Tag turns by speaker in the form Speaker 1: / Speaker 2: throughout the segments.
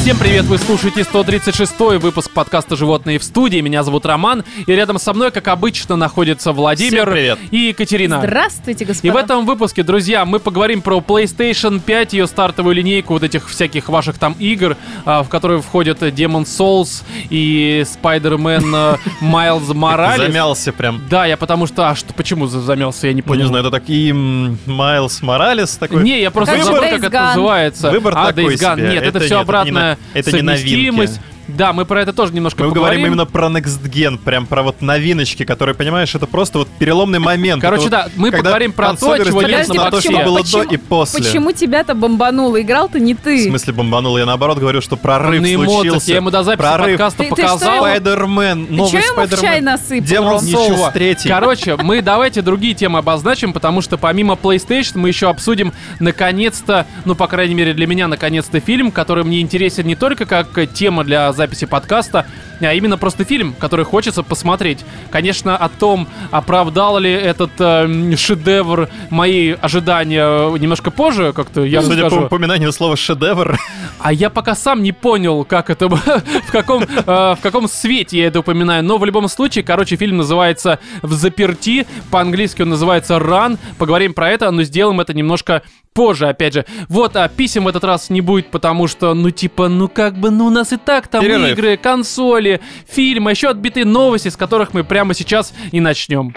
Speaker 1: Всем привет, вы слушаете 136-й выпуск подкаста «Животные в студии». Меня зовут Роман, и рядом со мной, как обычно, находится Владимир
Speaker 2: Всем привет.
Speaker 1: и Екатерина.
Speaker 3: Здравствуйте,
Speaker 1: И
Speaker 3: господа.
Speaker 1: в этом выпуске, друзья, мы поговорим про PlayStation 5, ее стартовую линейку вот этих всяких ваших там игр, а, в которые входят э, Demon's Souls и Spider-Man э, Miles Morales.
Speaker 2: Замялся прям.
Speaker 1: Да, я потому что... А что, почему за- замялся, я не
Speaker 2: Ну, не
Speaker 1: понял.
Speaker 2: знаю, это такие Майлз Моралес такой.
Speaker 1: Не, я просто
Speaker 3: Как
Speaker 1: забыл,
Speaker 3: же
Speaker 1: как
Speaker 3: Days
Speaker 1: это
Speaker 3: Gone.
Speaker 1: называется.
Speaker 2: Выбор
Speaker 1: а,
Speaker 2: такой
Speaker 1: Days Gone.
Speaker 2: себе.
Speaker 1: Нет, это,
Speaker 2: Это
Speaker 1: все
Speaker 2: нет, это не на-
Speaker 1: обратная
Speaker 2: это не новинки.
Speaker 1: совместимость. Да, мы про это тоже немножко
Speaker 2: мы
Speaker 1: поговорим.
Speaker 2: говорим именно про Next Gen, прям про вот новиночки, которые, понимаешь, это просто вот переломный момент.
Speaker 1: Э, Короче,
Speaker 2: Это вот
Speaker 1: да, мы
Speaker 2: когда
Speaker 1: поговорим про то,
Speaker 2: консоль
Speaker 1: чего
Speaker 2: разделяется
Speaker 1: нет на
Speaker 2: на то,
Speaker 1: почему-
Speaker 2: что было до и после.
Speaker 3: Почему тебя-то бомбануло? Играл-то не
Speaker 2: В
Speaker 3: ты.
Speaker 2: смысле бомбанул? Я наоборот говорю, что прорыв
Speaker 1: на эмоциях.
Speaker 2: случился.
Speaker 1: Я ему до записи
Speaker 2: Прорыв.
Speaker 1: подкаста
Speaker 3: Ты- ты
Speaker 1: показал.
Speaker 3: что ему-
Speaker 2: Спайдермен, новый
Speaker 3: чё ему в
Speaker 2: Спайдермен.
Speaker 3: чай насыпал,
Speaker 2: Демон
Speaker 3: Ром?
Speaker 2: Soul
Speaker 1: Ничего.
Speaker 2: третий.
Speaker 1: Короче, мы давайте другие темы обозначим, потому что помимо PlayStation мы еще обсудим наконец-то, ну, по крайней мере, для меня наконец-то фильм, который мне интересен не только как э, тема для записи подкаста, а именно просто фильм, который хочется посмотреть. Конечно, о том, оправдал ли этот э, м, шедевр мои ожидания э, немножко позже, как-то я
Speaker 2: Ну, Судя по
Speaker 1: расскажу.
Speaker 2: упоминанию слова шедевр,
Speaker 1: А я пока сам не понял, как это, б- в каком, э, в каком свете я это упоминаю. Но в любом случае, короче, фильм называется «В заперти», по-английски он называется «Run». Поговорим про это, но сделаем это немножко позже, опять же. Вот, а писем в этот раз не будет, потому что, ну, типа, ну, как бы, ну, у нас и так там
Speaker 2: Перерыв.
Speaker 1: игры, консоли, фильмы, еще отбитые новости, с которых мы прямо сейчас и начнем.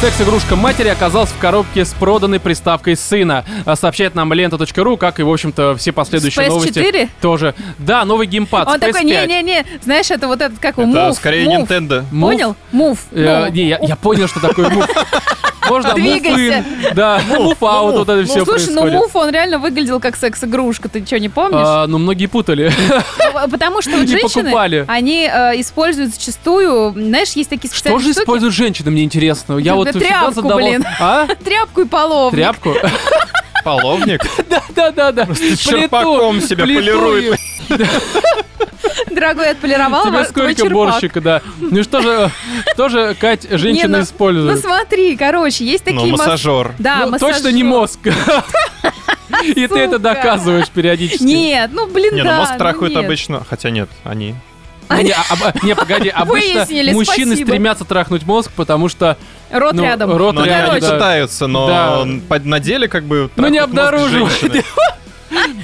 Speaker 1: Секс-игрушка матери оказалась в коробке с проданной приставкой сына. А Сообщает нам лента.ру, как и, в общем-то, все последующие
Speaker 3: С PS4?
Speaker 1: новости. Тоже. Да, новый геймпад. с
Speaker 3: Он такой,
Speaker 1: PS5.
Speaker 3: не-не-не, знаешь, это вот этот, как его,
Speaker 2: это
Speaker 3: мув,
Speaker 2: скорее
Speaker 3: мув.
Speaker 2: Nintendo.
Speaker 1: Мув?
Speaker 3: Понял? Мув.
Speaker 1: Э,
Speaker 3: мув.
Speaker 1: Не, я, я понял, что такое мув. Можно
Speaker 3: Двигайся.
Speaker 1: муфы, Да, муфаут, вот это
Speaker 3: Ну,
Speaker 1: все
Speaker 3: слушай, ну
Speaker 1: происходит.
Speaker 3: мув, он реально выглядел как секс-игрушка, ты что, не помнишь?
Speaker 1: А, ну, многие путали.
Speaker 3: Ну, Потому что вот
Speaker 1: не покупали.
Speaker 3: женщины, они э, используют зачастую, знаешь, есть такие
Speaker 1: Что
Speaker 3: специальные
Speaker 1: же
Speaker 3: штуки.
Speaker 1: используют женщины, мне интересно. Я
Speaker 3: Да
Speaker 1: вот всегда
Speaker 3: тряпку,
Speaker 1: задавал...
Speaker 3: блин.
Speaker 1: А?
Speaker 3: Тряпку и половник.
Speaker 1: Тряпку?
Speaker 2: Половник.
Speaker 1: Да-да-да.
Speaker 2: Ты черпаком себя полирует.
Speaker 3: Дорогой, я отполировала
Speaker 1: Тебе
Speaker 3: ваш- твой
Speaker 1: сколько
Speaker 3: черпак.
Speaker 1: борщика, да. Ну и что же, что же, Кать,
Speaker 3: Не,
Speaker 1: женщины
Speaker 3: ну- Ну
Speaker 1: используют?
Speaker 3: смотри, короче, есть такие...
Speaker 2: Ну,
Speaker 3: мас-
Speaker 2: массажер.
Speaker 3: Да,
Speaker 1: Ну, точно не
Speaker 3: массажер.
Speaker 1: мозг. И ты это
Speaker 3: Сука.
Speaker 1: доказываешь периодически.
Speaker 3: Нет, ну блин,
Speaker 2: Не,
Speaker 3: да.
Speaker 2: ну мозг трахают
Speaker 3: нет.
Speaker 2: обычно. Хотя нет, они.
Speaker 1: Ну, Не, а- а- не, погоди, обычно
Speaker 3: Выяснили,
Speaker 1: мужчины
Speaker 3: спасибо.
Speaker 1: стремятся трахнуть мозг, потому что...
Speaker 3: Рот
Speaker 1: ну,
Speaker 3: рядом.
Speaker 1: Рот
Speaker 2: Но они,
Speaker 1: рядом,
Speaker 2: они
Speaker 1: да.
Speaker 2: пытаются, но
Speaker 1: Да.
Speaker 2: под- на деле как бы...
Speaker 1: Ну, не
Speaker 2: трахают мозг
Speaker 1: обнаружил.
Speaker 2: женщины.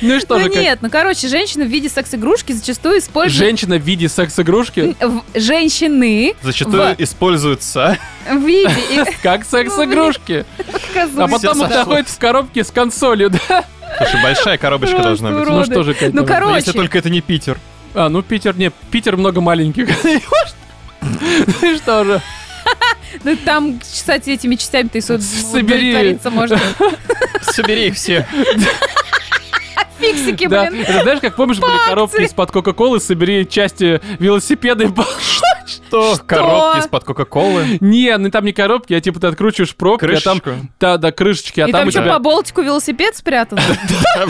Speaker 1: Ну и что
Speaker 3: Ну
Speaker 1: же, Кать?
Speaker 3: нет, ну короче, женщины в виде секс-игрушки зачастую используют...
Speaker 1: Женщина в виде секс-игрушки?
Speaker 3: Н- в- Женщины
Speaker 2: Зачастую
Speaker 3: В-
Speaker 2: используются.
Speaker 3: в виде... и-
Speaker 1: Как секс-игрушки. А
Speaker 3: оказывается,
Speaker 1: потом это
Speaker 2: сошло.
Speaker 1: находится в коробке с консолью, да?
Speaker 2: Слушай, большая коробочка
Speaker 3: Просто
Speaker 2: должна быть.
Speaker 3: урод.
Speaker 1: Ну
Speaker 3: Роды.
Speaker 1: что же, Кать,
Speaker 3: Ну,
Speaker 1: давай.
Speaker 3: короче.
Speaker 2: Если только это не Питер.
Speaker 1: А, ну Питер, не, Питер много маленьких. Ну и что же?
Speaker 3: Ну там, кстати, этими частями ты суд
Speaker 1: Собери.
Speaker 3: удовлетвориться можно.
Speaker 2: Собери их все.
Speaker 3: Фиксики,
Speaker 1: Да,
Speaker 3: блин.
Speaker 1: это знаешь, как помнишь, были коробки из-под Кока-Колы, собери части велосипеда и...
Speaker 2: Что? Коробки из-под Кока-Колы.
Speaker 1: Не, ну там не коробки, а типа ты откручиваешь пробку, а там...
Speaker 2: Крышечку.
Speaker 1: Да, да, крышечки, а
Speaker 3: И
Speaker 1: там
Speaker 3: там
Speaker 1: у
Speaker 3: что,
Speaker 1: тебя
Speaker 3: по болтику велосипед спрятан?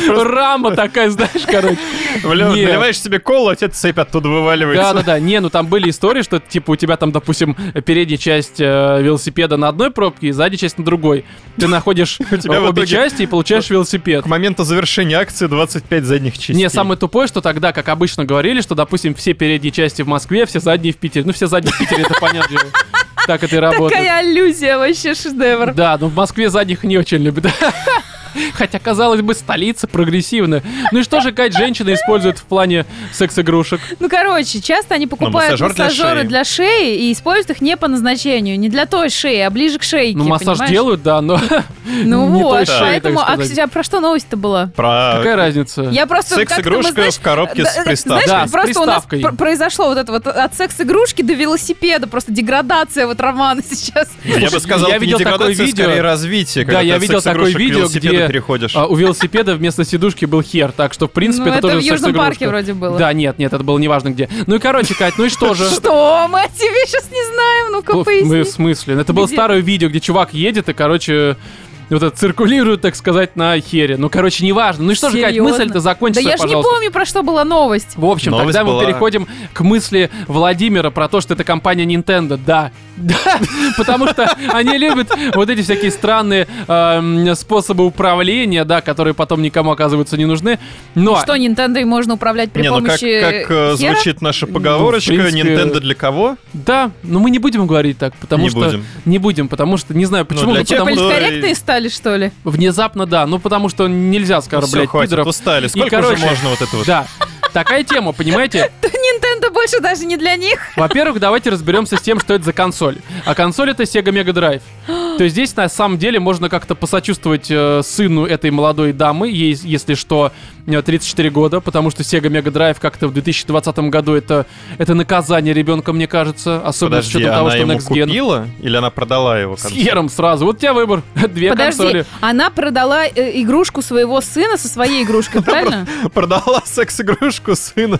Speaker 1: рама такая, знаешь, короче.
Speaker 2: Бля,
Speaker 1: Нет.
Speaker 2: Наливаешь себе колу, а тебе цепь оттуда
Speaker 1: Да, да,
Speaker 2: вываливается.
Speaker 1: да. Не, ну там были истории, что типа у тебя там, допустим, передняя часть э, велосипеда на одной пробке и задняя часть на другой. Ты находишь
Speaker 2: тебя в
Speaker 1: обе
Speaker 2: итоге-
Speaker 1: части и получаешь велосипед.
Speaker 2: К моменту завершения акции 25 задних частей.
Speaker 1: Не, самое тупое, что тогда, как обычно говорили, что, допустим, все передние части в Москве, все задние в Питере. Ну, все задние в Питере, это понятно. дело. Так это и работает.
Speaker 3: Какая аллюзия, вообще шедевр.
Speaker 1: Да, но в Москве задних не очень любят. Хотя, казалось бы, столица прогрессивная. Ну и что же, Кать, женщины используют в плане секс-игрушек?
Speaker 3: Ну, короче, часто они покупают
Speaker 2: массажер для
Speaker 3: массажеры
Speaker 2: шеи.
Speaker 3: для шеи и используют их не по назначению, не для той шеи, а ближе к шейке,
Speaker 1: Ну, массаж
Speaker 3: понимаешь?
Speaker 1: делают, да, но
Speaker 3: Ну
Speaker 1: не той шеи,
Speaker 3: вот,
Speaker 1: так
Speaker 3: поэтому... А,
Speaker 1: сказать.
Speaker 3: кстати, а про что новость-то была?
Speaker 1: какая
Speaker 2: Про
Speaker 1: разница?
Speaker 3: Я просто... как-то мы,
Speaker 2: секс-игрушка
Speaker 3: знаешь,
Speaker 2: в коробке
Speaker 3: да,
Speaker 2: с приставкой.
Speaker 1: Да,
Speaker 3: Знаешь,
Speaker 1: с
Speaker 3: просто у нас
Speaker 1: приставкой.
Speaker 3: пр- произошло вот это вот от секс-игрушки до велосипеда, просто деградация вот Романа сейчас.
Speaker 2: Я бы сказал,
Speaker 1: я
Speaker 2: это не
Speaker 1: видел такое
Speaker 2: деградация,
Speaker 1: видео.
Speaker 2: скорее развитие.
Speaker 1: Да, я видел такое видео, где
Speaker 2: переходишь.
Speaker 1: а, у велосипеда вместо сидушки был хер, так что, в принципе,
Speaker 3: Ну,
Speaker 1: это,
Speaker 3: это
Speaker 1: тоже
Speaker 3: в Южном
Speaker 1: секс-игрушка.
Speaker 3: парке вроде было.
Speaker 1: Да, нет, нет, это было неважно где. Ну и, короче, Кать, ну и что же?
Speaker 3: Что? Мы о тебе сейчас не знаем, ну-ка
Speaker 1: Ну, в-
Speaker 3: поясни.
Speaker 1: Мы в смысле? Это было
Speaker 3: Где?
Speaker 1: старое видео, где чувак едет и, короче, вот это циркулирует, так сказать, на хере. Ну, короче, неважно. Ну и что же, Кать,
Speaker 3: Серьезно?
Speaker 1: мысль-то
Speaker 3: Да
Speaker 1: закончится,
Speaker 3: я же не
Speaker 1: пожалуйста.
Speaker 3: помню, про что была новость.
Speaker 1: В общем,
Speaker 2: Новость
Speaker 1: тогда мы
Speaker 2: была.
Speaker 1: переходим к мысли Владимира про то, что это компания Nintendo. Да, да, потому что они любят вот эти всякие странные эм, способы управления, да, которые потом никому оказываются не нужны. Но
Speaker 3: Что, Nintendo и можно управлять при
Speaker 2: Не, ну как,
Speaker 3: помощи
Speaker 2: как э,
Speaker 3: хера?
Speaker 2: звучит наша
Speaker 1: Ну, в
Speaker 2: поговорочка,
Speaker 1: принципе,
Speaker 2: Nintendo для кого?
Speaker 1: да, но мы не будем говорить так, потому
Speaker 2: Не
Speaker 1: что
Speaker 2: будем.
Speaker 1: не
Speaker 2: не
Speaker 1: будем, потому что не знаю почему,
Speaker 2: Ну, для
Speaker 1: но
Speaker 2: тех,
Speaker 3: Че,
Speaker 1: потому что
Speaker 3: политкорректные стали, что ли?
Speaker 1: внезапно да, ну потому что нельзя
Speaker 2: Всё,
Speaker 1: оскорблять
Speaker 2: хватит,
Speaker 1: пидоров.
Speaker 2: устали. Сколько
Speaker 1: короче,
Speaker 2: уже можно вот это вот?
Speaker 1: Да. Такая тема, понимаете?
Speaker 3: Да Nintendo больше даже не для них.
Speaker 1: Во-первых, давайте разберемся с тем, что это за консоль. А консоль это Sega Mega Drive. То есть здесь на самом деле можно как-то посочувствовать э, сыну этой молодой дамы, ей, если что, э, 34 года, потому что Sega Mega Drive как-то в 2020 году это, это наказание ребенка, мне кажется, особенно с
Speaker 2: Подожди,
Speaker 1: учетом
Speaker 2: она
Speaker 1: того, что
Speaker 2: ему
Speaker 1: Next Gen.
Speaker 2: купила или она продала его?
Speaker 1: С
Speaker 2: концу?
Speaker 1: хером сразу. Вот у тебя выбор. Две
Speaker 3: Подожди,
Speaker 1: консоли.
Speaker 3: она продала э, игрушку своего сына со своей игрушкой, правильно?
Speaker 2: Продала секс-игрушку сына.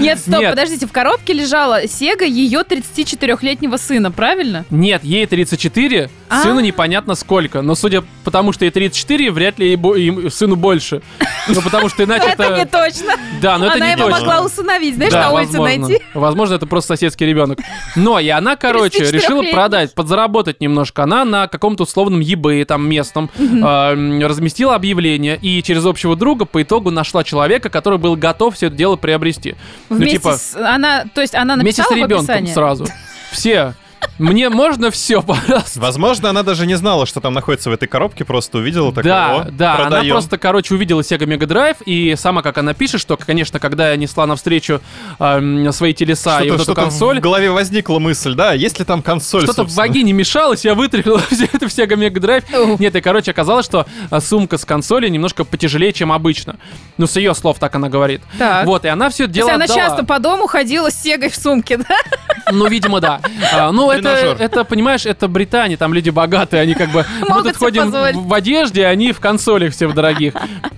Speaker 3: Нет, стоп,
Speaker 1: Нет.
Speaker 3: подождите, в коробке лежала Сега ее 34-летнего сына, правильно?
Speaker 1: Нет, ей 34,
Speaker 3: А.
Speaker 1: сыну непонятно сколько. Но судя по тому, что ей 34, вряд ли ей бо- им- сыну больше. Ну, потому что иначе
Speaker 3: Это не
Speaker 1: это...
Speaker 3: точно.
Speaker 1: Да, но это
Speaker 3: Она
Speaker 1: не
Speaker 3: его
Speaker 1: точно.
Speaker 3: могла усыновить, знаешь,
Speaker 1: Да,
Speaker 3: на улице
Speaker 1: возможно.
Speaker 3: найти.
Speaker 1: Возможно, это просто соседский ребенок. Но и она, короче,
Speaker 3: 34-летний.
Speaker 1: решила продать, подзаработать немножко. Она на каком-то условном eBay там местном эм, разместила объявление и через общего друга по итогу нашла человека, который был готов все это дело приобрести.
Speaker 3: Вместе
Speaker 1: типа,
Speaker 3: с... Она, то есть она
Speaker 1: вместе
Speaker 3: написала
Speaker 1: с
Speaker 3: в
Speaker 1: ребенком
Speaker 3: описании?
Speaker 1: сразу. Все. Мне можно все, пожалуйста.
Speaker 2: Возможно, она даже не знала, что там находится в этой коробке, просто увидела такое.
Speaker 1: Да,
Speaker 2: «О,
Speaker 1: да, она
Speaker 2: продаём».
Speaker 1: просто, короче, увидела Sega Mega Drive, и сама, как она пишет, что, конечно, когда я несла навстречу эм, свои телеса и
Speaker 2: Что-то
Speaker 1: вот эту
Speaker 2: что-то
Speaker 1: консоль,
Speaker 2: в голове возникла мысль, да, есть ли там консоль,
Speaker 1: Что-то в
Speaker 2: собственно?
Speaker 1: вагине мешалось, я вытряхнула все это в Sega Mega Drive.
Speaker 3: Ух.
Speaker 1: Нет, и, короче, оказалось, что а, сумка с консоли немножко потяжелее, чем обычно. Ну, с ее слов так она говорит.
Speaker 3: Так.
Speaker 1: Вот, и она все это
Speaker 3: То
Speaker 1: дело
Speaker 3: есть она
Speaker 1: отдала.
Speaker 3: часто по дому ходила с Сегой в сумке, да?
Speaker 1: Ну, видимо, да. А, ну, это,
Speaker 2: Тренажер.
Speaker 1: это, понимаешь, это Британия, там люди богатые, они как бы... Мы
Speaker 3: Могут
Speaker 1: тут
Speaker 3: себе
Speaker 1: ходим
Speaker 3: позволить.
Speaker 1: в, в одежде, а они в консолях все в дорогих.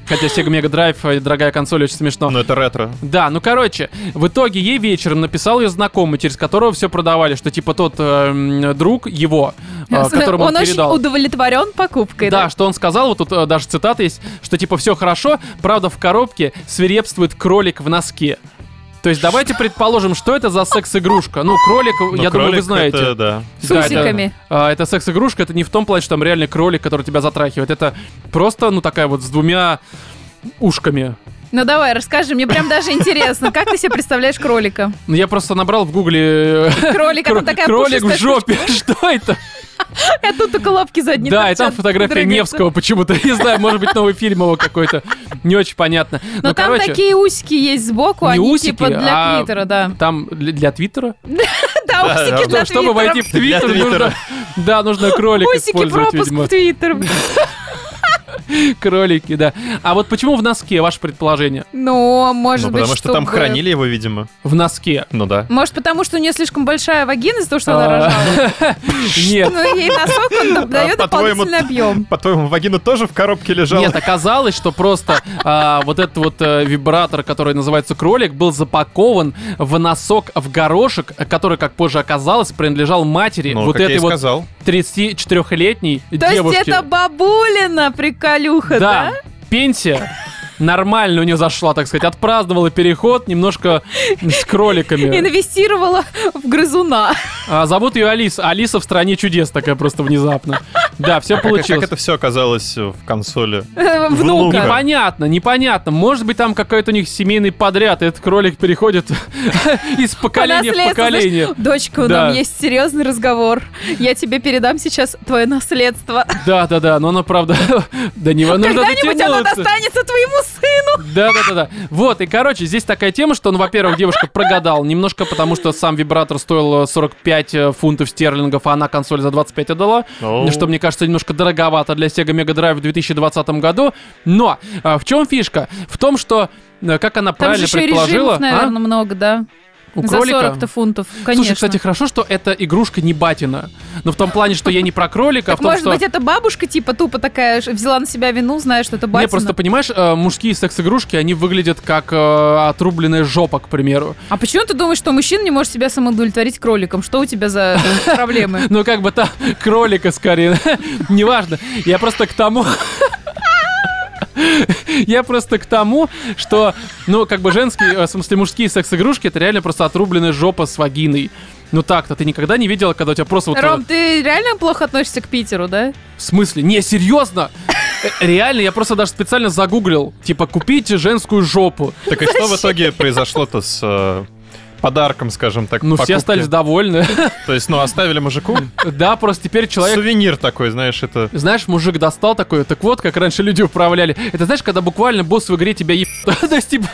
Speaker 1: Хотя Sega Mega Drive, э, дорогая консоль, очень смешно.
Speaker 2: Ну, это ретро.
Speaker 1: Да, ну короче, в итоге ей вечером написал ее знакомый, через которого все продавали, что типа тот эм, друг его, э, которому он,
Speaker 3: он очень
Speaker 1: передал.
Speaker 3: удовлетворен покупкой,
Speaker 1: Да,
Speaker 3: да?
Speaker 1: что он сказал, вот тут э, даже цитата есть, что типа все хорошо, правда в коробке свирепствует кролик в носке. То есть давайте предположим, что это за секс-игрушка. Ну, кролик,
Speaker 2: Ну,
Speaker 1: я думаю, вы
Speaker 2: кролик
Speaker 1: знаете.
Speaker 2: это да.
Speaker 3: С
Speaker 1: Да,
Speaker 3: усиками.
Speaker 1: это, а, это секс-игрушка, это не в том плане, что там реально кролик, который тебя затрахивает. Это просто, ну, такая вот с двумя ушками.
Speaker 3: Ну давай, расскажи, мне прям даже интересно, как ты себе представляешь кролика?
Speaker 1: Ну, я просто набрал в гугле... э,
Speaker 3: Кролик, а
Speaker 1: кро-
Speaker 3: там такая
Speaker 1: кролик в
Speaker 3: пушистая
Speaker 1: жопе. Что это?
Speaker 3: штука, а тут только лапки задние
Speaker 1: Да, и там
Speaker 3: торчат,
Speaker 1: фотография
Speaker 3: дрыгаются.
Speaker 1: Невского почему-то. Не знаю, может быть, новый фильм его какой-то. Не очень понятно.
Speaker 3: Но
Speaker 1: Ну,
Speaker 3: там
Speaker 1: короче,
Speaker 3: такие усики есть сбоку,
Speaker 1: Не
Speaker 3: они
Speaker 1: усики,
Speaker 3: типа для
Speaker 1: а-
Speaker 3: клитора, да.
Speaker 1: Там для, для Твиттера?
Speaker 3: Да, усики
Speaker 2: да,
Speaker 1: Да, чтобы
Speaker 3: для твиттера.
Speaker 1: войти в
Speaker 2: Для
Speaker 1: Твиттер, нужно...
Speaker 2: Твиттера.
Speaker 1: Да, нужно кролик
Speaker 3: Усики
Speaker 1: использовать,
Speaker 3: пропуск
Speaker 1: видимо.
Speaker 3: в твиттер.
Speaker 1: Кролики, да. А вот почему в носке, ваше предположение?
Speaker 3: Ну, может
Speaker 2: Ну,
Speaker 3: быть,
Speaker 2: потому что там
Speaker 3: чтобы-
Speaker 2: хранили его, видимо.
Speaker 1: В носке.
Speaker 2: Ну да.
Speaker 3: Может, потому что у нее слишком большая вагина из-за того, что она
Speaker 1: А,
Speaker 3: рожала?
Speaker 1: Нет.
Speaker 3: Ну, ей носок он
Speaker 2: по-твоему,
Speaker 3: дает дополнительный объем.
Speaker 2: По-твоему, вагина тоже в коробке лежала?
Speaker 1: Нет, оказалось, что просто а, вот этот вот э, вибратор, который называется кролик, был запакован в носок в горошек, который, как позже оказалось, принадлежал матери
Speaker 2: Ну,
Speaker 1: вот
Speaker 2: как я
Speaker 1: этой
Speaker 2: и
Speaker 1: вот
Speaker 2: сказал.
Speaker 1: 34-летней
Speaker 3: То
Speaker 1: девушки.
Speaker 3: есть это бабулина приколюха,
Speaker 1: да,
Speaker 3: да?
Speaker 1: пенсия нормально у нее зашла, так сказать, отпраздновала переход немножко с кроликами.
Speaker 3: Инвестировала в грызуна.
Speaker 1: А, зовут ее Алиса. Алиса в стране чудес такая просто внезапно. Да, все
Speaker 2: Как- Как,
Speaker 1: получилось. Ну,
Speaker 2: это все оказалось э, в консоли?
Speaker 3: Внука.
Speaker 2: Внука.
Speaker 1: Непонятно, непонятно. Может быть, там какой-то у них семейный подряд, и этот кролик переходит из
Speaker 3: По
Speaker 1: поколения в
Speaker 3: наследству, знаешь,
Speaker 1: поколение.
Speaker 3: Дочка, у
Speaker 1: Да.
Speaker 3: нас есть серьезный разговор. Я тебе передам сейчас твое наследство.
Speaker 1: Да, да, да, но она правда... Ну, Да не нужно
Speaker 3: Ну, Когда-нибудь оно
Speaker 1: дотянуться.
Speaker 3: достанется твоему сыну.
Speaker 1: Да, да, да, да. Вот, и короче, здесь такая тема, что, ну, во-первых, девушка прогадал немножко, потому что сам вибратор стоил э, 45 э, фунтов стерлингов, а она консоль за 25 отдала.
Speaker 2: Ну.
Speaker 1: Что, мне кажется, немножко дороговато для Sega Mega Drive в 2020 году. Но э, в чем фишка? В том, что э, как она
Speaker 3: Там же
Speaker 1: правильно
Speaker 3: еще и
Speaker 1: предположила,
Speaker 3: режимов,
Speaker 1: а?
Speaker 3: наверное, много, да?
Speaker 1: У
Speaker 3: За
Speaker 1: кролика?
Speaker 3: 40-то фунтов, конечно.
Speaker 1: Слушай, кстати, хорошо, что эта игрушка не батина. Но в том плане, что я не про кролика, а в том,
Speaker 3: Может
Speaker 1: что...
Speaker 3: быть, это бабушка, типа, тупо такая, ж- взяла на себя вину, зная, что это батина.
Speaker 1: Не, просто понимаешь, э, мужские секс-игрушки, они выглядят как э, отрубленная жопа, к примеру.
Speaker 3: А почему ты думаешь, что мужчина не может себя самоудовлетворить кроликом? Что у тебя за э, проблемы?
Speaker 1: Ну, как бы там кролика скорее. Неважно. Я просто к тому... Я просто к тому, что, ну, как бы женские, э, в смысле, мужские секс-игрушки, это реально просто отрубленная жопа с вагиной. Ну так-то, ты никогда не видела, когда у тебя просто вот... э,
Speaker 3: Ром, ты реально плохо относишься к Питеру, да?
Speaker 1: В смысле? Не, серьезно? Э, Реально, я просто даже специально загуглил. Типа, купите женскую жопу.
Speaker 2: Так и что в итоге произошло-то с э, подарком, скажем так,
Speaker 1: Ну,
Speaker 2: покупки?
Speaker 1: все остались довольны.
Speaker 2: То есть, ну, оставили мужику
Speaker 1: Да, просто теперь человек
Speaker 2: сувенир такой, знаешь, это...
Speaker 1: Знаешь, мужик достал такой, так вот, как раньше люди управляли. Это знаешь, когда буквально босс в игре тебя еб... То есть, типа...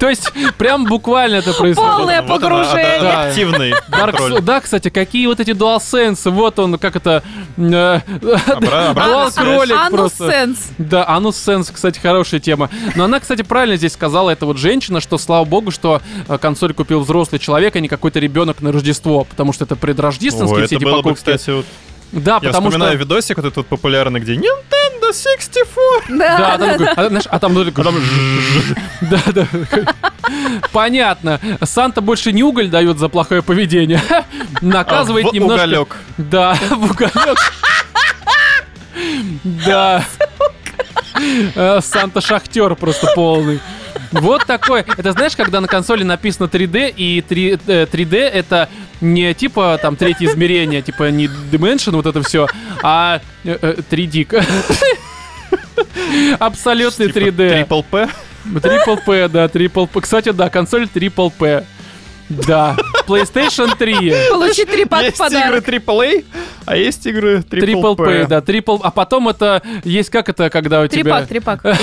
Speaker 1: То есть, прям буквально это происходит.
Speaker 3: Полное
Speaker 2: Вот она,
Speaker 3: погружение.
Speaker 2: а, да,
Speaker 1: Да.
Speaker 2: Активный
Speaker 1: Dark Souls-
Speaker 2: контроль.
Speaker 1: да, кстати, какие вот эти DualSense, вот он, как это... э,
Speaker 2: Обра- обратная
Speaker 1: Дуал
Speaker 2: связь.
Speaker 1: А, кролик
Speaker 3: Анус
Speaker 1: просто.
Speaker 3: А, ну, сенс.
Speaker 1: Да, анус сенс, кстати, хорошая тема. Но она, кстати, правильно здесь сказала, эта вот женщина, что слава богу, что э, консоль купил взрослый человек, а не какой-то ребенок на Рождество, потому что это
Speaker 2: О,
Speaker 1: предрождественские все
Speaker 2: это
Speaker 1: эти
Speaker 2: было бы,
Speaker 1: покупки.
Speaker 2: кстати, вот-
Speaker 1: да,
Speaker 2: я
Speaker 1: потому
Speaker 2: вспоминаю
Speaker 1: что...
Speaker 2: видосик вот этот вот популярный, где Nintendo 64.
Speaker 1: Да, там такой, а, знаешь, а там только... Да, да. Понятно. Санта больше не уголь дает за плохое поведение. Наказывает
Speaker 2: А, в
Speaker 1: немножко...
Speaker 2: уголек.
Speaker 1: Да, в уголек. Да. Э, Санта-шахтер просто полный. Вот такой. Это знаешь, когда на консоли написано 3D, и 3, э, 3D это не типа там третье измерение, типа не Dimension, вот это все, а э, э, 3D. Абсолютный
Speaker 2: Типа
Speaker 1: 3D.
Speaker 2: Трипл П.
Speaker 1: Трипл П, да, трипл П. Кстати, да, консоль трипл П. Да. PlayStation 3.
Speaker 3: Получи три под
Speaker 2: Есть игры
Speaker 3: подарок.
Speaker 2: AAA, а есть игры
Speaker 1: Трипл
Speaker 2: Трипл
Speaker 1: П,
Speaker 2: П.
Speaker 1: да, трипл. А потом это есть как это, когда у тебя
Speaker 3: Трипак, трипак.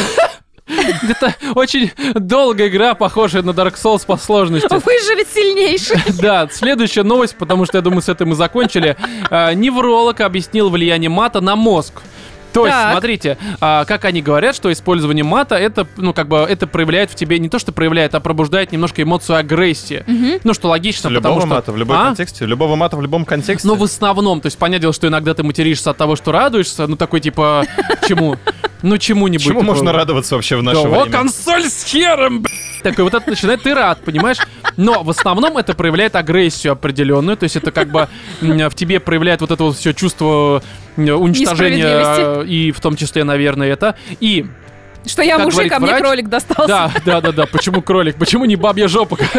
Speaker 1: это очень долгая игра, похожая на Dark Souls по сложности.
Speaker 3: Выживет сильнейший.
Speaker 1: Да, следующая новость, потому что я думаю, с этой мы закончили. А, Невролог объяснил влияние мата на мозг. То есть,
Speaker 3: Так.
Speaker 1: смотрите, а, как они говорят, что использование мата это, ну, как бы, это проявляет в тебе не то, что проявляет, а пробуждает немножко эмоцию агрессии. Ну, что логично, потому
Speaker 2: Любого
Speaker 1: что.
Speaker 2: мата, в любой
Speaker 1: А?
Speaker 2: контексте, любого мата в любом контексте.
Speaker 1: Ну, в основном, то есть, понятное дело, что иногда ты материшься от того, что радуешься, ну, такой, типа, чему? Ну, чему-нибудь.
Speaker 2: Чему
Speaker 1: такого.
Speaker 2: можно радоваться вообще в
Speaker 1: Да,
Speaker 2: наше
Speaker 1: О,
Speaker 2: время?
Speaker 1: консоль с хером, блядь! Такой вот это начинает, ты рад, понимаешь? Но в основном это проявляет агрессию определенную, то есть это как бы м, в тебе проявляет вот это вот все чувство м, уничтожения, а, и в том числе, наверное, это. И
Speaker 3: Что я
Speaker 1: Как
Speaker 3: мужик,
Speaker 1: говорит
Speaker 3: а мне
Speaker 1: врач,
Speaker 3: кролик достался.
Speaker 1: да, да, да, да. Почему кролик? Почему не бабья жопа? Как-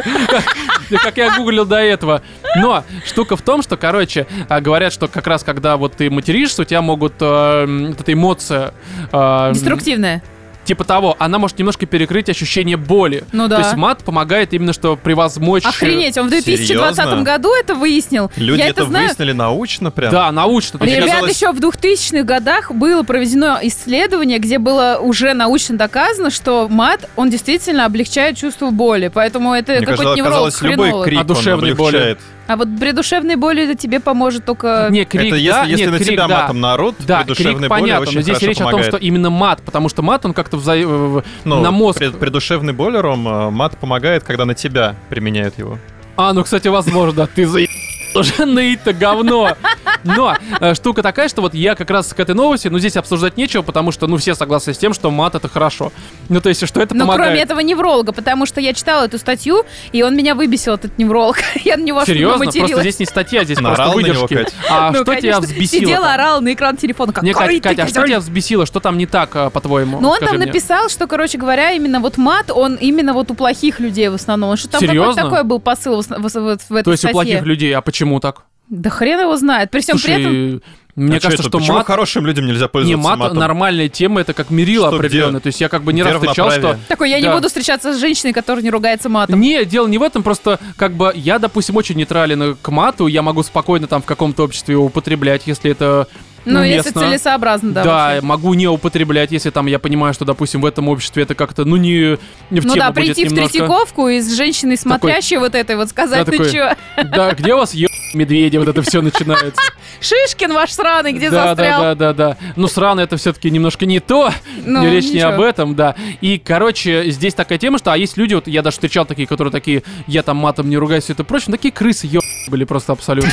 Speaker 1: Как я гуглил до этого. Но штука в том, что, короче, а, говорят, что как раз когда вот ты материшься, у тебя могут э, м, вот эта эмоция... э,
Speaker 3: Деструктивная.
Speaker 1: Типа того, она может немножко перекрыть ощущение боли.
Speaker 3: Ну да.
Speaker 1: То есть мат помогает именно, что превозмочь... э,
Speaker 3: Охренеть, он в 2020
Speaker 2: Серьезно?
Speaker 3: году это выяснил.
Speaker 2: Люди
Speaker 3: я
Speaker 2: это
Speaker 3: знаю.
Speaker 2: выяснили научно прям.
Speaker 1: Да, научно. То есть
Speaker 3: Ребят,
Speaker 2: оказалось-
Speaker 3: еще в 2000-х годах было проведено исследование, где было уже научно доказано, что мат, он действительно облегчает чувство боли. Поэтому это
Speaker 2: Мне
Speaker 3: какой-то
Speaker 2: кажется,
Speaker 3: невролог,
Speaker 2: оказалось, любой
Speaker 3: хренолог.
Speaker 2: крик
Speaker 1: А душевной
Speaker 2: он
Speaker 1: боли.
Speaker 2: облегчает.
Speaker 3: А вот при душевной боли это тебе поможет только...
Speaker 1: Не, крик,
Speaker 2: это
Speaker 1: да,
Speaker 2: если, если
Speaker 1: нет,
Speaker 2: на
Speaker 1: крик,
Speaker 2: тебя
Speaker 1: да.
Speaker 2: матом народ,
Speaker 1: Да,
Speaker 2: при
Speaker 1: крик
Speaker 2: душевной боли
Speaker 1: понятно,
Speaker 2: очень
Speaker 1: но здесь
Speaker 2: хорошо
Speaker 1: речь
Speaker 2: помогает.
Speaker 1: о том, что именно мат, потому что мат, он как-то вза- э, в-
Speaker 2: Ну,
Speaker 1: на мозг.
Speaker 2: При, при душевной боли, Ром, э, мат помогает, когда на тебя применяют его.
Speaker 1: А, ну, кстати, возможно, ты за уже ныть-то говно. Но э, штука такая, что вот я как раз к этой новости, ну, здесь обсуждать нечего, потому что, ну, все согласны с тем, что мат — это хорошо. Ну, то есть, что это
Speaker 3: Ну, кроме
Speaker 1: помогает.
Speaker 3: этого невролога, потому что я читала эту статью, и он меня выбесил, этот невролог. я на него
Speaker 1: Серьезно?
Speaker 3: особо
Speaker 1: Просто
Speaker 3: материлась.
Speaker 1: здесь не статья, здесь просто
Speaker 2: Наорал А, на него,
Speaker 1: выдержки.
Speaker 2: Кать?
Speaker 1: А
Speaker 3: Ну,
Speaker 1: что тебя
Speaker 3: конечно,
Speaker 1: взбесило?
Speaker 3: Сидела, орала на экран телефона, как
Speaker 1: Не,
Speaker 3: «Ой,
Speaker 1: Кать,
Speaker 3: ты,
Speaker 1: Катя, а
Speaker 3: ты,
Speaker 1: что тебя взбесило? Что там не так, э, по-твоему?
Speaker 3: Ну, он
Speaker 1: Скажи
Speaker 3: там
Speaker 1: мне.
Speaker 3: написал, что, короче говоря, именно вот мат, он именно вот у плохих людей в основном. Он Что там какой-то
Speaker 1: Серьезно?
Speaker 3: такой был посыл в, осна- в, в- в этой
Speaker 1: То есть у
Speaker 3: статье.
Speaker 1: плохих людей, а почему так?
Speaker 3: Да хрен его знает. При всем при этом...
Speaker 1: Слушай, мне
Speaker 2: А
Speaker 1: кажется,
Speaker 2: это?
Speaker 1: что
Speaker 2: Почему
Speaker 1: мат...
Speaker 2: хорошим людям нельзя
Speaker 1: Не,
Speaker 2: пользоваться
Speaker 1: мат
Speaker 2: матом?
Speaker 1: нормальная тема, это как мерило
Speaker 2: Что, где?
Speaker 1: определенное. То есть я как бы не
Speaker 2: Где
Speaker 1: раз встречал, что
Speaker 2: равноправие?
Speaker 3: Такой, я не
Speaker 1: Да.
Speaker 3: буду встречаться с женщиной, которая не ругается матом.
Speaker 1: Не, дело не в этом, просто как бы я, допустим, очень нейтрален к мату, я могу спокойно там в каком-то обществе его употреблять, если это
Speaker 3: Ну, если
Speaker 1: уместно.
Speaker 3: целесообразно, да.
Speaker 1: Да, могу не употреблять, если там я понимаю, что, допустим, в этом обществе это как-то, ну, не, не в тему
Speaker 3: Ну да,
Speaker 1: будет
Speaker 3: прийти в
Speaker 1: немножко.
Speaker 3: Третьяковку и с женщиной смотрящей вот этой вот сказать,
Speaker 1: Да,
Speaker 3: ты
Speaker 1: такой,
Speaker 3: чё,
Speaker 1: Да, где у вас еб медведя, вот это все начинается.
Speaker 3: Шишкин ваш сраный, где
Speaker 1: да,
Speaker 3: застрял?
Speaker 1: да, да, да, да. Ну, срано это все-таки немножко не то.
Speaker 3: Ну,
Speaker 1: Речь не
Speaker 3: ничего.
Speaker 1: об этом, да. И, короче, здесь такая тема, что а есть люди, вот я даже встречал такие, которые такие, я там матом не ругаюсь, все это прочее, ну, такие крысы еб были просто абсолютно.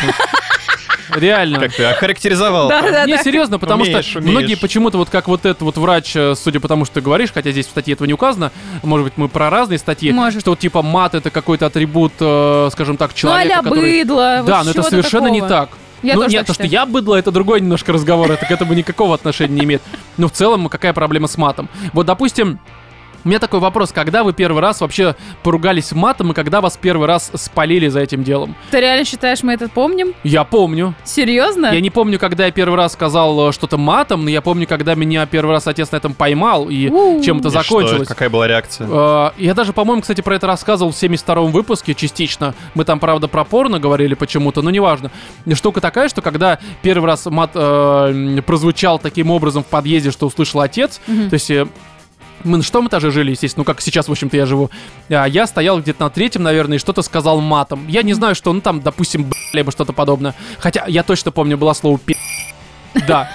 Speaker 1: Реально.
Speaker 2: Как ты охарактеризовал?
Speaker 3: Да, да,
Speaker 1: Не,
Speaker 3: да.
Speaker 1: серьезно, потому
Speaker 2: Умеешь,
Speaker 1: что
Speaker 2: умеешь.
Speaker 1: многие почему-то, вот как вот этот вот врач, э, судя по тому, что ты говоришь, хотя здесь в статье этого не указано, может быть, мы про разные статьи,
Speaker 3: Может.
Speaker 1: что вот типа мат это какой-то атрибут, э, скажем так,
Speaker 3: Ну, а-ля
Speaker 1: человека, который...
Speaker 3: быдло. вот
Speaker 1: Да, но это
Speaker 3: чего-то
Speaker 1: совершенно не
Speaker 3: такого.
Speaker 1: так.
Speaker 3: Я
Speaker 1: ну,
Speaker 3: тоже
Speaker 1: нет,
Speaker 3: так
Speaker 1: то, что
Speaker 3: считаю.
Speaker 1: я быдло, это другой немножко разговор, это к этому никакого отношения не имеет. Но в целом, какая проблема с матом? Вот, допустим, у меня такой вопрос, когда вы первый раз вообще поругались матом, и когда вас первый раз спалили за этим делом?
Speaker 3: Ты реально считаешь, мы это помним?
Speaker 1: Я помню.
Speaker 3: Серьезно?
Speaker 1: Я не помню, когда я первый раз сказал э, что-то матом, но я помню, когда меня первый раз отец на этом поймал и
Speaker 3: У.
Speaker 1: чем-то
Speaker 2: И что,
Speaker 1: закончилось.
Speaker 2: Какая была реакция?
Speaker 1: Э, Я даже, по-моему, кстати, про это рассказывал в 72-м выпуске частично. Мы там, правда, про порно говорили почему-то, но неважно. Штука такая, что когда первый раз мат э, м, прозвучал таким образом в подъезде, что услышал отец,
Speaker 3: Мгм.
Speaker 1: то есть... э, Мы на шестом этаже жили, естественно, ну как сейчас, в общем-то, я живу. А Я стоял где-то на третьем, наверное, и что-то сказал матом. Я не знаю, что, ну там, допустим, «б***» либо что-то подобное. Хотя я точно помню, было слово пи***. Да.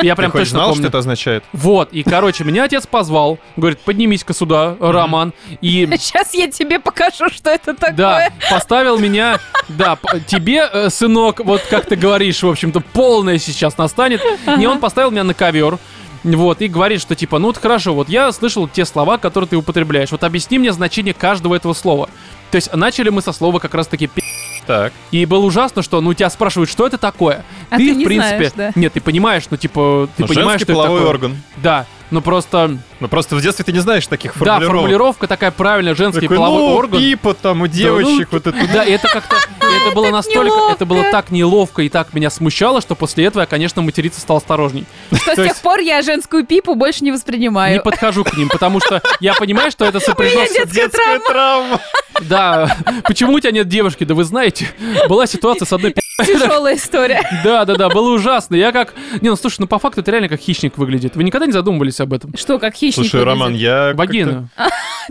Speaker 1: Я
Speaker 2: Ты
Speaker 1: прям
Speaker 2: хоть
Speaker 1: точно
Speaker 2: знал, что
Speaker 1: помню.
Speaker 2: это означает?
Speaker 1: Вот, и, короче, меня отец позвал, говорит, поднимись-ка сюда, Роман, и...
Speaker 3: Сейчас я тебе покажу, что это такое.
Speaker 1: Да, поставил меня, да, п- тебе, э, сынок, вот как ты говоришь, в общем-то, полное сейчас настанет. Не, он поставил меня на ковер, вот, и говорит, что типа, ну вот хорошо, вот я слышал те слова, которые ты употребляешь, вот объясни мне значение каждого этого слова. То есть начали мы со слова как раз-таки пи***,
Speaker 2: Так.
Speaker 1: и было ужасно, что, ну, тебя спрашивают, что это такое?
Speaker 3: А ты не
Speaker 1: в принципе,
Speaker 3: знаешь, да.
Speaker 1: нет, ты понимаешь, ну, типа, ты
Speaker 2: Ну,
Speaker 1: понимаешь,
Speaker 2: женский
Speaker 1: что это
Speaker 2: половой
Speaker 1: такое.
Speaker 2: орган.
Speaker 1: Да, ну просто...
Speaker 2: Ну просто в детстве ты не знаешь таких
Speaker 1: Да,
Speaker 2: формулировок.
Speaker 1: формулировка такая правильная, женский
Speaker 2: Такой,
Speaker 1: половой
Speaker 2: ну,
Speaker 1: орган.
Speaker 2: пипа там у девочек,
Speaker 1: ну,
Speaker 2: вот это.
Speaker 1: Да, и это как-то, и это было настолько, это было
Speaker 3: неловко.
Speaker 1: так неловко и так меня смущало, что после этого я, конечно, материться стал осторожней.
Speaker 3: Что с
Speaker 2: то
Speaker 3: тех
Speaker 2: есть-
Speaker 3: пор я женскую пипу больше не
Speaker 1: Не
Speaker 3: воспринимаю.
Speaker 1: подхожу к ним, потому что я понимаю, что это сопряжено с-
Speaker 3: детская
Speaker 2: Детская травма.
Speaker 1: Да, почему у тебя нет девушки? Да вы знаете, была ситуация с одной пи***.
Speaker 3: Тяжелая история.
Speaker 1: Да, да, да, было ужасно. Я как... Не, ну слушай, ну по факту это реально как хищник выглядит. Вы никогда не задумывались об этом?
Speaker 3: Что, как хищник?
Speaker 2: Слушай, Роман,
Speaker 3: выглядит?
Speaker 2: я... как-то-
Speaker 1: Вагина.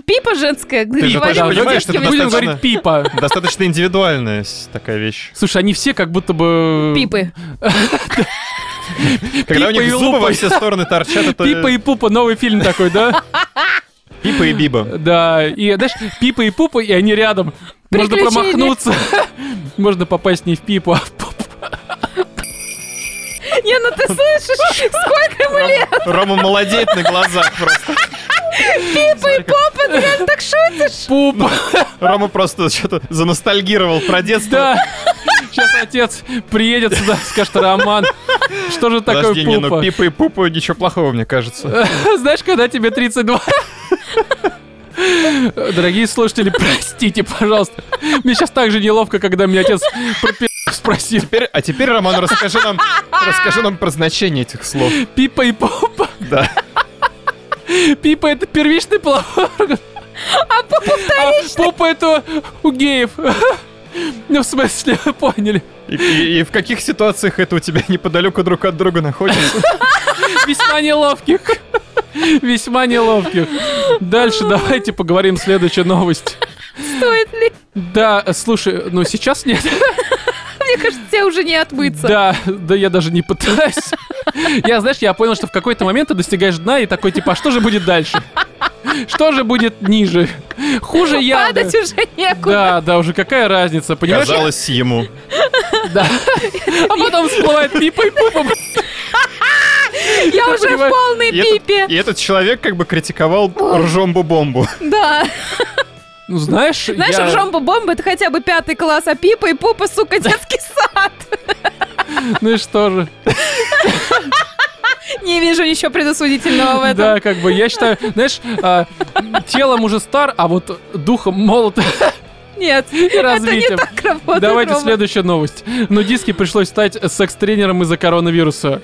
Speaker 3: Пипа женская.
Speaker 2: Ты же
Speaker 3: говорю,
Speaker 2: тогда
Speaker 3: вроде
Speaker 2: понимаешь,
Speaker 3: с
Speaker 2: что
Speaker 3: кем-
Speaker 2: это
Speaker 1: Будем
Speaker 2: достаточно-
Speaker 1: говорить пипа.
Speaker 2: Достаточно индивидуальная с- такая вещь.
Speaker 1: Слушай, они все как будто бы...
Speaker 3: Пипы.
Speaker 2: Когда
Speaker 1: Пипа
Speaker 2: у
Speaker 1: и
Speaker 2: них зубы
Speaker 1: лупа.
Speaker 2: во все стороны торчат, это...
Speaker 1: Пипа и Пупа, новый фильм такой, да?
Speaker 2: Пипа и Биба.
Speaker 1: Да, и знаешь, пипа и пупа, и они рядом. Можно
Speaker 3: Приключения.
Speaker 1: промахнуться. Можно попасть не в пипу, а в пупу.
Speaker 3: Не, ну ты слышишь, сколько ему лет?
Speaker 2: Рома молодеет на глазах просто.
Speaker 3: Пипа и попа, ты реально так шутишь?
Speaker 1: Пупа,
Speaker 2: Рома просто что-то заностальгировал про детство.
Speaker 1: да. Сейчас отец приедет сюда, скажет, Роман, что же такое
Speaker 2: Подожди, не, ну
Speaker 1: пупа?
Speaker 2: Пипа и Пупа ничего плохого, мне кажется.
Speaker 1: Знаешь, когда тебе 32? Дорогие слушатели, простите, пожалуйста. Мне сейчас так же неловко, когда меня отец про пи*** спросил.
Speaker 2: Теперь- а теперь, Роман, расскажи нам, расскажи нам про значение этих слов.
Speaker 1: Пипа и попа.
Speaker 2: Да.
Speaker 1: Пипа это первичный половой орган. А попа вторичный. попа это у геев. Ну, в смысле, поняли.
Speaker 2: И, и- и в каких ситуациях это у тебя неподалеку друг от друга находится?
Speaker 1: Весьма неловких. Весьма неловких. Дальше давайте поговорим следующая новость.
Speaker 3: Стоит ли?
Speaker 1: Да, слушай, ну сейчас нет.
Speaker 3: Мне кажется, тебе уже не отмыться.
Speaker 1: Да, да я даже не пытаюсь. Я, знаешь, я понял, что в какой-то момент ты достигаешь дна и такой, типа, а что же будет дальше? Что же будет ниже? Хуже я.
Speaker 3: Падать уже некуда.
Speaker 1: Да, да, уже какая разница, понимаешь?
Speaker 2: Казалось ему.
Speaker 1: Да. А потом всплывает пипа и пупа.
Speaker 3: Я уже в
Speaker 1: понимаю.
Speaker 3: полной
Speaker 2: И этот, и
Speaker 3: пипе.
Speaker 2: этот человек как бы критиковал ржомбу-бомбу.
Speaker 3: Да.
Speaker 1: Ну, знаешь,
Speaker 3: Знаешь,
Speaker 1: я-
Speaker 3: жомба бомба это хотя бы пятый класс, а пипа и попа, сука, детский сад.
Speaker 1: Ну и что же?
Speaker 3: Не вижу ничего предосудительного в этом.
Speaker 1: Да, как бы, я считаю, знаешь, а, телом уже стар, а вот духом молод
Speaker 3: Нет,
Speaker 1: и развитием.
Speaker 3: это не так. так работает
Speaker 1: Давайте
Speaker 3: робот.
Speaker 1: следующая новость. Нудистке пришлось стать секс-тренером из-за коронавируса.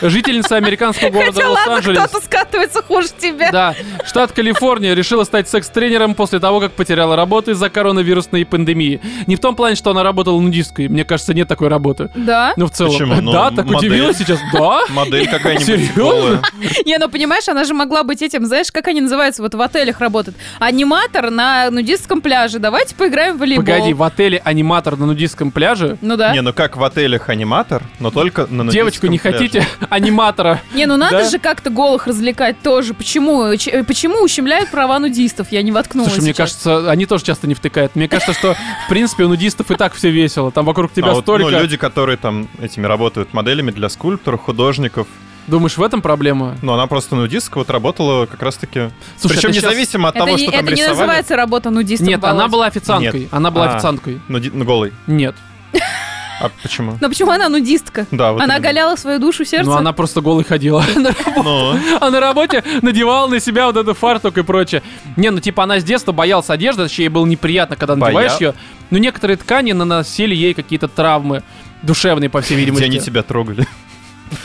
Speaker 1: Жительница американского города
Speaker 3: Хотя ладно,
Speaker 1: Лос-Анджелес.
Speaker 3: кто-то скатывается хуже тебя.
Speaker 1: Да, штат Калифорния решила стать секс-тренером после того, как потеряла работу из-за коронавирусной пандемии. Не в том плане, что она работала нудисткой. Мне кажется, нет такой работы.
Speaker 3: Да?
Speaker 1: Ну, в целом.
Speaker 2: Почему? Ну,
Speaker 1: да, так
Speaker 2: модель.
Speaker 1: удивилась сейчас. Да?
Speaker 2: Модель какая-нибудь
Speaker 1: Серьезно?
Speaker 2: голая.
Speaker 3: Не, ну понимаешь, она же могла быть этим, знаешь, как они называются, вот в отелях работают. Аниматор на нудистском пляже. Давайте поиграем в волейбол.
Speaker 1: Погоди, в отеле аниматор на нудистском пляже?
Speaker 3: Ну да.
Speaker 2: Не, ну как в отелях аниматор, но только на
Speaker 1: Девочку не
Speaker 2: нудистском
Speaker 1: хотите? Аниматора.
Speaker 3: Не, ну надо
Speaker 1: Да.
Speaker 3: же как-то голых развлекать тоже. Почему? Ч- э, Почему ущемляют права нудистов? Я не воткнулась.
Speaker 1: Слушай, мне
Speaker 3: Ну, сейчас.
Speaker 1: кажется, они тоже часто не втыкают. Мне кажется, что, в принципе, у нудистов и так все весело. Там вокруг
Speaker 2: пляже. А
Speaker 1: тебя
Speaker 2: вот,
Speaker 1: столько.
Speaker 2: ну, люди, которые там этими работают моделями для скульптор, художников,
Speaker 1: Думаешь, в этом проблема?
Speaker 2: но она просто нудистка вот работала как раз-таки.
Speaker 1: Слушай,
Speaker 2: Причем
Speaker 1: это щас-
Speaker 2: независимо от
Speaker 3: это
Speaker 2: того,
Speaker 3: не,
Speaker 2: что
Speaker 3: это
Speaker 2: там
Speaker 3: не
Speaker 2: рисовали.
Speaker 3: называется работа нудистов.
Speaker 1: Нет, она
Speaker 3: Володь.
Speaker 1: была официанткой.
Speaker 2: Нет.
Speaker 1: Она была
Speaker 2: А.
Speaker 1: официанткой.
Speaker 2: Нуди- ну, голый.
Speaker 1: Нет.
Speaker 2: А почему?
Speaker 3: Но почему она нудистка?
Speaker 2: Да, вот именно.
Speaker 3: она оголяла свою душу, сердце.
Speaker 1: Ну, она просто голой ходила.
Speaker 2: Ну,
Speaker 1: А на работе надевала на себя вот этот фартук и прочее. Не, ну типа она с детства боялась одежды, вообще ей было неприятно, когда надеваешь
Speaker 2: Боя-
Speaker 1: ее. Но некоторые ткани наносили ей какие-то травмы душевные, по всей
Speaker 2: где они
Speaker 1: видимости.
Speaker 2: тебя трогали?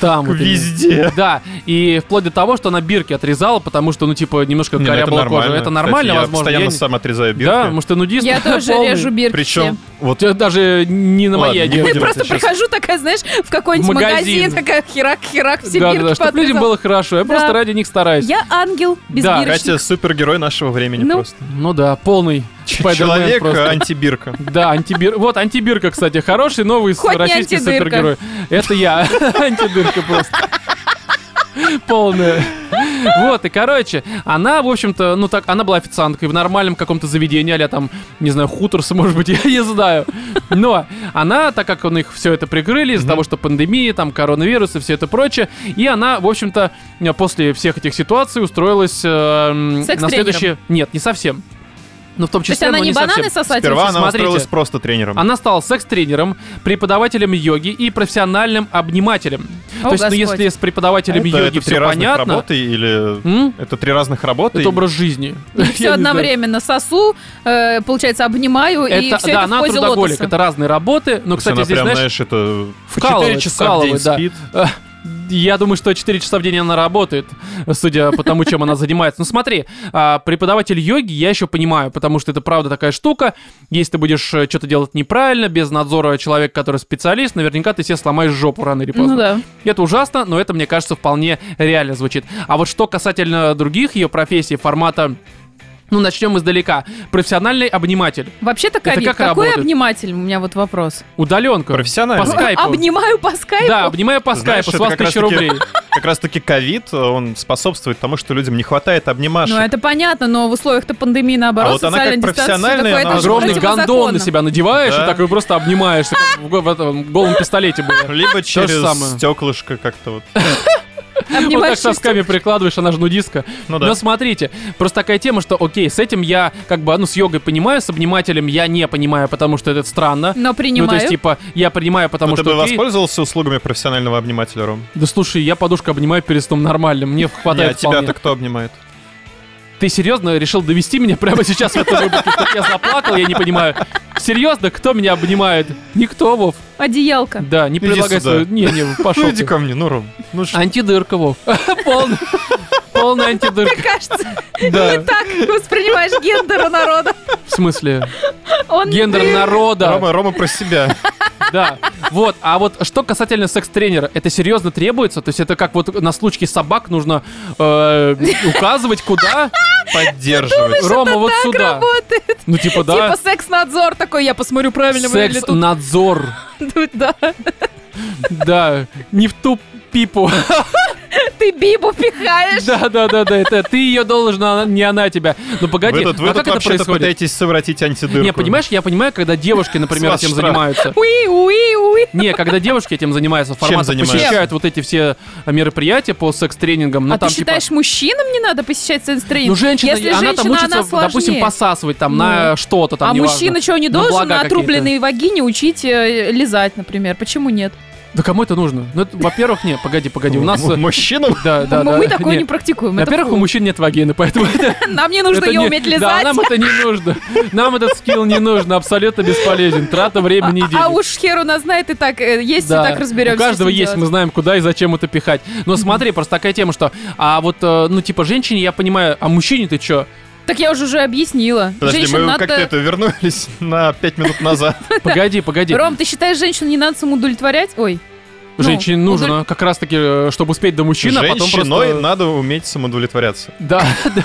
Speaker 1: Там. А вот именно.
Speaker 2: Везде.
Speaker 1: Да, и вплоть до того, что она бирки отрезала, потому что, ну, типа, немножко
Speaker 2: Не, ну,
Speaker 1: корябла кожу. Это
Speaker 2: Кстати,
Speaker 1: нормально,
Speaker 2: я
Speaker 1: возможно.
Speaker 2: постоянно
Speaker 1: я не-
Speaker 2: сам отрезаю бирки.
Speaker 1: Да, может, ты нудист?
Speaker 3: Я тоже
Speaker 1: полный.
Speaker 3: режу бирки.
Speaker 2: Причем, вот
Speaker 1: Тебя Даже не на
Speaker 2: Ладно,
Speaker 1: моей
Speaker 2: не
Speaker 1: одежде.
Speaker 3: Я
Speaker 2: будем
Speaker 3: просто
Speaker 2: это щас-
Speaker 3: прихожу такая, знаешь, в какой-нибудь
Speaker 1: В
Speaker 3: магазин,
Speaker 1: магазин.
Speaker 3: такая херак-херак, все
Speaker 1: Да, да,
Speaker 3: бирки
Speaker 1: да, чтобы людям
Speaker 3: поотрезала.
Speaker 1: было хорошо. Я
Speaker 3: Да.
Speaker 1: просто ради них стараюсь.
Speaker 3: Я ангел без
Speaker 1: Да.
Speaker 3: бирочек.
Speaker 2: Катя супергерой нашего времени
Speaker 3: Ну,
Speaker 2: просто.
Speaker 1: Ну да, полный
Speaker 2: Ч-
Speaker 1: Спайдермен
Speaker 2: Человек
Speaker 1: просто. А
Speaker 2: э, антибирка.
Speaker 1: Да, антибир. Вот антибирка, кстати, хороший новый с-
Speaker 3: Хоть не
Speaker 1: российский
Speaker 3: антидырка.
Speaker 1: супергерой. Это я. Антидырка просто. Полная. Вот, и короче, она, в общем-то, ну так, она была официанткой в нормальном каком-то заведении, а там, не знаю, хуторс, может быть, я не знаю. Но она, так как он их все это прикрыли из-за того, что пандемия, там, коронавирус и все это прочее, и она, в общем-то, после всех этих ситуаций устроилась э, м, на
Speaker 3: Секс-тренером.
Speaker 1: следующее... Нет, не совсем. Ну, в том
Speaker 3: То есть
Speaker 1: числе,
Speaker 3: она
Speaker 1: но
Speaker 3: не
Speaker 1: не совсем.
Speaker 3: бананы сосать а
Speaker 2: Сперва
Speaker 1: вот
Speaker 2: она
Speaker 1: смотрите.
Speaker 2: устроилась просто тренером.
Speaker 1: Она стала секс-тренером, преподавателем йоги и профессиональным обнимателем.
Speaker 3: О,
Speaker 1: То есть, ну,
Speaker 3: Господь.
Speaker 1: если с преподавателем
Speaker 2: А Это,
Speaker 1: йоги
Speaker 2: это три
Speaker 1: все
Speaker 2: разных
Speaker 1: понятно,
Speaker 2: работы или...
Speaker 1: М?
Speaker 2: Это три разных работы.
Speaker 1: это образ жизни.
Speaker 3: все одновременно сосу, э, получается, обнимаю, и
Speaker 1: Это,
Speaker 3: все
Speaker 1: да,
Speaker 3: это в
Speaker 1: она
Speaker 3: позе
Speaker 1: трудоголик,
Speaker 3: лотоса.
Speaker 1: это разные работы, но, ну, кстати,
Speaker 2: она
Speaker 1: здесь,
Speaker 2: прям,
Speaker 1: знаешь,
Speaker 2: знаешь, это... по четыре
Speaker 1: вкалывает,
Speaker 2: часа в
Speaker 1: вкалывает,
Speaker 2: день
Speaker 1: да.
Speaker 2: спит.
Speaker 1: я думаю, что 4 часа в день она работает, судя по тому, чем она занимается. Ну смотри, а, преподаватель йоги я еще понимаю, потому что это правда такая штука. Если ты будешь что-то делать неправильно, без надзора человека, который специалист, наверняка ты себе сломаешь жопу рано или поздно.
Speaker 3: Ну да.
Speaker 1: Это ужасно, но это, мне кажется, вполне реально звучит. А вот что касательно других ее профессий, формата... Ну, начнем издалека. Профессиональный обниматель.
Speaker 3: Вообще-то,
Speaker 1: Это
Speaker 3: ковид.
Speaker 1: как
Speaker 3: Какой
Speaker 1: работает?
Speaker 3: обниматель? У меня вот вопрос.
Speaker 1: Удаленка.
Speaker 2: Профессиональный.
Speaker 1: По скайпу.
Speaker 3: Обнимаю по скайпу?
Speaker 1: Да, обнимая по
Speaker 2: Знаешь,
Speaker 1: скайпу, с
Speaker 2: это
Speaker 1: вас
Speaker 2: как раз
Speaker 1: 1000
Speaker 2: таки-
Speaker 1: рублей.
Speaker 2: Как раз-таки ковид, он способствует тому, что людям не хватает обнимашек.
Speaker 3: Ну, это понятно, но в условиях-то пандемии, наоборот,
Speaker 2: А вот она как
Speaker 3: социальная дистанция, всё
Speaker 2: профессиональная,
Speaker 3: такое,
Speaker 2: она
Speaker 3: это же
Speaker 1: Огромный гондон на
Speaker 3: противозаконно.
Speaker 1: себя надеваешь,
Speaker 2: Да.
Speaker 1: и такой просто обнимаешься, как в, го- в этом голом пистолете было.
Speaker 2: Либо
Speaker 1: а же
Speaker 2: через
Speaker 1: самое.
Speaker 2: стеклышко как-то вот.
Speaker 1: Вот
Speaker 3: Обнимаешь
Speaker 1: так сосками прикладываешь, она же нудистка.
Speaker 2: Ну да.
Speaker 1: Но смотрите, просто такая тема, что окей, с этим я как бы, ну, с йогой понимаю, с обнимателем я не понимаю, потому что это странно.
Speaker 3: но
Speaker 1: Ну, то есть,
Speaker 3: принимаю.
Speaker 1: типа, я принимаю, потому
Speaker 2: Ну, ты
Speaker 1: что
Speaker 2: бы
Speaker 1: окей.
Speaker 2: воспользовался услугами профессионального обнимателя, Ром?
Speaker 1: Да слушай, я подушку обнимаю перед сном нормально, мне
Speaker 2: Не, а
Speaker 1: хватает вполне.
Speaker 2: тебя-то кто обнимает?
Speaker 1: Ты серьезно решил довести меня прямо сейчас в этом выпуске? Так Я заплакал, я не понимаю. Серьезно, кто меня обнимает? Никто, Вов.
Speaker 3: Одеялка.
Speaker 1: Да, не
Speaker 2: Иди
Speaker 1: предлагай
Speaker 2: сюда.
Speaker 1: свою... Не, не,
Speaker 2: Ну
Speaker 1: пошел
Speaker 2: иди
Speaker 1: ты. А,
Speaker 2: ко мне, ну, Ром. Ну, ш-
Speaker 1: Антидырка, Вов. Полный- Полная антидырка.
Speaker 3: Кажется,
Speaker 1: Да.
Speaker 3: так воспринимаешь гендер у народа.
Speaker 1: В смысле?
Speaker 3: Он
Speaker 1: Гендер народа.
Speaker 2: Рома, Рома про себя.
Speaker 1: Да. Вот. А вот что касательно секс-тренера, это серьезно требуется? То есть это как вот на случке собак нужно э, указывать, куда?
Speaker 2: Поддерживать.
Speaker 1: Рома, вот сюда.
Speaker 3: работает.
Speaker 1: Ну, типа, да.
Speaker 3: Типа секс-надзор такой, я посмотрю, правильно вы или тут.
Speaker 1: Секс-надзор.
Speaker 3: Да.
Speaker 1: Да. Не в ту пипу.
Speaker 3: Ты бибу пихаешь.
Speaker 1: Да, да, да, да. Это ты ее должна, а не она тебя. Ну погоди,
Speaker 2: Вы тут, вы
Speaker 1: а
Speaker 2: тут
Speaker 1: как это
Speaker 2: вообще-то
Speaker 1: происходит?
Speaker 2: пытаетесь совратить антидырку.
Speaker 1: Не, понимаешь, я понимаю, когда девушки, например,
Speaker 2: С вас
Speaker 1: этим
Speaker 2: штраф.
Speaker 1: занимаются.
Speaker 3: Уи, уи, уи.
Speaker 1: Не, когда девушки этим занимаются, формат
Speaker 2: занимаются?
Speaker 1: посещают вот эти все а, мероприятия по секс-тренингам. Ну,
Speaker 3: а
Speaker 1: там,
Speaker 3: ты
Speaker 1: типа,
Speaker 3: считаешь, мужчинам не надо посещать секс-тренинг?
Speaker 1: Ну, женщина,
Speaker 3: Если
Speaker 1: она там
Speaker 3: женщина,
Speaker 1: учится,
Speaker 3: она сложнее.
Speaker 1: допустим, посасывать там
Speaker 3: Ну.
Speaker 1: на что-то там.
Speaker 3: а
Speaker 1: неважно,
Speaker 3: мужчина чего не
Speaker 1: на
Speaker 3: должен
Speaker 1: блага
Speaker 3: на
Speaker 1: какие-то.
Speaker 3: отрубленной вагине учить э, лизать, например? Почему нет?
Speaker 1: Да кому это нужно? Ну, это, во-первых, не, погоди, погоди, у нас... э,
Speaker 2: М- мужчинам?
Speaker 1: Да, да, да.
Speaker 3: Но Ну, мы такое не,
Speaker 1: нет.
Speaker 3: практикуем. это
Speaker 1: Во-первых, у
Speaker 3: фу.
Speaker 1: мужчин нет вагины, поэтому это...
Speaker 3: Нам не нужно
Speaker 1: это
Speaker 3: ее
Speaker 1: не-
Speaker 3: уметь
Speaker 1: Да,
Speaker 3: лизать.
Speaker 1: нам это не нужно. Нам этот скилл не нужен, абсолютно бесполезен. Трата времени и денег.
Speaker 3: а, а уж хер у нас знает и так э, есть,
Speaker 1: Да.
Speaker 3: и так разберемся.
Speaker 1: У каждого
Speaker 3: что
Speaker 1: есть, мы
Speaker 3: делать.
Speaker 1: знаем, куда и зачем это пихать. Но смотри, просто такая тема, что, а вот, э, ну, типа, женщине я понимаю, а мужчине ты чё?
Speaker 3: Так я уже уже объяснила.
Speaker 2: Подожди,
Speaker 3: Женщин
Speaker 2: мы
Speaker 3: надо...
Speaker 2: как-то это вернулись на 5 минут назад.
Speaker 1: Погоди, погоди.
Speaker 3: Ром, ты считаешь, женщин не надо самоудовлетворять? Ой. ну,
Speaker 1: Женщине нужно
Speaker 3: удовлет-
Speaker 1: как раз-таки, э, чтобы успеть до мужчины, а потом просто...
Speaker 2: Женщиной надо уметь самоудовлетворяться.
Speaker 1: Да, да.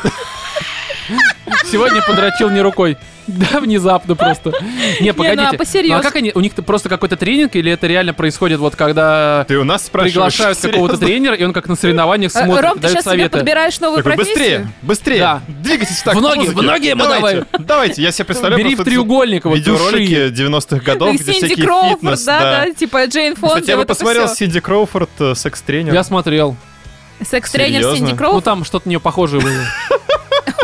Speaker 1: Сегодня подрочил не рукой. Да, внезапно просто. Не, погодите.
Speaker 3: а посерьез.
Speaker 1: Ну, а как они? У них просто какой-то тренинг или это реально происходит вот когда
Speaker 2: Ты у нас спрашиваешь?
Speaker 1: приглашают какого-то
Speaker 2: Серьезно?
Speaker 1: тренера, и он как на соревнованиях
Speaker 3: Э,
Speaker 1: смотрит,
Speaker 3: Ром, ты
Speaker 1: дает
Speaker 3: сейчас себе
Speaker 1: советы.
Speaker 3: подбираешь новую
Speaker 2: Такой, быстрее,
Speaker 3: профессию?
Speaker 2: быстрее,
Speaker 1: Да.
Speaker 2: двигайтесь в такт
Speaker 1: В ноги,
Speaker 2: музыки.
Speaker 1: в ноги ему
Speaker 2: давайте, давайте, я себе представляю
Speaker 1: Бери в
Speaker 2: просто
Speaker 1: треугольник его, души.
Speaker 2: видеоролики 90-х годов,
Speaker 3: И
Speaker 2: где
Speaker 3: Синди
Speaker 2: всякие
Speaker 3: Кроуфорд,
Speaker 2: фитнес,
Speaker 3: да, да, типа Джейн Фонда.
Speaker 2: Кстати, я бы
Speaker 3: вот это
Speaker 2: посмотрел
Speaker 3: всё.
Speaker 2: Синди Кроуфорд, э, секс-тренер.
Speaker 1: Я смотрел.
Speaker 3: Секс-тренер
Speaker 2: Серьезно?
Speaker 3: Синди
Speaker 1: Ну
Speaker 3: Кроуфорд.
Speaker 1: там что-то не похожее было.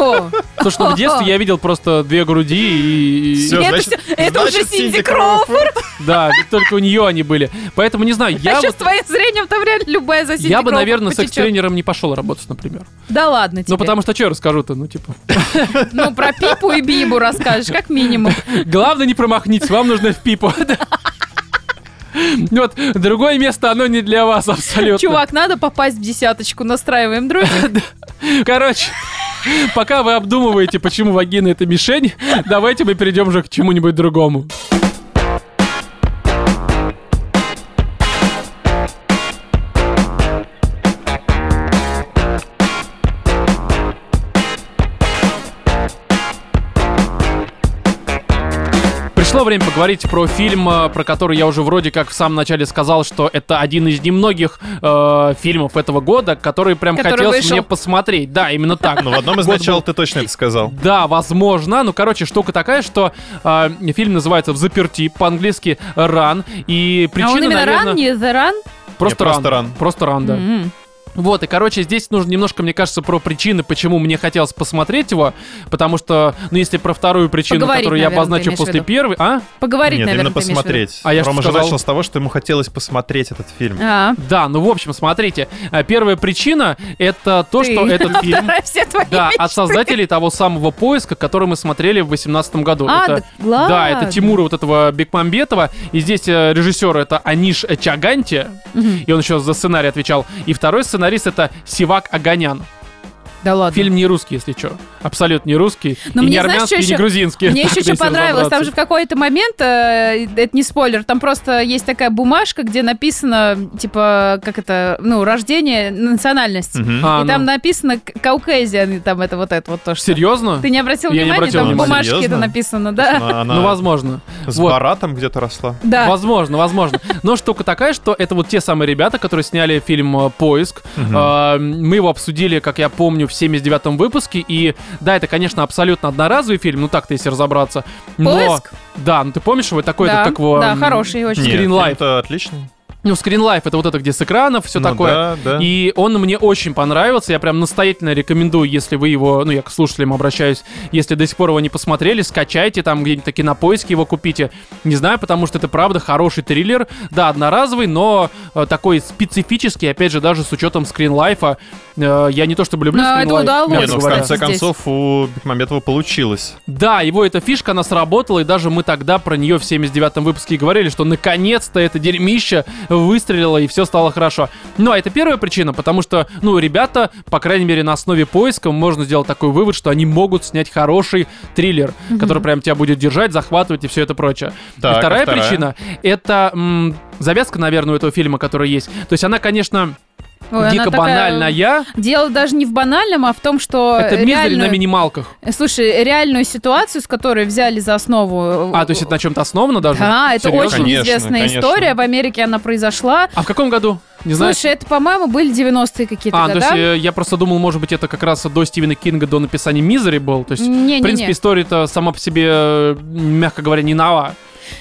Speaker 3: О,
Speaker 1: Потому что в детстве я видел просто две груди и...
Speaker 2: Всё,
Speaker 1: и-
Speaker 3: это
Speaker 2: значит-
Speaker 3: всё- это уже
Speaker 2: значит,
Speaker 3: Синди Кроуфорд.
Speaker 1: Да, ведь только у нее они были. Поэтому не знаю,
Speaker 3: А
Speaker 1: я вот...
Speaker 3: сейчас с твоим зрением там реально любая за Синди
Speaker 1: Я бы,
Speaker 3: Кроуфорд
Speaker 1: наверное,
Speaker 3: потечет.
Speaker 1: секс-тренером не пошел работать, например.
Speaker 3: Да ладно тебе.
Speaker 1: Ну, потому что что я расскажу-то? Ну, типа...
Speaker 3: Ну, про Пипу и Бибу расскажешь, как минимум.
Speaker 1: Главное не промахнитесь, вам нужно в пипу. Вот, другое место, оно не для вас абсолютно.
Speaker 3: Чувак, надо попасть в десяточку, настраиваем А друг.
Speaker 1: Короче, пока вы обдумываете, почему вагина это мишень, давайте мы перейдем уже к чему-нибудь другому. Пришло время поговорить про фильм, э, про который я уже вроде как в самом начале сказал, что это один из немногих э, фильмов этого года, который прям
Speaker 3: Который
Speaker 1: хотелось
Speaker 3: вышел.
Speaker 1: мне посмотреть. Да, именно так.
Speaker 2: Ну, в одном из
Speaker 1: Год
Speaker 2: начал ты точно это сказал.
Speaker 1: Да, возможно. Ну, короче, штука такая, что э, фильм называется «В заперти», по-английски «Ран». И причина,
Speaker 3: а он именно
Speaker 1: наверное,
Speaker 3: ран, не the run? М-м.
Speaker 1: просто,
Speaker 2: Не,
Speaker 1: ран,
Speaker 2: просто «Ран».
Speaker 1: Просто «Ран», да.
Speaker 3: М.
Speaker 1: Вот, и, короче, здесь нужно немножко, мне кажется, про причины, почему мне хотелось посмотреть его, потому что, ну, если про вторую причину,
Speaker 3: Поговорить,
Speaker 1: которую я
Speaker 3: наверное, ты
Speaker 1: обозначу
Speaker 3: имеешь в
Speaker 1: после
Speaker 3: виду.
Speaker 1: первой, а?
Speaker 3: Поговорить,
Speaker 2: Нет,
Speaker 3: наверное,
Speaker 2: именно
Speaker 3: ты имеешь в виду.
Speaker 2: посмотреть.
Speaker 1: А я что
Speaker 2: Рома же
Speaker 1: сказал?
Speaker 2: начал с того, что ему хотелось посмотреть этот фильм.
Speaker 3: А,
Speaker 1: Да, ну, в общем, смотрите, э, первая причина — это то,
Speaker 3: Ты.
Speaker 1: что этот фильм...
Speaker 3: вторая все твои
Speaker 1: Да,
Speaker 3: вещи.
Speaker 1: от создателей того самого поиска, который мы смотрели в 2018 году.
Speaker 3: А,
Speaker 1: это,
Speaker 3: так ладно.
Speaker 1: да, это Тимура вот этого Бекмамбетова. И здесь э, режиссер это Аниш Чаганти.
Speaker 3: Мгм.
Speaker 1: И он еще за сценарий отвечал. И второй сценарист это Сивак Аганян.
Speaker 3: Да ладно.
Speaker 1: Фильм не русский, если что. Абсолютно не русский.
Speaker 3: Но
Speaker 1: и
Speaker 3: мне,
Speaker 1: не
Speaker 3: знаешь,
Speaker 1: армянский,
Speaker 3: что
Speaker 1: и не
Speaker 3: еще-
Speaker 1: грузинский.
Speaker 3: Мне еще
Speaker 1: если
Speaker 3: что понравилось, там
Speaker 1: разобраться.
Speaker 3: же в какой-то момент, э, это не спойлер, там просто есть такая бумажка, где написано, типа, как это, ну, рождение, национальность.
Speaker 2: Мгм.
Speaker 1: А,
Speaker 3: и
Speaker 1: ну.
Speaker 3: там написано к- Caucasian, и там это вот это вот то, что...
Speaker 1: Серьезно?
Speaker 3: Ты не обратил
Speaker 1: Я не
Speaker 3: внимания?
Speaker 1: обратил
Speaker 3: там в
Speaker 2: внимания.
Speaker 3: бумажке это
Speaker 2: Серьезно?
Speaker 3: написано,
Speaker 2: То есть
Speaker 3: да?
Speaker 2: она- она
Speaker 1: Ну, возможно.
Speaker 2: С
Speaker 1: Вот.
Speaker 2: баратом где-то росла.
Speaker 3: Да.
Speaker 1: Возможно, возможно. Но штука такая, что это вот те самые ребята, которые сняли фильм э, «Поиск». Э, Мы его обсудили, как я помню, в 79-м выпуске. И да, это, конечно, абсолютно одноразовый фильм, ну так-то, если разобраться. Но-
Speaker 3: Поиск?
Speaker 1: Да, ну ты помнишь его? Такой,
Speaker 3: да,
Speaker 1: это как его...
Speaker 3: да,
Speaker 1: м,
Speaker 3: хороший очень.
Speaker 1: Нет. Screen Life.
Speaker 2: Это отлично.
Speaker 1: Ну, скринлайф, это вот это, где с экранов, все
Speaker 2: Ну
Speaker 1: такое.
Speaker 2: Да, да.
Speaker 1: И он мне очень понравился. Я прям настоятельно рекомендую, если вы его, ну, я к слушателям обращаюсь, если до сих пор его не посмотрели, скачайте там где-нибудь таки на поиске его купите. Не знаю, потому что это правда хороший триллер. Да, одноразовый, но э, такой специфический, опять же, даже с учетом скринлайфа. Э, я не то чтобы люблю
Speaker 3: Ну, это
Speaker 1: скринлайф,
Speaker 3: удалось,
Speaker 2: Не,
Speaker 1: мягко
Speaker 2: ну, в
Speaker 1: говоря.
Speaker 2: конце
Speaker 3: Здесь.
Speaker 2: концов, у Бекмамбетова получилось.
Speaker 1: Да, его эта фишка, она сработала, и даже мы тогда про нее в 79-м выпуске и говорили, что наконец-то это дерьмище выстрелило, и все стало хорошо. Ну, а это первая причина, потому что, ну, ребята, по крайней мере, на основе поиска можно сделать такой вывод, что они могут снять хороший триллер, который прям тебя будет держать, захватывать и все это прочее.
Speaker 2: Так,
Speaker 1: и
Speaker 2: а
Speaker 1: вторая,
Speaker 2: вторая?
Speaker 1: причина — это м, завязка, наверное, у этого фильма, которая есть. То есть она, конечно,
Speaker 3: Ой, она
Speaker 1: дико
Speaker 3: такая-
Speaker 1: банальная,
Speaker 3: Дело даже не в банальном, а в том, что
Speaker 1: это мизери на
Speaker 3: реальную-
Speaker 1: минималках.
Speaker 3: Слушай, реальную ситуацию, с которой взяли за основу... э,
Speaker 1: А, то есть это на чем-то основано даже?
Speaker 3: Да, это
Speaker 1: Серьезно?
Speaker 3: очень
Speaker 2: Конечно,
Speaker 3: известная
Speaker 2: конечно.
Speaker 3: история. В Америке она произошла.
Speaker 1: А в каком году? Не знаешь?
Speaker 3: Слушай, это, по-моему, были 90-е какие-то
Speaker 1: А, то
Speaker 3: года.
Speaker 1: есть э, я просто думал, может быть, это как раз до Стивена Кинга, до написания Мизери был. То есть,
Speaker 3: Не-не-не.
Speaker 1: в принципе, история-то сама по себе, э, мягко говоря, не нова.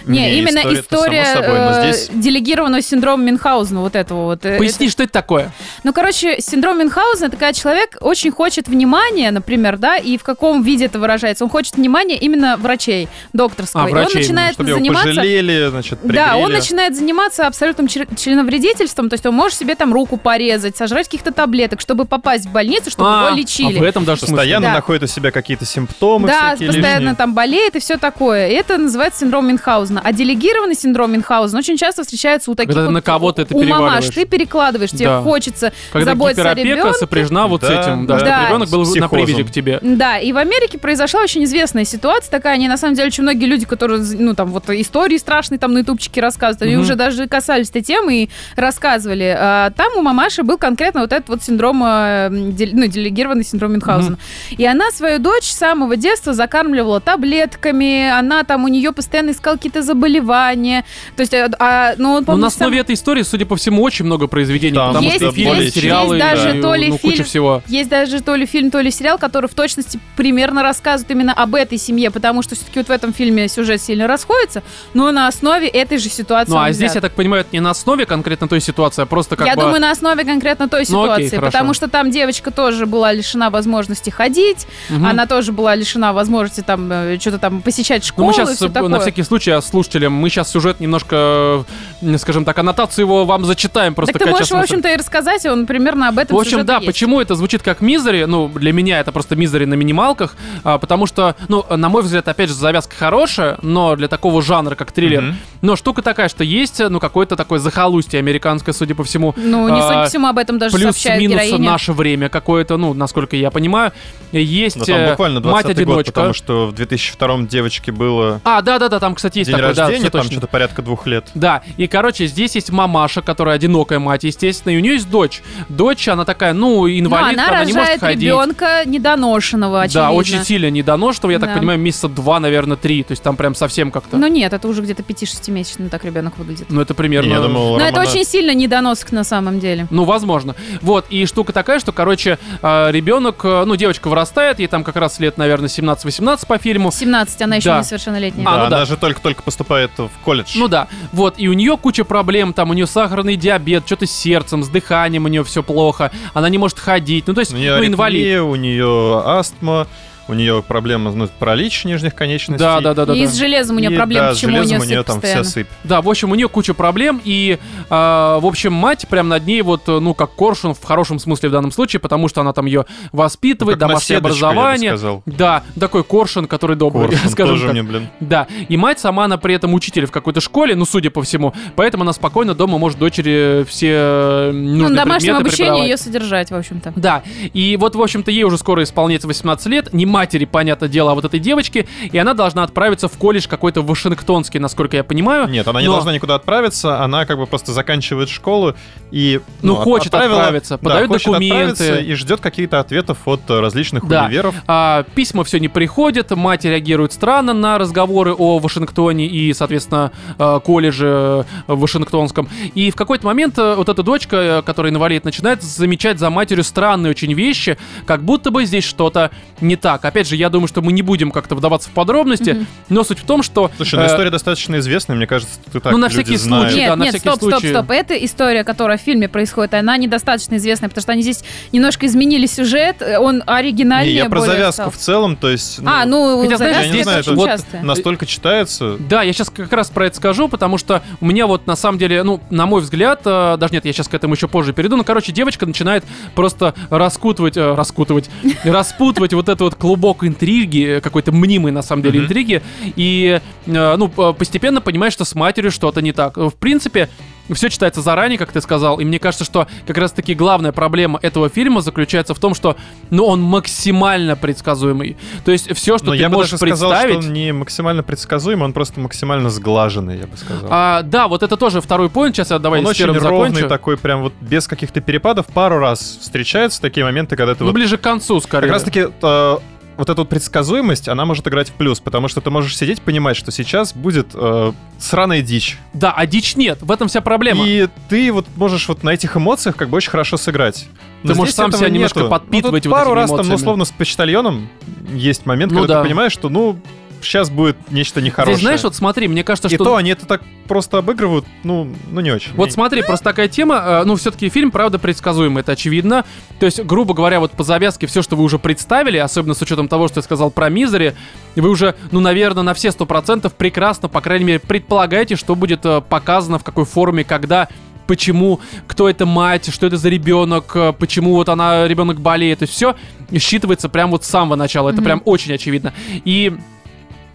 Speaker 3: Не, именно
Speaker 2: история-то
Speaker 3: история
Speaker 2: само собой, но
Speaker 3: э,
Speaker 2: здесь-
Speaker 3: делегированного синдрома Мюнхгаузена, вот этого вот. Э,
Speaker 1: Поясни, что это такое?
Speaker 3: это- Ну, короче, синдром Мюнхгаузена такая человек очень хочет внимания, например, да, и в каком виде это выражается? Он хочет внимания именно врачей, докторского.
Speaker 1: А,
Speaker 3: И
Speaker 1: врачей,
Speaker 3: он начинает
Speaker 2: Чтобы его
Speaker 3: заниматься...
Speaker 2: пожалели, значит, пригрели. а?
Speaker 3: Да, он начинает заниматься абсолютным чер- членовредительством, то есть он может себе там руку порезать, сожрать каких-то таблеток, чтобы попасть в больницу, чтобы
Speaker 1: А,
Speaker 3: его
Speaker 1: а в
Speaker 3: лечили.
Speaker 1: этом даже смысл.
Speaker 2: Постоянно
Speaker 3: Да.
Speaker 2: находит у себя какие-то симптомы
Speaker 3: Да,
Speaker 2: всякие
Speaker 3: постоянно
Speaker 2: лишние.
Speaker 3: там болеет и все такое. И это называется синдром Мюнхгаузена. А делегированный синдром Мюнхгаузена очень часто встречается у таких
Speaker 1: Когда ты
Speaker 3: вот-
Speaker 1: на кого-то это
Speaker 3: у мамаш.
Speaker 1: переваливаешь.
Speaker 3: Ты перекладываешь, тебе
Speaker 1: Да.
Speaker 3: хочется
Speaker 1: Когда
Speaker 3: заботиться о
Speaker 1: гиперопека
Speaker 3: ребенке.
Speaker 1: сопряжена вот с
Speaker 2: Да,
Speaker 1: этим, да,
Speaker 3: да.
Speaker 1: чтобы
Speaker 3: Да. Ну,
Speaker 1: ребенок был
Speaker 2: С
Speaker 1: на
Speaker 2: психозом.
Speaker 1: привязи к тебе.
Speaker 3: Да, и в Америке произошла очень известная ситуация такая. Они, на самом деле, очень многие люди, которые, ну, там, вот истории страшные там на ютубчике рассказывают, они
Speaker 1: Мгм.
Speaker 3: уже даже касались этой темы и рассказывали. А, там у мамаши был конкретно вот этот вот синдром, э, м, дел- ну, делегированный синдром Мюнхгаузена. И она свою дочь с самого детства закармливала таблетками, она там, у нее постоянно искала какие-то заболевания. То есть, а, а, ну, он,
Speaker 1: Но
Speaker 3: помню,
Speaker 1: на
Speaker 3: сам-
Speaker 1: основе этой истории, судя по всему, очень много произведений,
Speaker 2: Там
Speaker 1: потому
Speaker 3: Есть,
Speaker 1: что фильмы,
Speaker 3: есть,
Speaker 1: сериалы,
Speaker 3: есть даже
Speaker 1: и,
Speaker 3: то ли
Speaker 1: ну, куча
Speaker 3: фильм.
Speaker 1: всего.
Speaker 3: Есть даже то ли фильм, то ли сериал, который в точности примерно рассказывает именно об этой семье, потому что все-таки вот в этом фильме сюжет сильно расходится, но на основе этой же ситуации.
Speaker 1: Ну, а
Speaker 3: он
Speaker 1: здесь, я
Speaker 3: взят.
Speaker 1: так понимаю, это не на основе конкретно той ситуации, а просто как
Speaker 3: Я
Speaker 1: бы...
Speaker 3: думаю, на основе конкретно той
Speaker 1: Ну, окей,
Speaker 3: ситуации,
Speaker 1: хорошо.
Speaker 3: потому что там девочка тоже была лишена возможности ходить,
Speaker 1: Мгм.
Speaker 3: она тоже была лишена возможности там э, что-то там посещать
Speaker 1: Ну,
Speaker 3: школу
Speaker 1: мы
Speaker 3: и
Speaker 1: сейчас,
Speaker 3: все такое.
Speaker 1: на всякий случай, а, слушателям, мы сейчас сюжет немножко, э, скажем так, аннотацию его вам зачитаем, просто
Speaker 3: так ты
Speaker 1: кача
Speaker 3: можешь, в
Speaker 1: смысла.
Speaker 3: общем-то, и рассказать, и он примерно об этом
Speaker 1: В общем,
Speaker 3: сюжет
Speaker 1: да,
Speaker 3: есть.
Speaker 1: почему это звучит как мизери, ну, для меня это просто мизери на минималках, а, потому что, ну, на мой взгляд, опять же, завязка хорошая, но для такого жанра, как триллер,
Speaker 2: Мгм.
Speaker 1: но штука такая, что есть, ну, какое-то такое захолустье американское, судя по всему,
Speaker 3: Ну, не судя
Speaker 1: А,
Speaker 3: по всему, об этом даже сообщает
Speaker 1: плюс-минус
Speaker 3: героиня.
Speaker 1: наше время какое-то, ну, насколько я понимаю, есть
Speaker 2: Но Ну, там
Speaker 1: э,
Speaker 2: буквально 20 год,
Speaker 1: мать-одиночка.
Speaker 2: потому что в 2002 девочке было
Speaker 1: А, да-да-да, там, кстати, есть
Speaker 2: день
Speaker 1: такой, да,
Speaker 2: рождения,
Speaker 1: всё
Speaker 2: там
Speaker 1: точно.
Speaker 2: что-то порядка двух лет.
Speaker 1: Да, и, короче, здесь есть мамаша, которая одинокая мать, естественно, и у нее есть дочь. Дочь, она такая, ну,
Speaker 3: Ну,
Speaker 1: инвалид,
Speaker 3: она
Speaker 1: она не может
Speaker 3: рожает
Speaker 1: ходить.
Speaker 3: ребенка недоношенного, очевидно.
Speaker 1: Да, очень сильно недоношенного, я так
Speaker 3: Да.
Speaker 1: понимаю, месяца два, наверное, три. То есть там прям совсем как-то.
Speaker 3: Ну нет, это уже где-то 5-6 месячный так ребенок выглядит.
Speaker 1: Ну, это примерно...
Speaker 2: Не, я думал,
Speaker 3: Но это
Speaker 2: Романа-
Speaker 3: очень сильно недоносок на самом деле.
Speaker 1: Ну, возможно. Вот, и штука такая, что, короче, э, ребенок, э, ну, девочка вырастает, ей там как раз лет, наверное, 17-18 по фильму.
Speaker 3: 17, она еще
Speaker 1: Да.
Speaker 3: несовершеннолетняя.
Speaker 1: А,
Speaker 2: Да,
Speaker 1: ну да.
Speaker 2: она же только-только поступает в колледж.
Speaker 1: Ну да, вот, и у нее куча проблем, там, у нее сахарный диабет, что-то с сердцем, с дыханием у нее все плохо, она не может ходить, ну, то есть,
Speaker 2: У нее
Speaker 1: ну, инвалид.
Speaker 2: у нее астма, у нее проблемы ну, паралич нижних конечностей.
Speaker 1: Да, да, да, да.
Speaker 3: и
Speaker 1: да.
Speaker 3: с железом у нее
Speaker 2: И,
Speaker 3: проблемы,
Speaker 2: да, с
Speaker 3: почему у нее
Speaker 2: железом у нее
Speaker 3: сыпь
Speaker 2: там
Speaker 3: постоянно.
Speaker 2: вся сыпь.
Speaker 1: Да, в общем, у нее куча проблем, и, э, в общем, мать прям над ней вот, э, ну, как коршун, в хорошем смысле в данном случае, потому что она там ее воспитывает,
Speaker 2: Ну, Как
Speaker 1: домашнее
Speaker 2: наседочка, я бы
Speaker 1: образование.
Speaker 2: сказал.
Speaker 1: Да, такой коршун, который добрый,
Speaker 2: Коршун
Speaker 1: скажем
Speaker 2: тоже
Speaker 1: так.
Speaker 2: мне, блин.
Speaker 1: Да, и мать сама, она при этом учитель в какой-то школе, ну, судя по всему, поэтому она спокойно дома может дочери все э,
Speaker 3: Ну,
Speaker 1: нужные
Speaker 3: на домашнем
Speaker 1: предметы
Speaker 3: обучении
Speaker 1: преподавать.
Speaker 3: ее содержать, в общем-то.
Speaker 1: Да, и вот, в общем-то, ей уже скоро исполняется 18 лет, не матери, понятное дело, а вот этой девочки, и она должна отправиться в колледж какой-то вашингтонский, насколько я понимаю.
Speaker 2: Нет, она не
Speaker 1: Но-
Speaker 2: должна никуда отправиться, она как бы просто заканчивает школу и...
Speaker 1: Ну,
Speaker 2: от-
Speaker 1: хочет
Speaker 2: отправила-
Speaker 1: отправиться,
Speaker 2: да,
Speaker 1: подает
Speaker 2: хочет
Speaker 1: документы.
Speaker 2: отправиться и ждет какие-то ответов от э, различных
Speaker 1: Да.
Speaker 2: универов.
Speaker 1: А, письма все не приходят, мать реагирует странно на разговоры о Вашингтоне и, соответственно, э, колледже э, Вашингтонском. И в какой-то момент э, вот эта дочка, э, которая инвалид, начинает замечать за матерью странные очень вещи, как будто бы здесь что-то не так. Опять же, я думаю, что мы не будем как-то вдаваться в подробности,
Speaker 3: Мгм.
Speaker 1: но суть в том, что...
Speaker 2: Слушай, ну
Speaker 1: э,
Speaker 2: история достаточно известная, мне кажется, ты так
Speaker 1: ну, на
Speaker 2: люди
Speaker 1: всякий
Speaker 2: знают.
Speaker 1: случай.
Speaker 3: Нет,
Speaker 1: да, на
Speaker 3: нет,
Speaker 1: всякий
Speaker 3: стоп,
Speaker 1: случай.
Speaker 3: стоп, стоп. Это история, которая в фильме происходит, она недостаточно известная, потому что они здесь немножко изменили сюжет, э, он
Speaker 2: Не,
Speaker 3: оригинальнее
Speaker 2: я про
Speaker 3: более
Speaker 2: завязку
Speaker 3: стал.
Speaker 2: в целом, то есть...
Speaker 3: А, ну,
Speaker 1: Хотя, знаешь,
Speaker 3: завязки
Speaker 1: здесь
Speaker 3: это очень
Speaker 2: вот
Speaker 3: часто.
Speaker 2: настолько читается.
Speaker 1: Да, я сейчас как раз про это скажу, потому что у меня вот на самом деле, ну, на мой взгляд, э, даже нет, я сейчас к этому еще позже перейду, но, короче, девочка начинает просто раскутывать, э, раскутывать, распутывать вот этот вот клубок интриги, э, какой-то мнимой, на самом деле,
Speaker 2: Мгм.
Speaker 1: интриги, и, э, ну, п- постепенно понимаешь, что с матерью что-то не так. В принципе, все читается заранее, как ты сказал, и мне кажется, что как раз-таки главная проблема этого фильма заключается в том, что, ну, он максимально предсказуемый. То есть все, что
Speaker 2: Но
Speaker 1: Ну, ты
Speaker 2: Ну, я бы
Speaker 1: можешь
Speaker 2: даже сказал,
Speaker 1: представить...
Speaker 2: что он не максимально предсказуемый, он просто максимально сглаженный, я бы сказал.
Speaker 1: А, да, вот это тоже второй поинт. Сейчас я давай
Speaker 2: он
Speaker 1: с
Speaker 2: очень
Speaker 1: первым
Speaker 2: ровный
Speaker 1: закончу.
Speaker 2: такой, прям вот без каких-то перепадов. Пару раз встречаются такие моменты, когда ты
Speaker 1: ну,
Speaker 2: вот...
Speaker 1: ближе к концу, скорее.
Speaker 2: Как раз-таки э, вот эта вот предсказуемость, она может играть в плюс, потому что ты можешь сидеть, понимать, что сейчас будет э, сраная дичь.
Speaker 1: Да, а дичь нет. В этом вся проблема.
Speaker 2: И ты вот можешь вот на этих эмоциях как бы очень хорошо сыграть.
Speaker 1: Ты можешь
Speaker 2: здесь
Speaker 1: сам
Speaker 2: этого
Speaker 1: себя немножко
Speaker 2: нету. Ну,
Speaker 1: подпитывать
Speaker 2: тут
Speaker 1: вот
Speaker 2: пару
Speaker 1: этими
Speaker 2: раз там, ну,
Speaker 1: эмоциями.
Speaker 2: условно, с почтальоном есть момент,
Speaker 1: Ну
Speaker 2: когда
Speaker 1: да.
Speaker 2: ты понимаешь, что, ну, сейчас будет нечто нехорошее.
Speaker 1: Здесь, знаешь, вот смотри, мне кажется,
Speaker 2: И
Speaker 1: что...
Speaker 2: то они это так просто обыгрывают, ну, ну не очень.
Speaker 1: Вот
Speaker 2: Не-
Speaker 1: смотри, просто такая тема, э, ну, все-таки фильм, правда, предсказуемый, это очевидно. То есть, грубо говоря, вот по завязке все, что вы уже представили, особенно с учетом того, что я сказал про Мизери, вы уже, ну, наверное, на все сто процентов прекрасно, по крайней мере, предполагаете, что будет э, показано, в какой форме, когда почему, кто это мать, что это за ребенок, э, почему вот она, ребенок болеет, и все считывается прям вот с самого начала, это
Speaker 3: Мгм.
Speaker 1: прям очень очевидно. И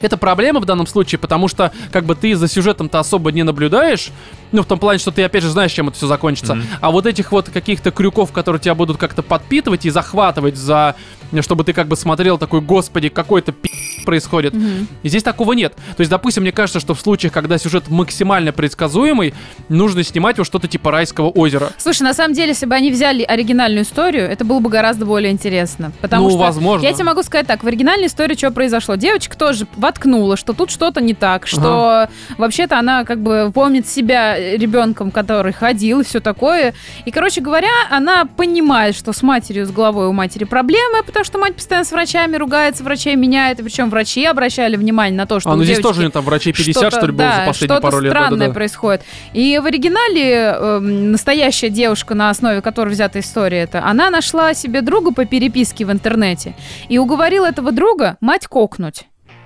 Speaker 1: это проблема в данном случае, потому что как бы ты за сюжетом-то особо не наблюдаешь, ну, в том плане, что ты, опять же, знаешь, чем это все закончится.
Speaker 2: Мгм.
Speaker 1: А вот этих вот каких-то крюков, которые тебя будут как-то подпитывать и захватывать за... Чтобы ты как бы смотрел такой, господи, какой-то пи*** происходит.
Speaker 3: Мгм.
Speaker 1: И здесь такого нет. То есть, допустим, мне кажется, что в случаях, когда сюжет максимально предсказуемый, нужно снимать вот что-то типа райского озера.
Speaker 3: Слушай, на самом деле, если бы они взяли оригинальную историю, это было бы гораздо более интересно. Потому
Speaker 1: ну,
Speaker 3: что
Speaker 1: возможно.
Speaker 3: Я тебе могу сказать так, в оригинальной истории что произошло? Девочка тоже воткнула, что тут что-то не так, что вообще-то она как бы помнит себя э, ребенком, который ходил и все такое. И, короче говоря, она понимает, что с матерью, с головой у матери проблемы, потому что мать постоянно с врачами ругается, врачей меняет, и причем врачи обращали внимание на то, что
Speaker 1: а,
Speaker 3: у
Speaker 1: ну здесь
Speaker 3: девочки
Speaker 1: тоже там врачей 50, что, ли, было
Speaker 3: да,
Speaker 1: за последние
Speaker 3: что-то
Speaker 1: пару лет.
Speaker 3: странное
Speaker 1: Да-да-да.
Speaker 3: происходит. И в оригинале эм, настоящая девушка, на основе которой взята история эта, она нашла себе друга по переписке в интернете и уговорила этого друга мать кокнуть.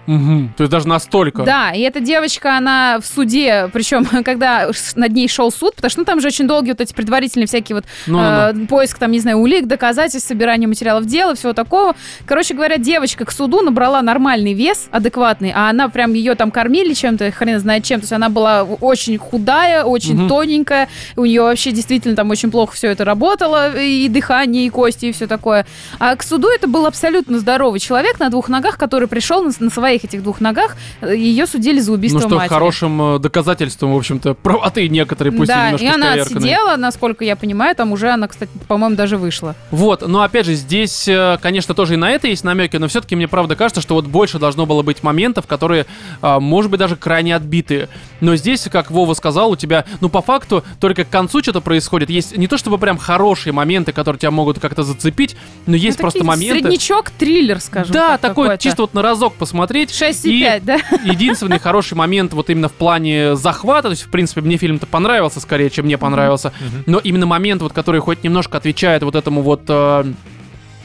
Speaker 1: Мгм. То есть даже настолько.
Speaker 3: Да, и эта девочка, она в суде, причем когда ш- над ней шел суд, потому что ну, там же очень долгие вот эти предварительные всякие вот
Speaker 1: Ну,
Speaker 3: э, поиск там, не знаю, улик, доказательств, собирание материалов дела, всего такого. Короче говоря, девочка к суду набрала нормальный вес, адекватный, а она прям ее там кормили чем-то, хрен знает чем. То есть она была очень худая, очень
Speaker 1: Мгм.
Speaker 3: тоненькая, у нее вообще действительно там очень плохо все это работало, и дыхание, и кости, и все такое. А к суду это был абсолютно здоровый человек на двух ногах, который пришел на, на своих этих двух ногах, ее судили за убийство
Speaker 1: ну что,
Speaker 3: матери.
Speaker 1: хорошим э, доказательством, в общем-то, правоты некоторые, пусть и
Speaker 3: да,
Speaker 1: немножко
Speaker 3: и она
Speaker 1: исковерканные.
Speaker 3: отсидела, насколько я понимаю, там уже она, кстати, по-моему, даже вышла.
Speaker 1: Вот, но опять же, здесь, э, конечно, тоже и на это есть намеки, но все-таки мне правда кажется, что вот больше должно было быть моментов, которые, а, может быть, даже крайне отбитые. Но здесь, как Вова сказал, у тебя, ну, по факту, только к концу что-то происходит. Есть не то чтобы прям хорошие моменты, которые тебя могут как-то зацепить, но есть
Speaker 3: Ну,
Speaker 1: просто
Speaker 3: такие
Speaker 1: моменты.
Speaker 3: Среднячок, триллер, скажем.
Speaker 1: Да,
Speaker 3: так,
Speaker 1: такой
Speaker 3: какой-то.
Speaker 1: чисто вот на разок посмотреть.
Speaker 3: 6,5, да?
Speaker 1: Единственный хороший момент вот именно в плане захвата, то есть, в принципе, мне фильм-то понравился скорее, чем мне понравился,
Speaker 2: Мгм.
Speaker 1: но именно момент, вот, который хоть немножко отвечает вот этому вот... э,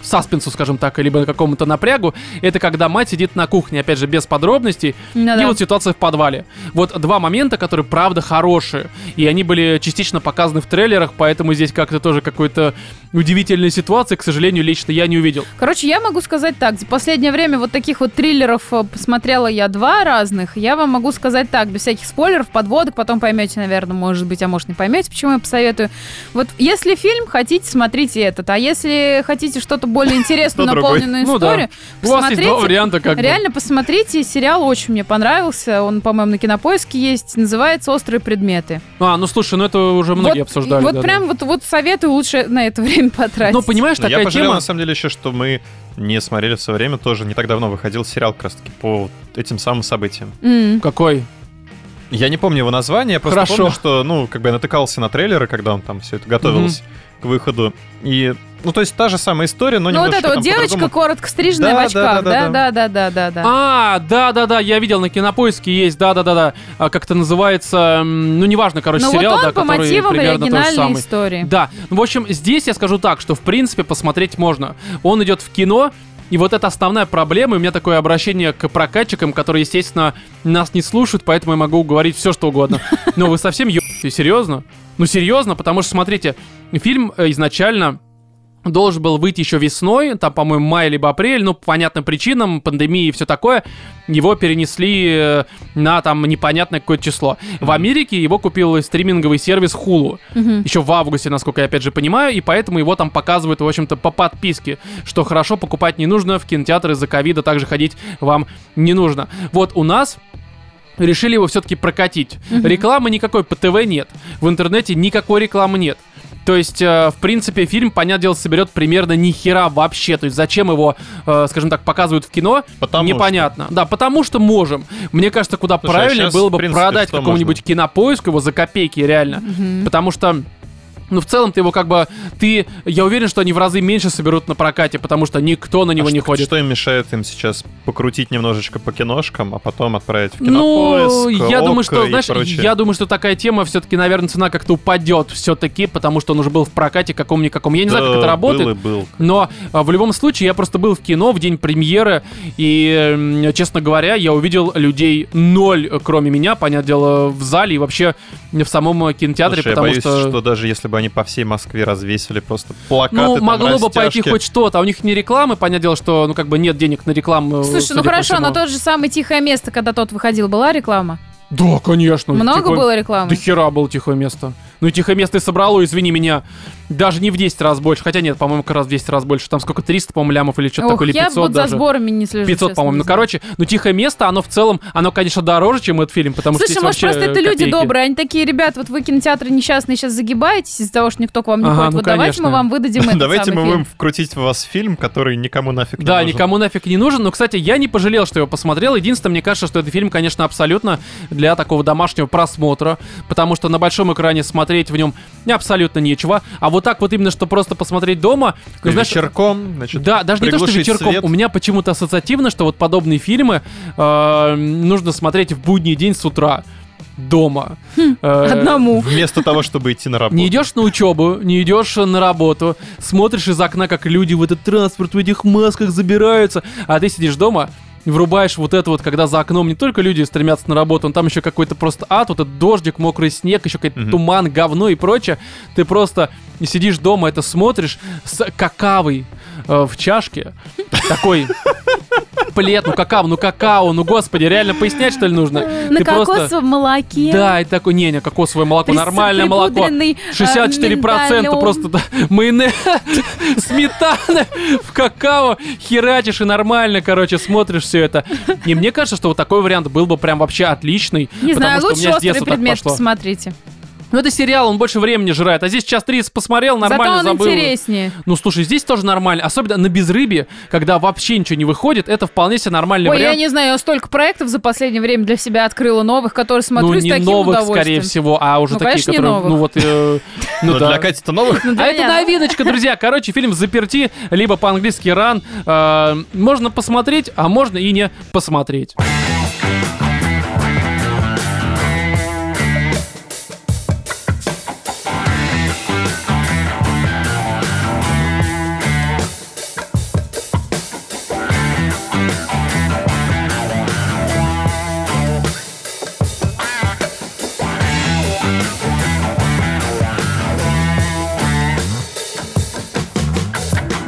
Speaker 1: саспенсу, скажем так, либо какому-то напрягу, это когда мать сидит на кухне, опять же, без подробностей,
Speaker 3: Ну
Speaker 1: и
Speaker 3: да.
Speaker 1: вот ситуация в подвале. Вот два момента, которые правда хорошие, и они были частично показаны в трейлерах, поэтому здесь как-то тоже какой-то удивительной ситуации, к сожалению, лично я не увидел.
Speaker 3: Короче, я могу сказать так. За последнее время вот таких вот триллеров э, посмотрела я два разных. Я вам могу сказать так, без всяких спойлеров, подводок, потом поймете, наверное, может быть, а может не поймете, почему я посоветую. Вот если фильм хотите, смотрите этот. А если хотите что-то более интересную,
Speaker 2: То другой.
Speaker 3: наполненную
Speaker 1: Ну да. У
Speaker 3: историю,
Speaker 1: вас есть два
Speaker 3: посмотрите
Speaker 1: варианта, как бы.
Speaker 3: Реально, посмотрите, сериал очень мне понравился. Он, по-моему, на кинопоиске есть. Называется Острые предметы.
Speaker 1: А, ну слушай, ну это уже многие
Speaker 3: вот,
Speaker 1: обсуждали.
Speaker 3: Вот
Speaker 1: да-да.
Speaker 3: прям вот, вот советую лучше на это время потратить.
Speaker 1: Ну, понимаешь,
Speaker 2: Но я
Speaker 1: такая
Speaker 2: пожалел,
Speaker 1: тема...
Speaker 2: на самом деле, еще, что мы не смотрели в свое время тоже. Не так давно выходил сериал как раз-таки по этим самым событиям.
Speaker 3: М. Ну,
Speaker 1: Какой?
Speaker 2: Я не помню его название, я просто
Speaker 1: Хорошо.
Speaker 2: помню, что, ну, как бы я натыкался на трейлеры, когда он там все это готовилось к выходу. И, ну, то есть та же самая история, но
Speaker 3: Ну, вот
Speaker 2: немножко
Speaker 3: эта вот
Speaker 2: там
Speaker 3: девочка
Speaker 2: по-другому.
Speaker 3: коротко стриженная
Speaker 2: Да,
Speaker 3: в очках.
Speaker 2: да, да,
Speaker 3: Да, да, да, да, да, да.
Speaker 1: А, да-да-да, я видел на кинопоиске есть, да-да-да-да, а, как это называется, м, ну неважно, короче,
Speaker 3: Но вот
Speaker 1: сериал,
Speaker 3: он
Speaker 1: да,
Speaker 3: по
Speaker 1: который
Speaker 3: мотивам
Speaker 1: примерно тот же
Speaker 3: оригинальной
Speaker 1: самый.
Speaker 3: истории.
Speaker 1: Да, ну, в общем, здесь я скажу так, что в принципе посмотреть можно. Он идет в кино, и вот это основная проблема, и у меня такое обращение к прокатчикам, которые, естественно, нас не слушают, поэтому я могу говорить все, что угодно. Но вы совсем ебаете, серьезно? Ну, серьезно, потому что, смотрите, фильм э, изначально должен был выйти еще весной, там, по-моему, май либо апрель, ну, по понятным причинам, пандемии и все такое, его перенесли э, на там непонятное какое-то число. В Америке его купил э, стриминговый сервис Hulu
Speaker 3: Мгм.
Speaker 1: еще в августе, насколько я опять же понимаю, и поэтому его там показывают, в общем-то, по подписке, что хорошо покупать не нужно, в кинотеатры из-за ковида также ходить вам не нужно. Вот у нас решили его все-таки прокатить. Рекламы никакой по ТВ нет, в интернете никакой рекламы нет. То есть, э, в принципе, фильм, понятное дело, соберет примерно ни хера вообще. То есть, зачем его, э, скажем так, показывают в кино,
Speaker 2: Потому что.
Speaker 1: непонятно. Да, потому что можем. Мне кажется, куда
Speaker 2: Слушай, а
Speaker 1: правильнее
Speaker 2: щас,
Speaker 1: было бы
Speaker 2: в принципе,
Speaker 1: продать
Speaker 2: что
Speaker 1: какому-нибудь кинопоиску его за копейки, реально.
Speaker 3: Мгм.
Speaker 1: Потому что Но в целом ты его как бы... Ты, я уверен, что они в разы меньше соберут на прокате, потому что никто на него
Speaker 2: А
Speaker 1: не
Speaker 2: что,
Speaker 1: ходит.
Speaker 2: Что им мешает им сейчас покрутить немножечко по киношкам, а потом отправить в
Speaker 1: Ну,
Speaker 2: кинопоиск,
Speaker 1: я думаю,
Speaker 2: «Окко»
Speaker 1: что,
Speaker 2: и
Speaker 1: знаешь,
Speaker 2: прочее?
Speaker 1: я думаю, что такая тема все-таки, наверное, цена как-то упадет все-таки, потому что он уже был в прокате каком-никаком. Я не знаю, как
Speaker 2: Да,
Speaker 1: это работает.
Speaker 2: Был и был.
Speaker 1: Но а, в любом случае, я просто был в кино в день премьеры, и, м, честно говоря, я увидел людей ноль, э, кроме меня, понятное дело, в зале и вообще в самом э, кинотеатре,
Speaker 2: Слушай, я
Speaker 1: потому
Speaker 2: боюсь,
Speaker 1: что...
Speaker 2: что... даже если бы они по всей Москве развесили просто плакаты,
Speaker 1: Ну,
Speaker 2: там,
Speaker 1: могло бы пойти
Speaker 2: растяжки.
Speaker 1: хоть что-то, а у них не рекламы, понятное дело, что, ну, как бы нет денег на рекламу. э,
Speaker 3: Слушай, ну
Speaker 1: судя по
Speaker 3: хорошо,
Speaker 1: всему.
Speaker 3: но то же самое тихое место, когда тот выходил, была реклама?
Speaker 1: Ну, Да, конечно.
Speaker 3: Много
Speaker 1: тихое-
Speaker 3: было рекламы?
Speaker 1: До хера было тихое место. Ну и тихое место и собрало, извини меня, даже не в 10 раз больше. Хотя нет, по-моему, как раз в 10 раз больше. Там сколько, 300, по-моему, лямов или что-то
Speaker 3: Ох,
Speaker 1: такое, или
Speaker 3: я
Speaker 1: 500
Speaker 3: вот
Speaker 1: даже.
Speaker 3: за сборами не слежу.
Speaker 1: 500,
Speaker 3: честно,
Speaker 1: по-моему.
Speaker 3: не
Speaker 1: Ну,
Speaker 3: знаю.
Speaker 1: короче, ну «Тихое место», оно в целом, оно, конечно, дороже, чем этот фильм, потому
Speaker 3: Слушай,
Speaker 1: что здесь
Speaker 3: может,
Speaker 1: вообще
Speaker 3: просто это люди
Speaker 1: копейки.
Speaker 3: добрые. Они такие, ребят, вот вы кинотеатры несчастные сейчас загибаетесь из-за того, что никто к вам не
Speaker 1: Ага,
Speaker 3: ходит.
Speaker 1: ну,
Speaker 3: Вот давайте мы
Speaker 1: конечно.
Speaker 3: вам выдадим этот
Speaker 2: Давайте
Speaker 3: самый
Speaker 2: мы будем
Speaker 3: фильм.
Speaker 2: вкрутить в вас фильм, который никому нафиг не
Speaker 1: Да,
Speaker 2: нужен.
Speaker 1: никому нафиг не нужен. Но, кстати, я не пожалел, что его посмотрел. Единственное, мне кажется, что этот фильм, конечно, абсолютно для такого домашнего просмотра, потому что на большом экране смотреть в нем абсолютно нечего. А вот так вот именно, что просто посмотреть дома, ну, знаешь,
Speaker 2: вечерком, значит,
Speaker 1: Да, даже не то, что
Speaker 2: приглушить
Speaker 1: вечерком.
Speaker 2: свет.
Speaker 1: У меня почему-то ассоциативно, что вот подобные фильмы э, нужно смотреть в будний день с утра дома.
Speaker 3: Хм,
Speaker 1: Э,
Speaker 3: Одному.
Speaker 2: Вместо того, чтобы идти на работу.
Speaker 1: Не идешь на учебу, не идешь на работу, смотришь из окна, как люди в этот транспорт в этих масках забираются, а ты сидишь дома врубаешь вот это вот, когда за окном не только люди стремятся на работу, но там еще какой-то просто ад, вот этот дождик, мокрый снег, еще какой-то
Speaker 2: Мгм.
Speaker 1: туман, говно и прочее. Ты просто сидишь дома, это смотришь с какавой э, в чашке. Такой плед, ну какао, ну какао, ну господи, реально пояснять что ли нужно?
Speaker 3: На
Speaker 1: Ты просто-
Speaker 3: кокосовом молоке.
Speaker 1: да, и такой, не, не, кокосовое молоко,
Speaker 3: Прис-
Speaker 1: нормальное молоко.
Speaker 3: припудренный, э,
Speaker 1: 64%
Speaker 3: миндалем.
Speaker 1: просто да, майонез, сметана в какао, херачишь и нормально, короче, смотришь все это. И мне кажется, что вот такой вариант был бы прям вообще отличный.
Speaker 3: Не
Speaker 1: потому
Speaker 3: знаю,
Speaker 1: что у
Speaker 3: лучше
Speaker 1: меня с
Speaker 3: острый
Speaker 1: детства так
Speaker 3: предмет
Speaker 1: пошло.
Speaker 3: посмотрите.
Speaker 1: Ну это сериал, он больше времени жрает. А здесь час 30 посмотрел, нормально
Speaker 3: Зато он
Speaker 1: забыл.
Speaker 3: интереснее.
Speaker 1: Ну слушай, здесь тоже нормально. Особенно на безрыбье, когда вообще ничего не выходит, это вполне себе нормальный
Speaker 3: Ой,
Speaker 1: вариант.
Speaker 3: я не знаю, я столько проектов за последнее время для себя открыла новых, которые смотрю
Speaker 1: ну
Speaker 3: с
Speaker 1: не
Speaker 3: таким
Speaker 1: новых, скорее
Speaker 3: удовольствием.
Speaker 1: всего, а уже
Speaker 3: Ну,
Speaker 1: такие,
Speaker 3: конечно, не
Speaker 1: которые,
Speaker 3: новых.
Speaker 1: ну вот, э, ну
Speaker 2: Но
Speaker 1: да.
Speaker 2: для Кати-то новых.
Speaker 3: Ну,
Speaker 1: А
Speaker 3: для
Speaker 1: это
Speaker 3: меня.
Speaker 1: новиночка, друзья. Короче, фильм «Заперти», либо по-английски «Ран». Э, Можно посмотреть, а можно и не посмотреть.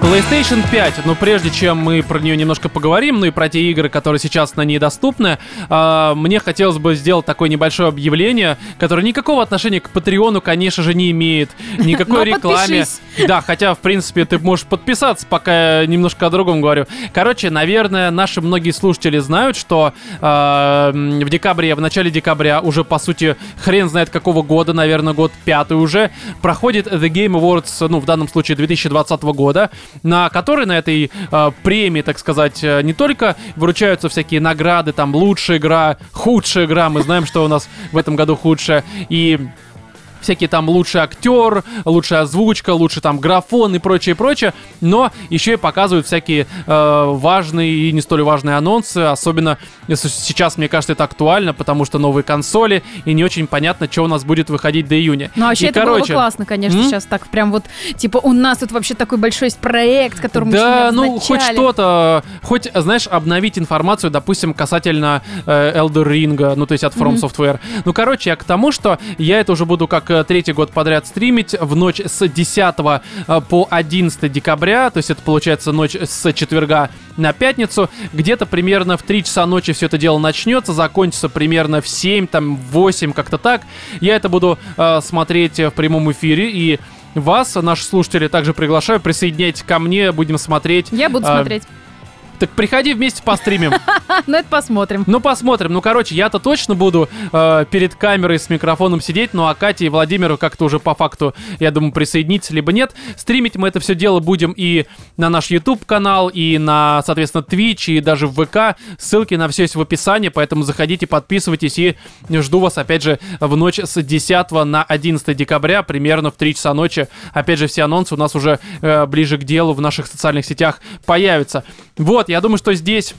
Speaker 1: PlayStation 5, но прежде чем мы про нее немножко поговорим, ну и про те игры, которые сейчас на ней доступны, а, мне хотелось бы сделать такое небольшое объявление, которое никакого отношения к Патреону, конечно же, не имеет, никакой
Speaker 3: Но
Speaker 1: рекламе.
Speaker 3: подпишись.
Speaker 1: Да, хотя, в принципе, ты можешь подписаться, пока я немножко о другом говорю. Короче, наверное, наши многие слушатели знают, что э, м, в декабре, в начале декабря, уже, по сути, хрен знает какого года, наверное, год пятый уже, проходит The Game Awards, ну, в данном случае 2020 года, на которой, на этой э, премии, так сказать, э, не только вручаются всякие награды, там, лучшая игра, худшая игра, мы знаем, что у нас в этом году худшая, и всякие там лучший актер, лучшая озвучка, лучший там графон и прочее, прочее, но еще и показывают всякие э, важные и не столь важные анонсы, особенно с- сейчас, мне кажется, это актуально, потому что новые консоли, и не очень понятно, что у нас будет выходить до июня.
Speaker 3: Ну, вообще,
Speaker 1: И,
Speaker 3: это было бы
Speaker 1: короче,
Speaker 3: классно, конечно,
Speaker 1: М?
Speaker 3: сейчас так прям вот, типа, у нас тут вообще такой большой есть проект, который мы
Speaker 1: Да,
Speaker 3: ещё не
Speaker 1: ну хоть
Speaker 3: обозначали.
Speaker 1: что-то, хоть, знаешь, обновить информацию, допустим, касательно э, Elder Ring, ну то есть от From Software. Ну, короче, я к тому, что я это уже буду как э, третий год подряд стримить в ночь с 10 э, по 11 декабря, то есть это получается ночь с четверга на пятницу, где-то примерно в 3 часа ночи все это дело начнется, закончится примерно в 7, там 8, как-то так. Я это буду э, смотреть э, в прямом эфире и вас, наши слушатели, также приглашаю. Присоединяйтесь ко мне, будем смотреть.
Speaker 3: Я буду
Speaker 1: А,
Speaker 3: смотреть.
Speaker 1: Так приходи вместе постримим.
Speaker 3: Ну, это посмотрим.
Speaker 1: Ну, посмотрим. Ну, короче, я-то точно буду э, перед камерой с микрофоном сидеть, ну, а Катя и Владимиру как-то уже по факту, я думаю, присоединиться, либо нет. Стримить мы это все дело будем и на наш YouTube-канал, и на, соответственно, Twitch, и даже в ВК. Ссылки на все есть в описании, поэтому заходите, подписывайтесь, и жду вас, опять же, в ночь с 10 на 11 декабря, примерно в 3 часа ночи. Опять же, все анонсы у нас уже э, ближе к делу в наших социальных сетях появятся. Вот, я думаю, что здесь...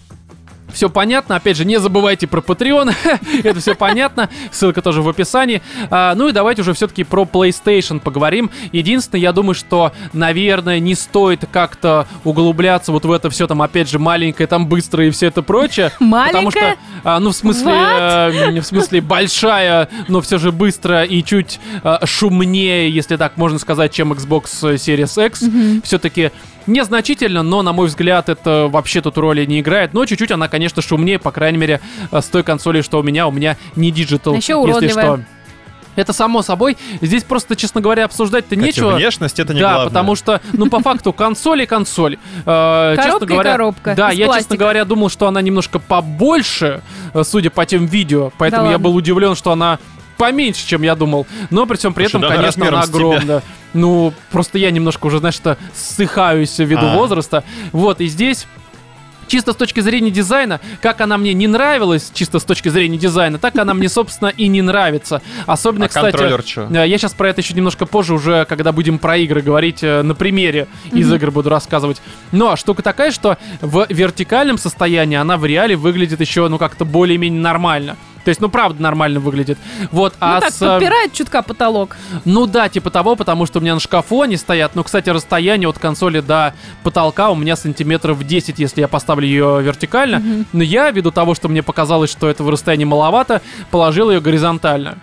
Speaker 1: Все понятно. Опять же, не забывайте про Patreon. Это все понятно. Ссылка тоже в описании. А, ну и давайте уже все-таки про PlayStation поговорим. Единственное, я думаю, что, наверное, не стоит как-то углубляться вот в это все там, опять же, маленькое, там быстро и все это прочее. Потому что,
Speaker 3: Маленькая?
Speaker 1: а, ну, в смысле, э, в смысле, большая, но все же быстро и чуть э, шумнее, если так можно сказать, чем Xbox Series X. Все-таки незначительно, но, на мой взгляд, это вообще тут роли не играет. Но чуть-чуть она, конечно, шумнее, по крайней мере, э, с той консоли, что у меня. У меня не диджитал,
Speaker 3: А
Speaker 1: если
Speaker 3: ещё уродливая.
Speaker 1: что. Это само собой. Здесь просто, честно говоря, обсуждать-то
Speaker 2: Хотя
Speaker 1: нечего.
Speaker 2: Внешность это не
Speaker 1: да,
Speaker 2: главное.
Speaker 1: потому что, ну, по факту, консоль и консоль. Э, честно
Speaker 3: Коробка и
Speaker 1: говоря,
Speaker 3: коробка
Speaker 1: Да,
Speaker 3: из
Speaker 1: я, честно
Speaker 3: пластика.
Speaker 1: говоря, думал, что она немножко побольше, э, судя по тем видео. Поэтому
Speaker 3: Да
Speaker 1: я
Speaker 3: ладно.
Speaker 1: был удивлен, что она поменьше, чем я думал. Но при всем при этом,
Speaker 2: Слушай, да она
Speaker 1: конечно,
Speaker 2: размером
Speaker 1: она
Speaker 2: с тебя.
Speaker 1: огромная. Ну, просто я немножко уже, знаешь, что ссыхаюсь ввиду
Speaker 2: А.
Speaker 1: возраста. Вот, и здесь чисто с точки зрения дизайна, как она мне не нравилась, чисто с точки зрения дизайна, так она мне, собственно, и не нравится. Особенно,
Speaker 2: А
Speaker 1: кстати...
Speaker 2: контроллер чё?
Speaker 1: э, Я сейчас про это еще немножко позже, уже когда будем про игры говорить, э, на примере из игр буду рассказывать. Но штука такая, что в вертикальном состоянии она в реале выглядит еще, ну, как-то более-менее нормально. То есть, ну, правда, нормально выглядит. Вот, а
Speaker 3: Ну так,
Speaker 1: с... э,
Speaker 3: подпирает чутка потолок.
Speaker 1: ну да, типа того, потому что у меня на шкафу они стоят. Но, кстати, расстояние от консоли до потолка у меня сантиметров 10, если я поставлю ее вертикально. Но я, ввиду того, что мне показалось, что этого расстояния маловато, положил ее горизонтально.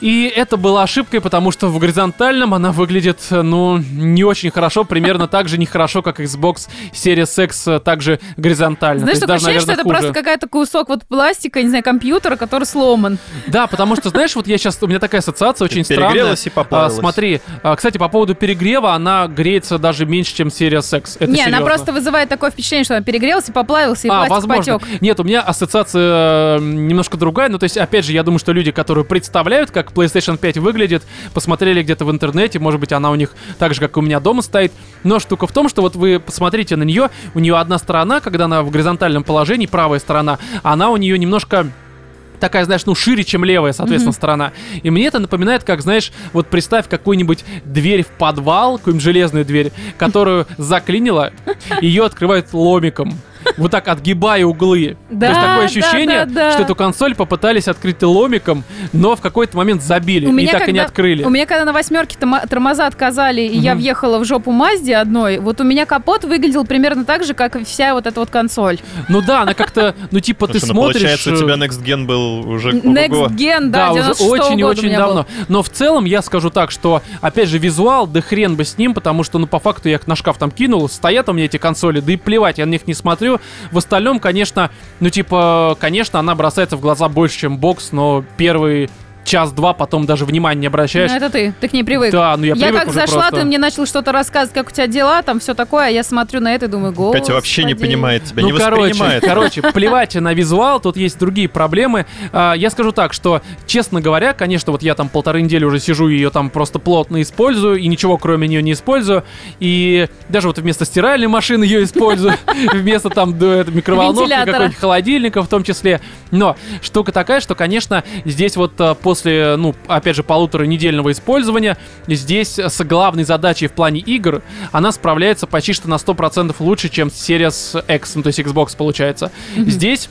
Speaker 1: И это было ошибкой, потому что в горизонтальном она выглядит, э, ну, не очень хорошо, примерно так же нехорошо, как Xbox Series X, э, также горизонтально.
Speaker 3: Знаешь,
Speaker 1: То есть
Speaker 3: такое
Speaker 1: даже,
Speaker 3: ощущение, что
Speaker 1: наверное,
Speaker 3: это
Speaker 1: хуже.
Speaker 3: просто какая-то кусок вот пластика, не знаю, компьютера, который сломан.
Speaker 1: Да, потому что, знаешь, вот я сейчас, у меня такая ассоциация очень странная.
Speaker 2: Перегрелась и
Speaker 1: А,
Speaker 2: поплавилась.
Speaker 1: Смотри, а, кстати, по поводу перегрева, она греется даже меньше, чем серия секс. Это
Speaker 3: не, она
Speaker 1: серьезно.
Speaker 3: просто вызывает такое впечатление, что она перегрелась и поплавился, и
Speaker 1: а,
Speaker 3: пластик
Speaker 1: возможно.
Speaker 3: потек.
Speaker 1: Нет, у меня ассоциация э, немножко другая. Ну, то есть, опять же, я думаю, что люди, которые представляют, как PlayStation 5 выглядит, посмотрели где-то в интернете, может быть, она у них так же, как и у меня дома стоит. Но штука в том, что вот вы посмотрите на нее, у нее одна сторона, когда она в горизонтальном положении, правая сторона, она у нее немножко такая, знаешь, ну, шире, чем левая, соответственно, сторона. И мне это напоминает, как, знаешь, вот представь какую-нибудь дверь в подвал, какую-нибудь железную дверь, которую заклинило, ее открывают ломиком. Вот так, отгибая углы.
Speaker 3: Да,
Speaker 1: То есть такое
Speaker 3: да,
Speaker 1: ощущение,
Speaker 3: да, да.
Speaker 1: что эту консоль попытались открыть ломиком, но в какой-то момент забили и так и не открыли.
Speaker 3: У меня когда на восьмерке тома- тормоза отказали, и я
Speaker 1: Мгм.
Speaker 3: въехала в жопу Мазди одной, вот у меня капот выглядел примерно так же, как и вся вот эта вот консоль.
Speaker 1: Ну да, она как-то, ну типа ты
Speaker 2: Слушай, ну,
Speaker 1: смотришь...
Speaker 2: Получается, у
Speaker 1: э,
Speaker 2: тебя Next Gen был уже... ого-го.
Speaker 3: Next Gen, да,
Speaker 1: уже
Speaker 3: 96
Speaker 1: очень и
Speaker 3: года у
Speaker 1: очень
Speaker 3: меня был. Ну,
Speaker 1: давно. Но в целом я скажу так, что, опять же, визуал, да хрен бы с ним, потому что, ну, по факту я их на шкаф там кинул, стоят у меня эти консоли, да и плевать, я на них не смотрю. В остальном, конечно, ну, типа, конечно, она бросается в глаза больше, чем бокс, но первый час-два потом даже внимания не обращаешь.
Speaker 3: Ну, это ты, ты к ней привык.
Speaker 1: Да, ну я привык
Speaker 3: как
Speaker 1: уже
Speaker 3: зашла,
Speaker 1: просто.
Speaker 3: ты мне начал что-то рассказывать, как у тебя дела, там все такое, а я смотрю на это и думаю, господи.
Speaker 2: Катя вообще не понимает тебя,
Speaker 1: ну,
Speaker 2: не
Speaker 1: короче,
Speaker 2: воспринимает.
Speaker 1: короче, плевать на визуал, тут есть другие проблемы. А, я скажу так, что, честно говоря, конечно, вот я там полторы недели уже сижу, ее там просто плотно использую, и ничего кроме нее не использую. И даже вот вместо стиральной машины ее использую, вместо там да, это, микроволновки,
Speaker 3: Вентилятора.
Speaker 1: какой-нибудь холодильника в том числе. Но штука такая, что, конечно, здесь вот а, после, ну, опять же, полутора недельного использования, здесь с главной задачей в плане игр она справляется почти что на 100% лучше, чем Series X, ну, то есть Xbox получается. Здесь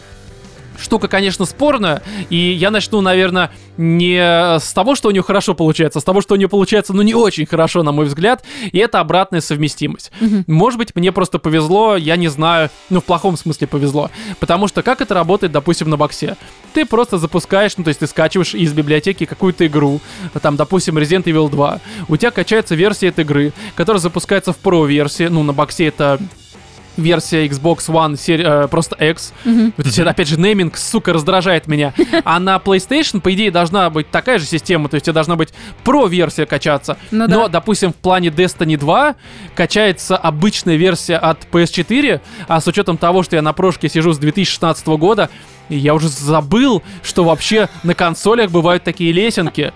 Speaker 1: Штука, конечно, спорная, и я начну, наверное, не с того, что у нее хорошо получается, а с того, что у нее получается, ну, не очень хорошо, на мой взгляд, и это обратная совместимость. Может быть, мне просто повезло, я не знаю, ну, в плохом смысле повезло, потому что как это работает, допустим, на боксе? Ты просто запускаешь, ну, то есть ты скачиваешь из библиотеки какую-то игру, там, допустим, Resident Evil 2, у тебя качается версия этой игры, которая запускается в Pro-версии, ну, на боксе это версия Xbox One, сери- э, просто X. Вот эти, опять же, нейминг, сука, раздражает меня. А на PlayStation, по идее, должна быть такая же система, то есть у тебя должна быть про-версия качаться.
Speaker 3: Ну да.
Speaker 1: Но, допустим, в плане Destiny 2 качается обычная версия от PS4, а с учетом того, что я на прошке сижу с 2016 года, я уже забыл, что вообще на консолях бывают такие лесенки.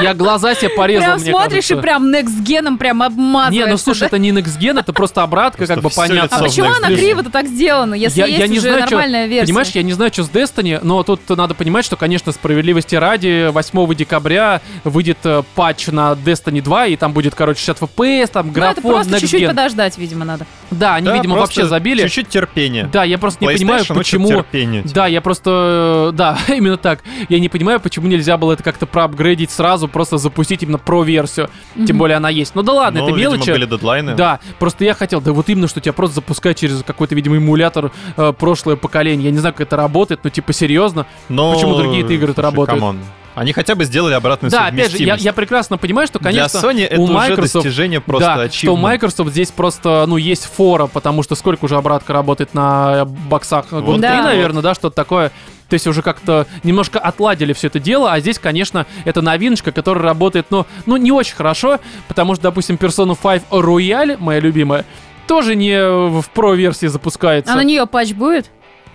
Speaker 1: Я глаза себе порезал,
Speaker 3: Прям
Speaker 1: мне
Speaker 3: смотришь
Speaker 1: кажется.
Speaker 3: и прям next геном прям
Speaker 1: Не,
Speaker 3: обмазываешься.
Speaker 1: ну слушай,
Speaker 3: да?
Speaker 1: это не Next Gen, это просто обратка,
Speaker 2: Просто
Speaker 1: как бы
Speaker 2: всё
Speaker 1: понятно.
Speaker 2: лицо
Speaker 3: А
Speaker 2: Next
Speaker 3: почему она
Speaker 2: Gen.
Speaker 3: криво-то так сделана, если есть уже
Speaker 1: знаю, чё-
Speaker 3: нормальная версия?
Speaker 1: Понимаешь, я не знаю, что с Destiny, но тут надо понимать, что, конечно, справедливости ради, 8 декабря выйдет э, патч на Destiny 2, и там будет, короче, 60 FPS, там
Speaker 3: Ну, это
Speaker 1: графон,
Speaker 3: просто
Speaker 1: Next
Speaker 3: чуть-чуть
Speaker 1: Gen.
Speaker 3: подождать, видимо, надо.
Speaker 1: Да, они,
Speaker 2: Да,
Speaker 1: видимо,
Speaker 2: просто
Speaker 1: вообще забили.
Speaker 2: Чуть-чуть терпения.
Speaker 1: Да, я просто не
Speaker 2: PlayStation
Speaker 1: понимаю,
Speaker 2: учит
Speaker 1: почему...
Speaker 2: терпению.
Speaker 1: Да, я просто... э, Да, именно так. Я не понимаю, почему нельзя было это как-то проапгрейдить сразу, просто запустить именно про-версию. Тем более она есть. Ну да ладно,
Speaker 2: Ну,
Speaker 1: это
Speaker 2: видимо,
Speaker 1: мелочи.
Speaker 2: были дедлайны.
Speaker 1: Да, просто я хотел, да вот именно, что тебя просто запускают через какой-то, видимо, эмулятор э, прошлое поколение. Я не знаю, как это работает, но типа серьезно.
Speaker 2: Но...
Speaker 1: Почему другие-то игры-то
Speaker 2: слушай,
Speaker 1: работают?
Speaker 2: камон. Они хотя бы сделали обратную
Speaker 1: Да, опять же, я,
Speaker 2: совместимость.
Speaker 1: я прекрасно понимаю, что, конечно,
Speaker 2: Для Sony это
Speaker 1: у
Speaker 2: уже
Speaker 1: Microsoft...
Speaker 2: достижение просто
Speaker 1: да, что
Speaker 2: achievement.
Speaker 1: у Microsoft здесь просто, ну, есть фора, потому что сколько уже обратка работает на э, боксах? Год
Speaker 3: да.
Speaker 1: три, наверное, да, что-то такое. То есть уже как-то немножко отладили все это дело, а здесь, конечно, это новиночка, которая работает, ну, ну не очень хорошо, потому что, допустим, Persona 5 Royale, моя любимая, тоже не в про-версии запускается.
Speaker 3: А на нее патч будет?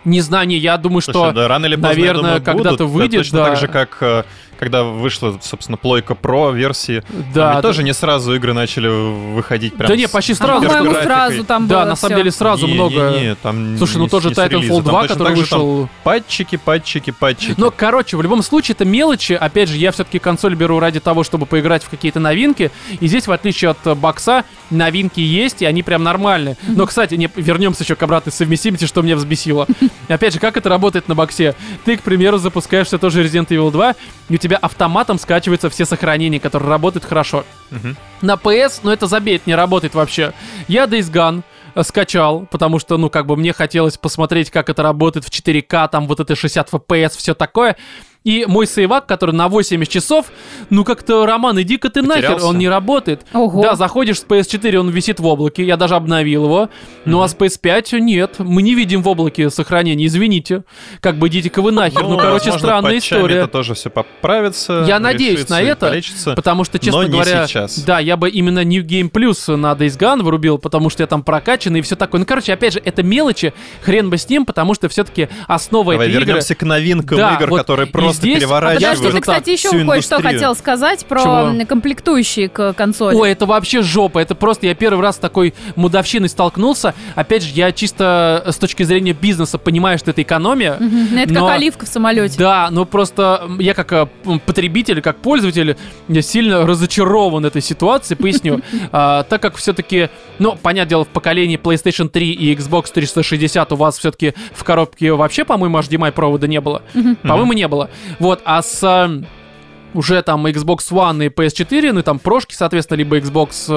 Speaker 1: Не знаю, не, я думаю,
Speaker 2: Слушай,
Speaker 1: что...
Speaker 2: да, рано или поздно, я
Speaker 1: наверное,
Speaker 2: думаю,
Speaker 1: когда-то
Speaker 2: будут. Это
Speaker 1: выйдет,
Speaker 2: точно
Speaker 1: да.
Speaker 2: так же, как э, когда вышла, собственно, плойка про версии.
Speaker 1: Да,
Speaker 2: Там
Speaker 1: да.
Speaker 2: ведь А тоже не сразу игры начали выходить прям
Speaker 1: Да
Speaker 2: с
Speaker 1: не, почти
Speaker 2: гигантской
Speaker 1: сразу.
Speaker 3: По-моему,
Speaker 2: графикой.
Speaker 3: сразу там
Speaker 1: Да,
Speaker 3: было
Speaker 1: на самом
Speaker 3: всё.
Speaker 1: деле сразу
Speaker 2: Не,
Speaker 1: много...
Speaker 2: не, не, там
Speaker 1: Слушай, ну
Speaker 2: не-
Speaker 1: тоже
Speaker 2: не с релиза.
Speaker 1: Titanfall
Speaker 2: Там
Speaker 1: 2,
Speaker 2: точно
Speaker 1: который
Speaker 2: так же там
Speaker 1: вышел...
Speaker 2: Патчики, патчики, патчики.
Speaker 1: Но, короче, в любом случае, это мелочи. Опять же, я все-таки консоль беру ради того, чтобы поиграть в какие-то новинки. И здесь, в отличие от э, бокса, новинки есть, и они прям нормальные. Но, кстати, не, вернемся еще к обратной совместимости, что меня взбесило. Опять же, как это работает на боксе? Ты, к примеру, запускаешь все тоже Resident Evil 2, и у тебя автоматом скачиваются все сохранения, которые работают хорошо.
Speaker 2: Мгм.
Speaker 1: На PS, ну это забей, это не работает вообще. Я Days Gone э, скачал, потому что, ну, как бы мне хотелось посмотреть, как это работает в 4К, там вот это 60 FPS, все такое. И мой сейвак, который на 80 часов, ну как-то, Роман, иди-ка ты нахер,
Speaker 2: Потерялся?
Speaker 1: он не работает.
Speaker 3: Ого.
Speaker 1: Да, заходишь с PS4, он висит в облаке, я даже обновил его. Ну а с PS5 нет, мы не видим в облаке сохранения, извините. Как бы идите-ка вы нахер, ну, короче,
Speaker 2: возможно,
Speaker 1: странная
Speaker 2: патчами
Speaker 1: история.
Speaker 2: Это тоже все поправится.
Speaker 1: Я надеюсь на
Speaker 2: решится и
Speaker 1: это,
Speaker 2: полечится.
Speaker 1: Потому что, честно
Speaker 2: Но не
Speaker 1: говоря,
Speaker 2: сейчас.
Speaker 1: да, я бы именно New Game Plus на Days Gone вырубил, потому что я там прокачан и все такое. Ну, короче, опять же, это мелочи, хрен бы с ним, потому что все-таки основа
Speaker 2: Давай
Speaker 1: этой игры...
Speaker 2: вернемся к новинкам
Speaker 1: Да,
Speaker 2: игр,
Speaker 1: вот
Speaker 2: которые
Speaker 1: и
Speaker 2: просто
Speaker 1: здесь- а
Speaker 3: Подожди,
Speaker 1: подожди,
Speaker 2: переворачивают.
Speaker 1: Поддерживают
Speaker 3: ты, кстати, еще
Speaker 2: всю
Speaker 3: кое-что
Speaker 2: индустрию.
Speaker 3: хотел сказать про
Speaker 1: Чего?
Speaker 3: м, комплектующие к консоли.
Speaker 1: Ой, это вообще жопа. Это просто я первый раз с такой мудовщиной столкнулся. Опять же, я чисто с точки зрения бизнеса понимаю, что это экономия.
Speaker 3: Мгм. Это
Speaker 1: но-
Speaker 3: как оливка в самолете.
Speaker 1: Да, но просто м, я как э, м, потребитель, как пользователь, я сильно разочарован этой ситуацией, поясню. А, Так как все-таки, ну, понятное дело, в поколении PlayStation 3 и Xbox 360 у вас все-таки в коробке вообще, по-моему, HDMI провода не было. По-моему, не было. Вот, а с э, уже там Xbox One и PS4, ну и там прошки, соответственно, либо Xbox э,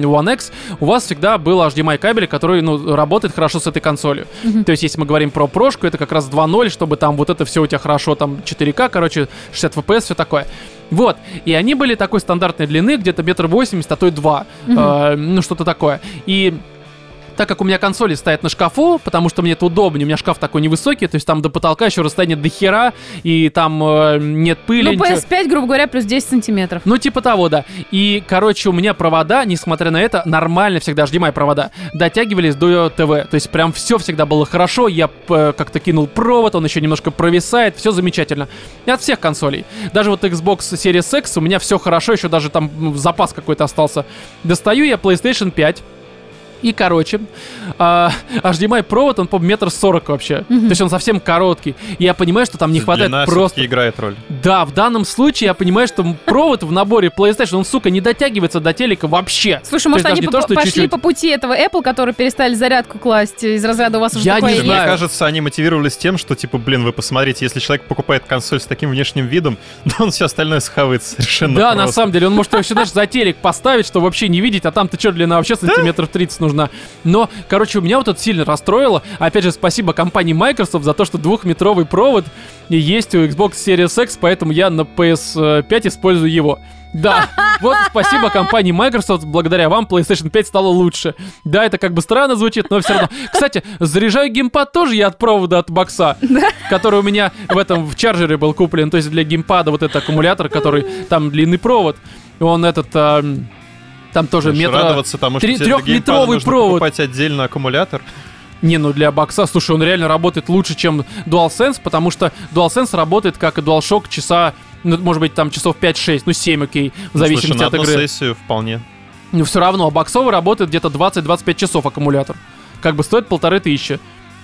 Speaker 1: One X, у вас всегда был HDMI кабель, который, ну, работает хорошо с этой консолью. То есть, если мы говорим про прошку, это как раз 2.0, чтобы там вот это все у тебя хорошо, там 4К, короче, 60 FPS, все такое. Вот, и они были такой стандартной длины, где-то метр восемьдесят, а то и два, Э, ну что-то такое. И так как у меня консоли стоят на шкафу, потому что мне это удобнее, у меня шкаф такой невысокий, то есть там до потолка еще расстояние до хера, и там э, нет
Speaker 3: Ну,
Speaker 1: пыли. ничего.
Speaker 3: PS5, грубо говоря, плюс 10 сантиметров.
Speaker 1: Ну, типа того, да. И, короче, у меня провода, несмотря на это, нормально всегда, HDMI провода, дотягивались до ТВ. То есть прям все всегда было хорошо, я э, как-то кинул провод, он еще немножко провисает, все замечательно. И от всех консолей. Даже вот Xbox Series X у меня все хорошо, еще даже там м, запас какой-то остался. Достаю я PlayStation 5, и, короче, а, HDMI провод, он, по метр сорок вообще. То есть он совсем короткий. И я понимаю, что там не хватает
Speaker 2: Длина
Speaker 1: просто...
Speaker 2: всё-таки играет роль.
Speaker 1: Да, в данном случае я понимаю, что провод в наборе PlayStation, он, сука, не дотягивается до телека вообще.
Speaker 3: Слушай,
Speaker 1: То есть
Speaker 3: может,
Speaker 1: даже
Speaker 3: они
Speaker 1: не
Speaker 3: по-
Speaker 1: то, что
Speaker 3: пошли
Speaker 1: чуть-чуть.
Speaker 3: по пути этого Apple, которые перестали зарядку класть э, из разряда у вас уже
Speaker 1: Я
Speaker 3: такое
Speaker 1: не
Speaker 3: есть?
Speaker 1: знаю.
Speaker 2: Мне кажется, они мотивировались тем, что, типа, блин, вы посмотрите, если человек покупает консоль с таким внешним видом, то он все остальное схавает совершенно
Speaker 1: Да, на
Speaker 2: просто.
Speaker 1: самом деле, он может вообще даже за телек поставить, что вообще не видеть, а там-то что, длина вообще сантиметров 30 нужна. Но, короче, у меня вот это сильно расстроило. Опять же, спасибо компании Microsoft за то, что двухметровый провод есть у Xbox Series X, поэтому я на PS5 использую его. Да, вот спасибо компании Microsoft, благодаря вам PlayStation 5 стало лучше. Да, это как бы странно звучит, но все равно. Кстати, заряжаю геймпад тоже я от провода от бокса, который у меня в этом в чарджере был куплен. То есть для геймпада вот этот аккумулятор, который там длинный провод. Он этот... а, там тоже
Speaker 2: Знаешь,
Speaker 1: метра...
Speaker 2: радоваться тому, что
Speaker 1: три-
Speaker 2: тебе для
Speaker 1: трехметровый
Speaker 2: геймпада нужно
Speaker 1: провод.
Speaker 2: покупать отдельно аккумулятор.
Speaker 1: Не, ну для бокса, слушай, он реально работает лучше, чем DualSense, потому что DualSense работает как и DualShock часа, ну, может быть, там часов 5-6, ну 7, окей, в
Speaker 2: Ну,
Speaker 1: зависимости
Speaker 2: Слушай, на
Speaker 1: от
Speaker 2: одну
Speaker 1: игры.
Speaker 2: сессию вполне.
Speaker 1: Но все равно, а боксовый работает где-то 20-25 часов аккумулятор. Как бы стоит полторы тысячи.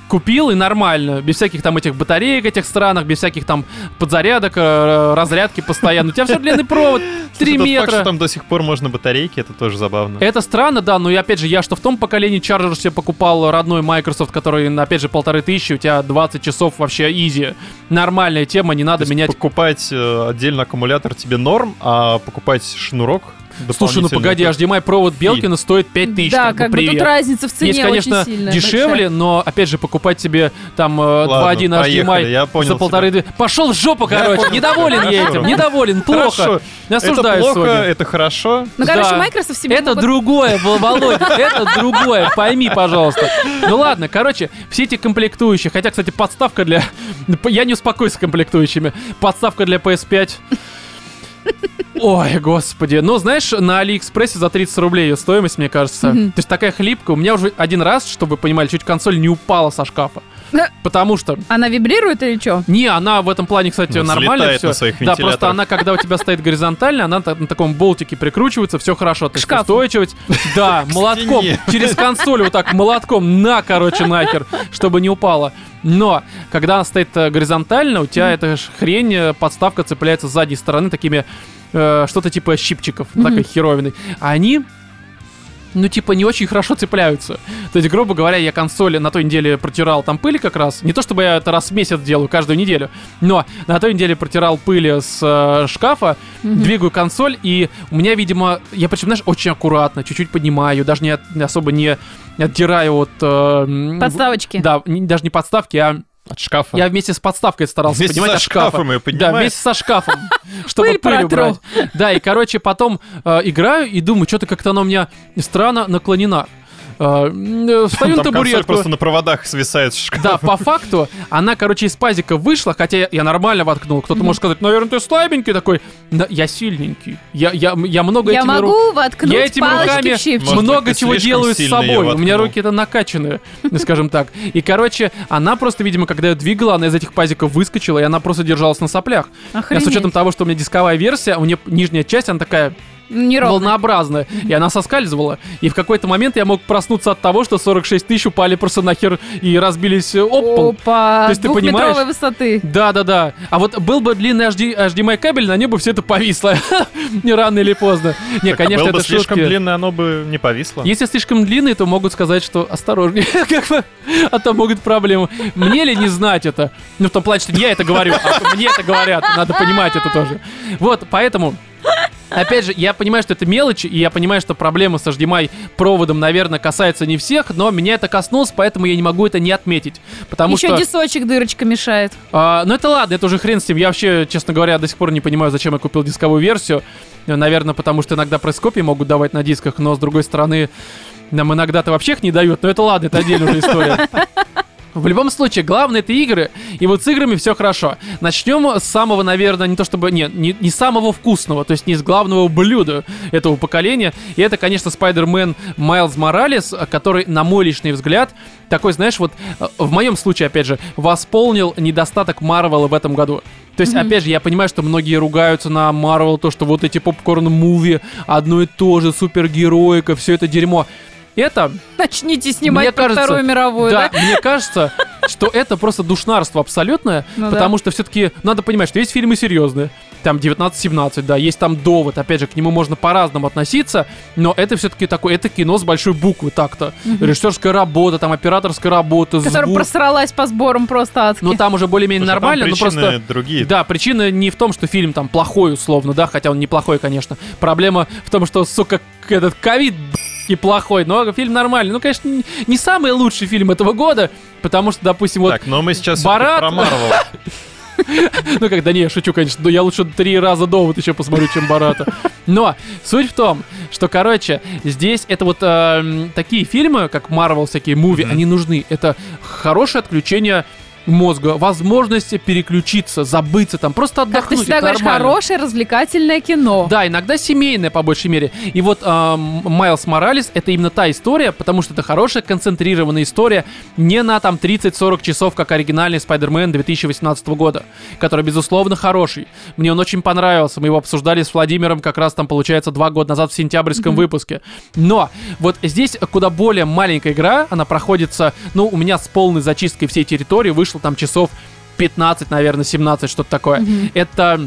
Speaker 1: Купил и нормально, без всяких там этих батареек этих странах, без всяких там подзарядок, э, разрядки постоянно. У тебя все длинный провод, 3
Speaker 2: Слушай, тот факт,
Speaker 1: метра.
Speaker 2: что там до сих пор можно батарейки, это тоже забавно.
Speaker 1: Это странно, да, но и опять же, я что в том поколении чарджер себе покупал родной Microsoft, который, на, опять же, полторы тысячи, у тебя 20 часов вообще изи. Нормальная тема, не
Speaker 2: То
Speaker 1: надо
Speaker 2: есть
Speaker 1: менять.
Speaker 2: Покупать э, отдельно аккумулятор тебе норм, а покупать шнурок
Speaker 1: Слушай, ну
Speaker 2: дополнительный-
Speaker 1: погоди, HDMI провод Белкина стоит 5000.
Speaker 3: Да, как бы тут
Speaker 1: привет.
Speaker 3: разница в цене
Speaker 1: Есть, конечно,
Speaker 3: очень сильная.
Speaker 1: дешевле,
Speaker 3: большая.
Speaker 1: но, опять же, покупать себе там э,
Speaker 2: Ладно,
Speaker 1: 2.1
Speaker 2: поехали,
Speaker 1: HDMI
Speaker 2: я понял
Speaker 1: за полторы... тысячи- Пошел в жопу, короче,
Speaker 2: понял
Speaker 1: недоволен
Speaker 2: тебя,
Speaker 1: я
Speaker 2: хорошо.
Speaker 1: этим, недоволен, плохо.
Speaker 2: Хорошо.
Speaker 1: Не
Speaker 2: Это
Speaker 1: осуждаю
Speaker 2: плохо,
Speaker 1: сегодня.
Speaker 2: это хорошо.
Speaker 3: Ну, короче,
Speaker 1: Да.
Speaker 3: Microsoft себе...
Speaker 1: Это
Speaker 3: могут-
Speaker 1: другое, Вол- Володя, это другое, пойми, пожалуйста. Ну ладно, короче, все эти комплектующие, хотя, кстати, подставка для... Я не успокоюсь с комплектующими. Подставка для PS5. Ой, господи. Ну, знаешь, на Алиэкспрессе за 30 рублей ее стоимость, мне кажется.
Speaker 3: Мгм.
Speaker 1: То есть такая хлипкая. У меня уже один раз, чтобы вы понимали, чуть консоль не упала со шкафа.
Speaker 3: Да.
Speaker 1: Потому что
Speaker 3: Она вибрирует или что?
Speaker 1: не, она в этом плане, кстати,
Speaker 2: Ну,
Speaker 1: нормально
Speaker 2: взлетает
Speaker 1: все.
Speaker 2: на своих
Speaker 1: да,
Speaker 2: вентиляторах.
Speaker 1: просто она, когда у тебя стоит горизонтально, она та- на таком болтике прикручивается, все хорошо. Ты
Speaker 3: шкафу.
Speaker 1: устойчивость. Да, молотком.
Speaker 2: стене.
Speaker 1: Через консоль вот так молотком на, короче, нахер, чтобы не упала. Но, когда она стоит э, горизонтально, у тебя эта ж хрень, э, подставка цепляется с задней стороны такими, э, что-то типа щипчиков,
Speaker 3: Мгм.
Speaker 1: такой херовиной. А они ну, типа, не очень хорошо цепляются. То есть, грубо говоря, я консоли на той неделе протирал там пыль как раз. Не то, чтобы я это раз в месяц делаю, каждую неделю. Но на той неделе протирал пыли с э, шкафа, двигаю консоль, и у меня, видимо... Я, причем, знаешь, очень аккуратно, чуть-чуть поднимаю, даже не от- особо не отдираю от... э, м,
Speaker 3: Подставочки.
Speaker 1: Да, не- даже не подставки, а
Speaker 2: От шкафа.
Speaker 1: я вместе с подставкой старался
Speaker 2: Вместе
Speaker 1: поднимать
Speaker 2: со
Speaker 1: от шкафа.
Speaker 2: шкафом её
Speaker 1: Да,
Speaker 2: поднимаешь.
Speaker 1: вместе со шкафом, чтобы
Speaker 3: Пыль
Speaker 1: пыль,
Speaker 3: протру.
Speaker 1: убрать. Да, и, короче, потом э, играю и думаю, что-то как-то она у меня странно наклонена. Э, э, Встаю на
Speaker 2: Там консоль
Speaker 1: табуретку.
Speaker 2: просто на проводах свисает с шкафа.
Speaker 1: Да, по факту, она, короче, из пазика вышла, хотя я- я нормально воткнул. Кто-то может сказать, наверное, ты слабенький такой. Да, Я сильненький. Я, я, я много
Speaker 3: Я
Speaker 1: этими ру-
Speaker 3: могу воткнуть
Speaker 1: я этими
Speaker 3: палочки в
Speaker 1: руками
Speaker 3: щипчик.
Speaker 2: Может быть,
Speaker 1: много
Speaker 2: ты
Speaker 1: чего
Speaker 2: слишком
Speaker 1: делаю с
Speaker 2: сильно её
Speaker 1: собой. У меня
Speaker 2: воткнул.
Speaker 1: руки-то накачанные, скажем так. И, короче, она просто, видимо, когда я двигала, она из этих пазиков выскочила, и она просто держалась на соплях. А с
Speaker 3: Охренеть.
Speaker 1: учетом того, что у меня дисковая версия, у меня нижняя часть, она такая
Speaker 3: Неровно.
Speaker 1: волнообразная, и она соскальзывала. И в какой-то момент я мог проснуться от того, что 46 тысяч упали просто нахер и разбились э, об пол.
Speaker 3: Опа,
Speaker 1: То есть ты
Speaker 3: двухметровой
Speaker 1: понимаешь?
Speaker 3: высоты.
Speaker 1: Да, да, да. А вот был бы длинный HD HDMI кабель, на ней бы все это повисло. Не рано или поздно. Не,
Speaker 2: Так, а
Speaker 1: конечно,
Speaker 2: было бы
Speaker 1: это
Speaker 2: слишком
Speaker 1: шутки.
Speaker 2: длинное, оно бы не повисло.
Speaker 1: Если слишком длинные, то могут сказать, что осторожнее, как бы, а там могут проблемы. Мне ли не знать это? Ну, в том плане, что не я это говорю, а мне это говорят, надо понимать это тоже. Вот, поэтому... Опять же, я понимаю, что это мелочи, и я понимаю, что проблема с HDMI проводом, наверное, касается не всех, но меня это коснулось, поэтому я не могу это не отметить. Потому
Speaker 3: Еще
Speaker 1: что...
Speaker 3: дисочек дырочка мешает.
Speaker 1: А, ну это ладно, это уже хрен с ним. Я вообще, честно говоря, до сих пор не понимаю, зачем я купил дисковую версию. Э, Наверное, потому что иногда пресс-копии могут давать на дисках, но с другой стороны, нам иногда-то вообще их не дают. Но это ладно, это отдельная уже история. В любом случае, главное это игры, и вот с играми все хорошо. Начнем с самого, наверное, не то чтобы, нет, не, не самого вкусного, то есть не с главного блюда этого поколения. И это, конечно, Spider-Man Miles Morales, который, на мой личный взгляд, такой, знаешь, вот э, в моем случае, опять же, восполнил недостаток Марвела в этом году. То есть, опять же, я понимаю, что многие ругаются на Марвел, то, что вот эти попкорн-муви, одно и то же, супергероика, все это дерьмо. Это
Speaker 3: Начните снимать
Speaker 1: Мне
Speaker 3: про
Speaker 1: кажется,
Speaker 3: Вторую мировую,
Speaker 1: да,
Speaker 3: да?
Speaker 1: мне кажется, что это просто душнарство абсолютное,
Speaker 3: Ну да.
Speaker 1: потому что все-таки надо понимать, что есть фильмы серьезные, там 19-17, да, есть там довод, опять же, к нему можно по-разному относиться, но это все-таки такое, это кино с большой буквы так-то. Режиссерская работа, там операторская работа,
Speaker 3: Которая
Speaker 1: звук.
Speaker 3: просралась по сборам просто адски.
Speaker 1: Ну там уже более-менее
Speaker 2: Потому что а там
Speaker 1: нормально, но
Speaker 2: причины
Speaker 1: просто...
Speaker 2: другие.
Speaker 1: Да, причина не в том, что фильм там плохой, условно, да, хотя он неплохой, конечно. Проблема в том, что, сука, к- этот ковид б***ь, и плохой, но фильм нормальный. Ну, конечно, не- не самый лучший фильм этого года, потому что, допустим, вот
Speaker 2: Так, но мы сейчас
Speaker 1: Барат-
Speaker 2: всё-таки про Марвел. А
Speaker 1: Ну, когда не, я шучу, конечно, но я лучше три раза довод еще посмотрю, чем Барата. Но суть в том, что, короче, здесь это вот эм, такие фильмы, как Marvel, всякие муви,
Speaker 2: Мгм.
Speaker 1: они нужны. Это хорошее отключение мозга, возможность переключиться, забыться там, просто
Speaker 3: Как ты
Speaker 1: отдохнуть.
Speaker 3: всегда
Speaker 1: это
Speaker 3: говоришь,
Speaker 1: нормально.
Speaker 3: хорошее развлекательное кино.
Speaker 1: Да, иногда семейная, по большей мере. И вот эм, Майлз Моралес это именно та история, потому что это хорошая, концентрированная история, не на там 30-40 часов, как оригинальный Спайдермен 2018 года, который, безусловно, хороший. Мне он очень понравился. Мы его обсуждали с Владимиром как раз там, получается, два года назад в сентябрьском выпуске. Но вот здесь куда более маленькая игра, она проходится, ну, у меня с полной зачисткой всей территории вышло там часов 15, наверное, 17, что-то такое. Это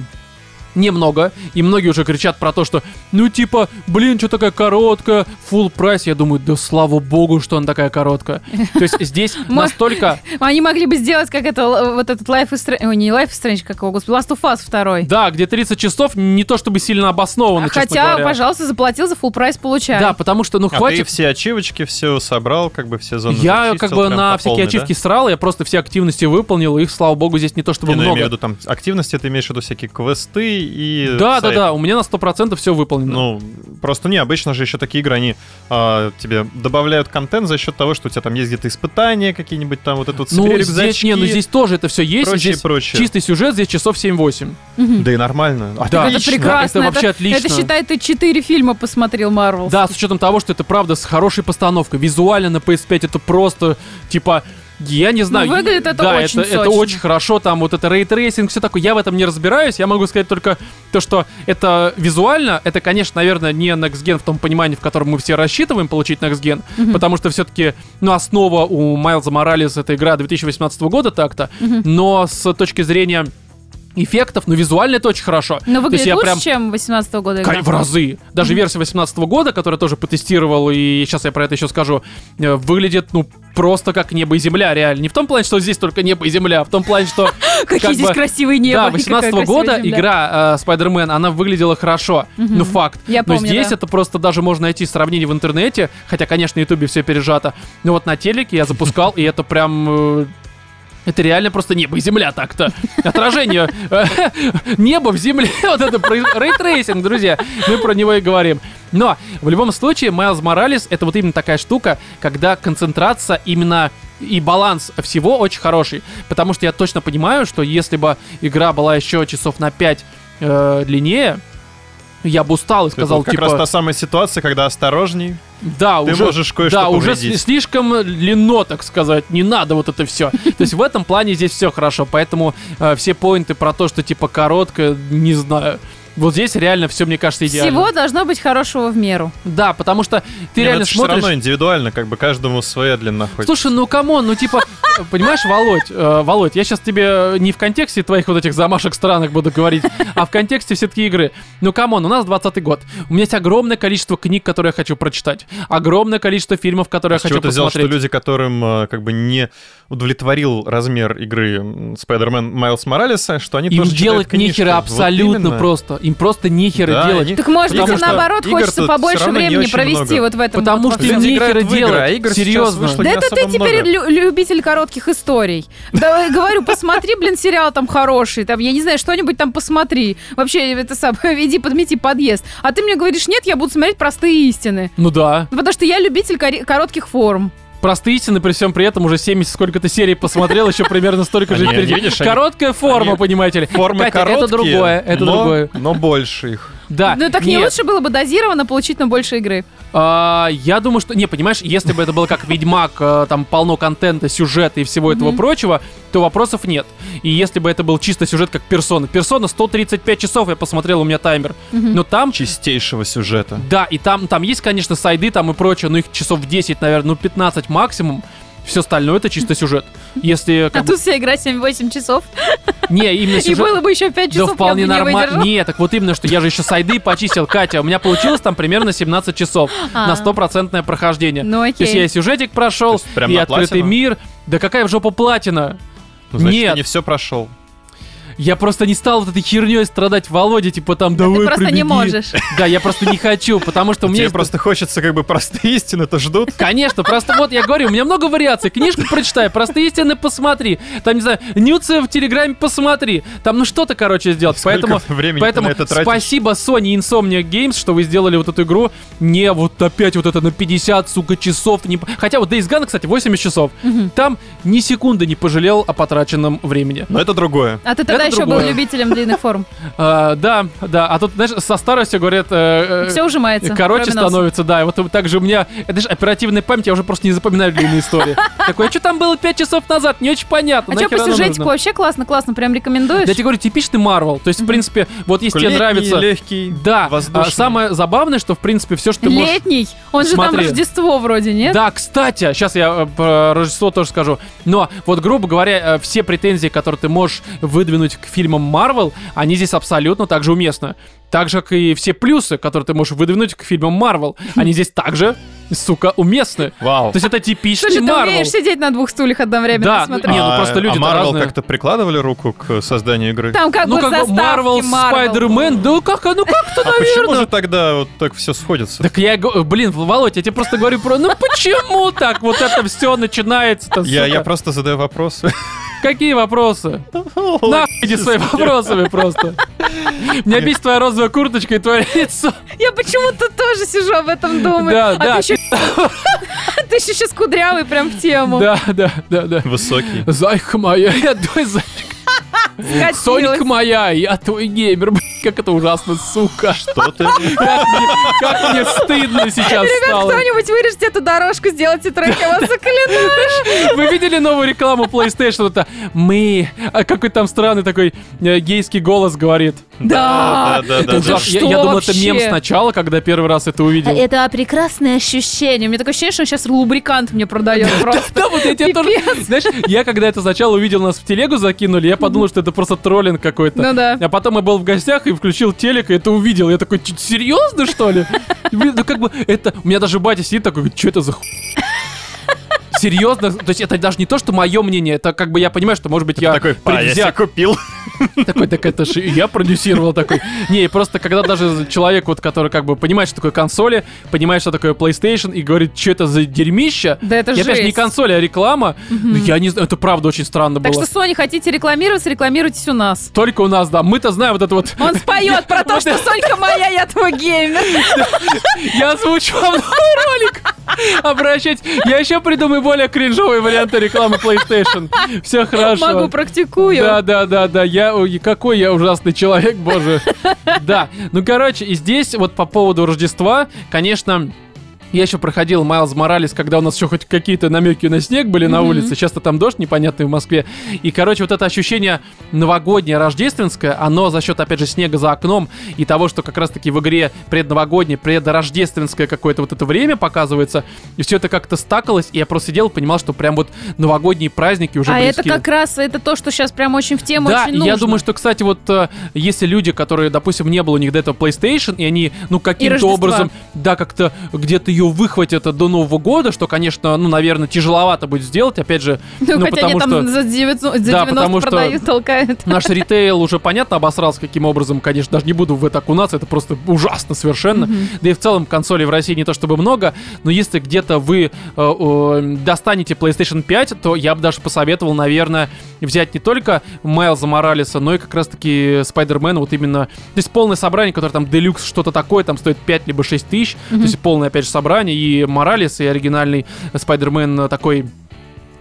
Speaker 1: немного, и многие уже кричат про то, что ну типа, блин, что такая короткая, full прайс, я думаю, да слава богу, что она такая короткая. То есть здесь настолько,
Speaker 3: Они могли бы сделать, как это, л- вот этот Life is Strange, ой, не Life is Strange, как его, господи, Last of Us 2.
Speaker 1: да, где 30 часов, не то чтобы сильно
Speaker 3: А
Speaker 1: обоснованно, честно
Speaker 3: Хотя,
Speaker 1: говоря.
Speaker 3: пожалуйста, заплатил за full прайс, получай.
Speaker 1: Да, потому что, ну
Speaker 2: А ты
Speaker 1: хватит,
Speaker 2: все ачивочки все собрал, как бы все зоны
Speaker 1: я
Speaker 2: зачистил
Speaker 1: как бы
Speaker 2: прям
Speaker 1: на
Speaker 2: по
Speaker 1: всякие
Speaker 2: полной, да?
Speaker 1: ачивки срал, я просто все активности выполнил, их, слава богу, здесь не то чтобы
Speaker 2: Не, ну, я
Speaker 1: много.
Speaker 2: имею в виду там активности, ты имеешь в виду всякие квесты и...
Speaker 1: да, да,
Speaker 2: сайты.
Speaker 1: да, у меня на 100% все выполнено.
Speaker 2: Ну, просто не, обычно же еще такие игры, они а, тебе добавляют контент за счет того, что у тебя там есть где-то испытания какие-нибудь, там вот это вот
Speaker 1: Ну,
Speaker 2: собери
Speaker 1: здесь,
Speaker 2: рюкзачки,
Speaker 1: не, ну здесь тоже это все есть.
Speaker 2: прочее,
Speaker 1: здесь
Speaker 2: прочее.
Speaker 1: чистый сюжет, здесь часов 7-8.
Speaker 3: Мгм.
Speaker 2: Да и нормально.
Speaker 1: А
Speaker 2: А
Speaker 1: Да.
Speaker 3: Это
Speaker 2: Отлично.
Speaker 3: прекрасно.
Speaker 1: Это вообще отлично.
Speaker 3: Это, считай, ты четыре фильма посмотрел, Марвел.
Speaker 1: Да, с учетом того, что это правда с хорошей постановкой. Визуально на PS5 это просто типа. Я не знаю.
Speaker 3: Ну, выглядит это
Speaker 1: да,
Speaker 3: очень
Speaker 1: это, это
Speaker 3: сочно.
Speaker 1: очень хорошо, там вот это рейтрейсинг, все такое. Я в этом не разбираюсь, я могу сказать только то, что это визуально, это, конечно, наверное, не Next Gen в том понимании, в котором мы все рассчитываем получить Next Gen, потому что все-таки, ну, основа у Майлза Моралес это игра 2018 года так-то, но с точки зрения эффектов, ну, визуально это очень хорошо.
Speaker 3: Но
Speaker 1: То есть
Speaker 3: выглядит
Speaker 1: я
Speaker 3: лучше,
Speaker 1: прям-
Speaker 3: чем 18 года игра.
Speaker 1: Кай- в разы. Даже версия 18 года, которую я тоже потестировал, и сейчас я про это еще скажу, э, выглядит, ну, просто как небо и земля, реально. Не в том плане, что здесь только небо и земля, а в том плане, что...
Speaker 3: Какие
Speaker 1: как
Speaker 3: здесь
Speaker 1: бы-
Speaker 3: красивые
Speaker 1: Да,
Speaker 3: небо. и какая
Speaker 1: 18
Speaker 3: красивая
Speaker 1: года
Speaker 3: земля.
Speaker 1: игра э, Spider-Man, она выглядела хорошо. Ну, факт.
Speaker 3: Я
Speaker 1: Но
Speaker 3: помню,
Speaker 1: здесь
Speaker 3: да.
Speaker 1: это просто даже можно найти сравнение в интернете, хотя, конечно, на Ютубе все пережато. Но вот на телеке я запускал, и это прям... э, это реально просто небо и земля так-то. Отражение э, неба в земле. Вот это про- рейтрейсинг, друзья. Мы про него и говорим. Но в любом случае Майлз Моралес это вот именно такая штука, когда концентрация именно и баланс всего очень хороший. Потому что я точно понимаю, что если бы игра была еще часов на 5 длиннее, я бы устал и
Speaker 2: Это
Speaker 1: сказал,
Speaker 2: вот как
Speaker 1: типа,
Speaker 2: раз та самая ситуация, когда осторожней,
Speaker 1: да,
Speaker 2: ты
Speaker 1: уже,
Speaker 2: можешь кое-что
Speaker 1: да, уже сли-
Speaker 2: повредить.
Speaker 1: слишком длинно, так сказать. Не надо вот это все. То есть в этом плане здесь все хорошо. Поэтому э, все поинты про то, что типа короткое, не знаю. Вот здесь реально все, мне кажется, идеально.
Speaker 3: Всего должно быть хорошего в меру.
Speaker 1: Да, потому что ты
Speaker 2: Не, ну
Speaker 1: реально
Speaker 2: это ж всё
Speaker 1: смотришь.
Speaker 2: равно индивидуально, как бы каждому своя длина хоть.
Speaker 1: Слушай, ну камон, ну типа, э, понимаешь, Володь, э, Володь, я сейчас тебе не в контексте твоих вот этих замашек странок буду говорить, а в контексте все-таки игры. Ну камон, у нас 20 год. У меня есть огромное количество книг, которые я хочу прочитать. Огромное количество фильмов, которые
Speaker 2: А С
Speaker 1: я
Speaker 2: чего
Speaker 1: хочу
Speaker 2: ты взял, что
Speaker 1: посмотреть.
Speaker 2: люди, которым э, как бы не удовлетворил размер игры м, Spider-Man Майлз Моралеса, что они
Speaker 1: Им
Speaker 2: тоже читают
Speaker 1: делать
Speaker 2: книжки.
Speaker 1: нехера
Speaker 2: Вот
Speaker 1: абсолютно
Speaker 2: именно.
Speaker 1: просто. Им просто нехера
Speaker 2: Да,
Speaker 1: делать.
Speaker 2: они-
Speaker 3: Так может быть,
Speaker 2: Потому
Speaker 3: и
Speaker 2: что
Speaker 3: наоборот
Speaker 2: игр-то
Speaker 3: хочется
Speaker 2: всё
Speaker 3: побольше
Speaker 2: равно не
Speaker 3: времени
Speaker 2: очень
Speaker 3: провести
Speaker 2: много.
Speaker 3: вот в этом.
Speaker 1: Потому
Speaker 3: вот
Speaker 1: что
Speaker 3: во
Speaker 2: Люди
Speaker 3: всем.
Speaker 1: Нехера
Speaker 2: играют в игры, а
Speaker 1: делать,
Speaker 2: игр сейчас
Speaker 1: серьезно.
Speaker 2: вышло
Speaker 3: Да
Speaker 2: не
Speaker 3: это ты
Speaker 2: особо
Speaker 3: теперь
Speaker 2: много.
Speaker 3: лю- любитель коротких историй. Да, э, говорю, посмотри, блин, сериал там хороший, там, я не знаю, что-нибудь там посмотри. Вообще, это самое, иди подмети подъезд. А ты мне говоришь, нет, я буду смотреть простые истины.
Speaker 1: Ну да.
Speaker 3: Ну, Потому что я любитель кори- коротких форм.
Speaker 1: Простые истины, при всем при этом уже 70 сколько-то серий посмотрел, еще примерно столько же
Speaker 2: Они,
Speaker 1: впереди.
Speaker 2: видишь, они-
Speaker 1: Короткая форма,
Speaker 2: они-
Speaker 1: понимаете ли.
Speaker 2: Формы
Speaker 1: Катя,
Speaker 2: короткие,
Speaker 1: это другое, это
Speaker 2: но,
Speaker 1: другое.
Speaker 2: но больше их.
Speaker 1: Да.
Speaker 3: ну так не
Speaker 1: нет.
Speaker 3: лучше было бы дозированно получить на больше игры.
Speaker 1: А, я думаю, что... Не, понимаешь, если бы это было как Ведьмак, э, там полно контента, сюжета и всего этого прочего, то вопросов нет. И если бы это был чисто сюжет как Персона. Персона 135 часов, я посмотрел, у меня таймер. Но там
Speaker 2: Чистейшего сюжета.
Speaker 1: Да, и там, там есть, конечно, сайды там и прочее, но их часов 10, наверное, ну 15 максимум. Все остальное это чисто сюжет. Если
Speaker 3: А
Speaker 1: как бы...
Speaker 3: тут вся игра 7-8 часов.
Speaker 1: Не, именно
Speaker 3: И
Speaker 1: сюжет...
Speaker 3: было бы еще 5
Speaker 1: Да
Speaker 3: часов, я
Speaker 1: вполне
Speaker 3: бы не
Speaker 1: нормально.
Speaker 3: выдержала.
Speaker 1: Не, так вот именно, что я же еще сайды почистил. Катя, у меня получилось там примерно 17 часов
Speaker 3: А.
Speaker 1: на стопроцентное прохождение.
Speaker 3: Ну, окей.
Speaker 1: То есть я и сюжетик
Speaker 2: То
Speaker 1: прошел,
Speaker 2: есть прям
Speaker 1: и
Speaker 2: на
Speaker 1: открытый
Speaker 2: платину?
Speaker 1: мир. Да какая в жопу платина?
Speaker 2: Ну, значит,
Speaker 1: Нет.
Speaker 2: ты не все прошел.
Speaker 1: Я просто не стал вот этой херней страдать, Володя, типа там,
Speaker 3: Ты
Speaker 1: давай
Speaker 3: просто не
Speaker 1: прибеги».
Speaker 3: можешь.
Speaker 1: Да, я просто не хочу, потому что у меня
Speaker 2: Тебе
Speaker 1: есть...
Speaker 2: просто хочется как бы простые истины-то ждут.
Speaker 1: Конечно, просто вот я говорю, у меня много вариаций. Книжку прочитай, простые истины посмотри. Там, не знаю, нюцы в Телеграме посмотри. Там, ну что-то, короче, сделать.
Speaker 2: Сколько
Speaker 1: поэтому
Speaker 2: времени ты
Speaker 1: поэтому
Speaker 2: на это тратишь?
Speaker 1: спасибо Sony Insomnia Games, что вы сделали вот эту игру. Не вот опять вот это на 50, сука, часов. Не... п- Хотя вот Days Gone, кстати, 80 часов. Там ни секунды не пожалел о потраченном времени.
Speaker 2: Но это другое.
Speaker 3: А ты тогда
Speaker 1: Это
Speaker 3: еще был
Speaker 1: другое.
Speaker 3: любителем длинных форм.
Speaker 1: А, да, да. А тут, знаешь, со старостью говорят... э, э,
Speaker 3: Все ужимается.
Speaker 1: Короче
Speaker 3: кроме носа.
Speaker 1: становится, да. И Вот также у меня, это же оперативная память, я уже просто не запоминаю длинные истории. Такое, что там было 5 часов назад, не очень понятно.
Speaker 3: А что по
Speaker 1: нахер оно
Speaker 3: сюжетику
Speaker 1: нужно? типа,
Speaker 3: вообще классно, классно, прям
Speaker 1: Я
Speaker 3: рекомендуешь?
Speaker 1: тебе говорю, типичный Марвел. То есть, в принципе, вот если тебе
Speaker 2: Летний,
Speaker 1: нравится...
Speaker 2: легкий,
Speaker 1: Да, а
Speaker 2: воздушный.
Speaker 1: самое забавное, что, в принципе, все, что ты можешь...
Speaker 3: Летний. Он же там
Speaker 1: Смотри.
Speaker 3: Рождество вроде, нет?
Speaker 1: Да, кстати, сейчас я э, про Рождество тоже скажу. Но вот, грубо говоря, э, все претензии, которые ты можешь выдвинуть к фильмам Марвел, они здесь абсолютно так же уместны. Так же, как и все плюсы, которые ты можешь выдвинуть к фильмам Марвел,
Speaker 3: Хм.
Speaker 1: они здесь также, сука, уместны.
Speaker 2: Вау.
Speaker 1: То есть это типичный
Speaker 3: Слушай, ты
Speaker 1: Марвел.
Speaker 3: умеешь сидеть на двух стульях одновременно
Speaker 1: Да,
Speaker 3: и смотреть?
Speaker 1: ну, не, ну, просто
Speaker 2: А-
Speaker 1: люди-то
Speaker 2: А Marvel
Speaker 1: разные.
Speaker 2: как-то прикладывали руку к созданию игры?
Speaker 3: Там как
Speaker 1: Ну
Speaker 3: бы
Speaker 1: как бы
Speaker 3: заставки
Speaker 1: Марвел,
Speaker 3: Marvel.
Speaker 1: Спайдермен, да как, ну как-то,
Speaker 2: А почему
Speaker 1: наверное.
Speaker 2: же тогда вот так все сходится?
Speaker 1: Так я, го- блин, Володь, я тебе просто говорю про, ну почему так вот это все начинается-то,
Speaker 2: Я, я
Speaker 1: сука?
Speaker 2: просто задаю вопросы.
Speaker 1: Какие вопросы? Нахуй иди своими вопросами просто. Меня бесит твоя розовая курточка и твое лицо.
Speaker 3: Я почему-то тоже сижу об этом думаю.
Speaker 1: Да,
Speaker 3: а
Speaker 1: да.
Speaker 3: Ты еще, ты еще сейчас кудрявый прям в тему.
Speaker 1: Да, да, да, да.
Speaker 2: Высокий.
Speaker 1: Зайка моя, я твой зайка.
Speaker 3: Скатилась.
Speaker 1: Соник моя, я твой геймер. Блин, Как это ужасно, сука.
Speaker 2: Что ты?
Speaker 1: Как мне, как мне стыдно сейчас
Speaker 3: Ребят,
Speaker 1: стало.
Speaker 3: кто-нибудь вырежьте эту дорожку, сделайте трек, я вас заклинаю.
Speaker 1: Вы видели новую рекламу PlayStation? Это мы. А какой там странный такой э, гейский голос говорит.
Speaker 3: Да.
Speaker 2: да, да,
Speaker 1: А, Это
Speaker 2: да.
Speaker 1: ужасно. я, я
Speaker 3: что
Speaker 1: думал, это мем
Speaker 3: вообще?
Speaker 1: сначала, когда первый раз это увидел.
Speaker 3: А, Это прекрасное ощущение. У меня такое ощущение, что сейчас лубрикант мне продает просто.
Speaker 1: Да, вот я тебе тоже... Знаешь, я когда это сначала увидел, нас в телегу закинули, я подумал, что это просто троллинг какой-то.
Speaker 3: Ну да.
Speaker 1: А потом я был в гостях и включил телек, и это увидел. Я такой, «Чё, серьезно, что ли? Блин, ну как бы это... У меня даже батя сидит такой, что это за ху... Серьезно? То есть это даже не то, что мое мнение, это как бы я понимаю, что, может быть, я
Speaker 2: Такой, а, я себе
Speaker 1: предвзят.
Speaker 2: купил.
Speaker 1: Такой, так это же я продюсировал такой. Не, просто когда даже человек, вот, который как бы понимает, что такое консоли, понимает, что такое PlayStation, и говорит, что это за дерьмище.
Speaker 3: Да это
Speaker 1: Я, опять же, не
Speaker 3: жесть.
Speaker 1: консоль, а реклама. Ну, Я не знаю, это правда очень странно
Speaker 3: Так
Speaker 1: было.
Speaker 3: что, Sony, хотите рекламироваться, рекламируйтесь у нас.
Speaker 1: Только у нас, да. Мы-то знаем вот это вот.
Speaker 3: Он споет про то, что Сонька моя, я твой геймер.
Speaker 1: Я озвучу вам новый ролик. Обращайтесь. Я еще придумаю более кринжовые варианты рекламы PlayStation. Все хорошо.
Speaker 3: Могу, практикую.
Speaker 1: Да, да, да, да. Я ой, какой я ужасный человек, боже. Да. Ну, короче, и здесь вот по поводу Рождества, конечно. Я еще проходил Майлз Моралес, когда у нас еще хоть какие-то намеки на снег были на улице. Сейчас-то там дождь непонятный в Москве. И, короче, вот это ощущение новогоднее, рождественское, оно за счет, опять же, снега за окном и того, что как раз-таки в игре предновогоднее, предрождественское какое-то вот это время показывается, и все это как-то стакалось, и я просто сидел и понимал, что прям вот новогодние праздники уже
Speaker 3: А это
Speaker 1: близки.
Speaker 3: как раз, это то, что сейчас прям очень в тему,
Speaker 1: Да,
Speaker 3: очень
Speaker 1: и
Speaker 3: нужно.
Speaker 1: я думаю, что, кстати, вот э, если люди, которые, допустим, не было у них до этого PlayStation, и они, ну, каким-то
Speaker 3: Рождества.
Speaker 1: образом, да, как-то где-то ее выхватят э, до Нового года, что, конечно, ну, наверное, тяжеловато будет сделать, опять же,
Speaker 3: Ну,
Speaker 1: ну,
Speaker 3: хотя они
Speaker 1: потому
Speaker 3: там
Speaker 1: что...
Speaker 3: за 90, за
Speaker 1: Да,
Speaker 3: 90
Speaker 1: потому что-
Speaker 3: продают, толкают.
Speaker 1: Наш ритейл уже понятно обосрался, каким образом, конечно, даже не буду в это окунаться, это просто ужасно совершенно. Да и в целом консолей в России не то чтобы много, но если где-то вы э, э, достанете PlayStation 5, то я бы даже посоветовал, наверное, взять не только Майлза Моралеса, но и как раз-таки Спайдермен, вот именно, то есть полное собрание, которое там Deluxe что-то такое, там стоит 5 либо 6 тысяч, то есть полное, опять же, собрание, и Моралес, и оригинальный Спайдермен э, такой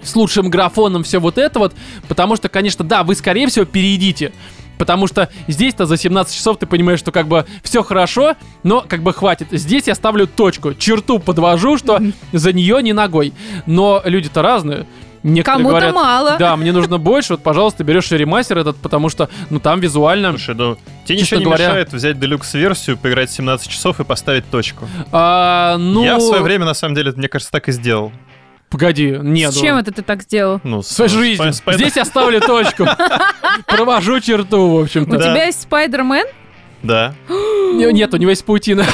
Speaker 1: с лучшим графоном все вот это вот, потому что, конечно, да, вы, скорее всего, перейдите. Потому что здесь-то за 17 часов ты понимаешь, что как бы все хорошо, но как бы хватит. Здесь я ставлю точку, черту подвожу, что за нее не ногой. Но люди-то разные. Некоторые
Speaker 3: Кому-то
Speaker 1: говорят,
Speaker 3: мало.
Speaker 1: Да, мне нужно больше, вот, пожалуйста, берешь шеремастер этот, потому что, ну, там визуально...
Speaker 2: Слушай, ну, тебе
Speaker 1: Честно
Speaker 2: ничего не
Speaker 1: говоря-
Speaker 2: мешает взять делюкс-версию, поиграть 17 часов и поставить точку.
Speaker 1: а, ну,
Speaker 2: Я в свое время, на самом деле, мне кажется, так и сделал.
Speaker 1: Погоди, нет.
Speaker 3: С чем это ты так сделал?
Speaker 2: Ну, с-
Speaker 1: Своей жизнью.
Speaker 2: с- с-
Speaker 1: Здесь я ставлю точку. Провожу черту, в общем-то.
Speaker 3: У
Speaker 2: Да.
Speaker 3: тебя есть Спайдермен?
Speaker 2: Да.
Speaker 1: Не- Нет, у него есть паутина.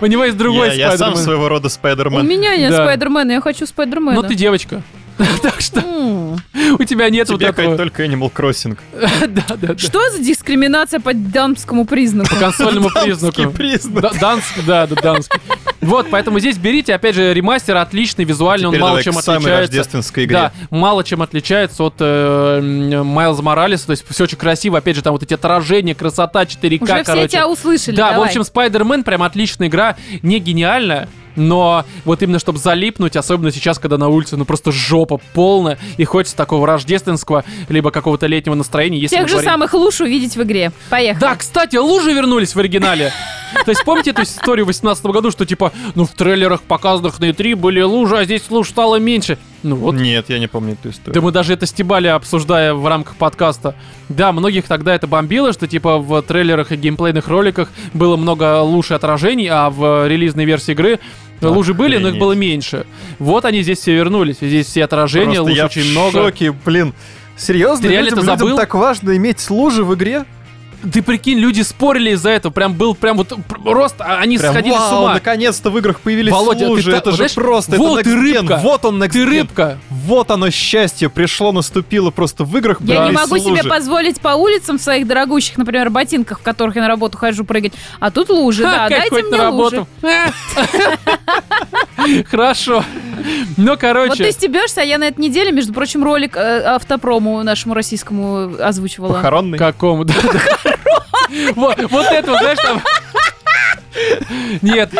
Speaker 1: У него есть
Speaker 2: Я
Speaker 1: другой
Speaker 2: я сам
Speaker 1: Спайдермен.
Speaker 2: своего рода
Speaker 3: У
Speaker 2: Спайдермен.
Speaker 3: меня нет
Speaker 1: Да. Ну,
Speaker 3: Спайдермена, я хочу Спайдермена.
Speaker 1: Но ты девочка. Так что
Speaker 3: М.
Speaker 1: у тебя нет вот
Speaker 2: Тебе, Кать,
Speaker 1: этого...
Speaker 2: только Animal Crossing.
Speaker 1: Да, да, да.
Speaker 3: Что за дискриминация по дамскому признаку?
Speaker 1: По консольному
Speaker 2: Дамский
Speaker 1: признаку.
Speaker 2: признак.
Speaker 1: Да, Данский, да, да, Данский. Вот, поэтому здесь берите, опять же, ремастер отличный, визуально
Speaker 2: Теперь
Speaker 1: он мало
Speaker 2: давай
Speaker 1: чем
Speaker 2: к самой
Speaker 1: отличается.
Speaker 2: рождественской игре.
Speaker 1: Да, мало чем отличается от э, м, Майлза Моралеса, то есть все очень красиво, опять же, там вот эти отражения, красота, 4К,
Speaker 3: Уже все
Speaker 1: короче.
Speaker 3: тебя услышали.
Speaker 1: Да, в
Speaker 3: давай.
Speaker 1: общем, Spider-Man прям отличная игра, не гениальная, но вот именно чтобы залипнуть, особенно сейчас, когда на улице, ну просто жопа полная, и хочется такого рождественского, либо какого-то летнего настроения. Если
Speaker 3: Тех
Speaker 1: мы
Speaker 3: же
Speaker 1: говорим-
Speaker 3: самых луж увидеть в игре. Поехали.
Speaker 1: Да, кстати, лужи вернулись в оригинале. То есть помните эту историю в 18 году, что типа, ну в трейлерах, показанных на E3, были лужи, а здесь луж стало меньше. Ну вот.
Speaker 2: Нет, я не помню эту
Speaker 1: Да
Speaker 2: историю.
Speaker 1: мы даже это стебали, обсуждая в рамках подкаста. Да, многих тогда это бомбило, что типа в трейлерах и геймплейных роликах было много луж и отражений, а в релизной версии игры лужи были, но их
Speaker 2: Охренеть.
Speaker 1: было меньше. Вот они здесь все вернулись, и здесь все отражения,
Speaker 2: Просто
Speaker 1: луж
Speaker 2: я
Speaker 1: очень
Speaker 2: в
Speaker 1: много.
Speaker 2: шоке, блин. Серьезно,
Speaker 1: Ты реально
Speaker 2: людям,
Speaker 1: это
Speaker 2: людям
Speaker 1: забыл?
Speaker 2: так важно иметь лужи в игре?
Speaker 1: Ты прикинь, люди спорили из-за этого, прям был прям вот пр- рост, а они
Speaker 2: Прям,
Speaker 1: сходили
Speaker 2: вау,
Speaker 1: с ума.
Speaker 2: наконец-то в играх появились
Speaker 1: Володя, ты
Speaker 2: лужи.
Speaker 1: та-
Speaker 2: это
Speaker 1: вот
Speaker 2: же
Speaker 1: знаешь,
Speaker 2: просто.
Speaker 1: вот
Speaker 2: это
Speaker 1: и
Speaker 2: next gen,
Speaker 1: рыбка.
Speaker 2: Вот он next
Speaker 1: Ты
Speaker 2: gen.
Speaker 1: рыбка.
Speaker 2: Вот оно счастье пришло, наступило просто в играх.
Speaker 3: Я не
Speaker 2: появились
Speaker 3: могу себе
Speaker 2: лужи.
Speaker 3: позволить по улицам в своих дорогущих, например, ботинках, в которых я на работу хожу прыгать, а тут лужи, да,
Speaker 1: Ха, Кать,
Speaker 3: дайте
Speaker 1: хоть
Speaker 3: мне
Speaker 1: на
Speaker 3: лужи.
Speaker 1: работу. Хорошо. Ну,
Speaker 3: Вот ты
Speaker 1: короче,
Speaker 3: стебешься, а я на этой неделе, между прочим, ролик э, автопрому нашему российскому озвучивала.
Speaker 2: Похоронный.
Speaker 1: какому? Да, да. Вот вот это, вот, знаешь, там... Нет,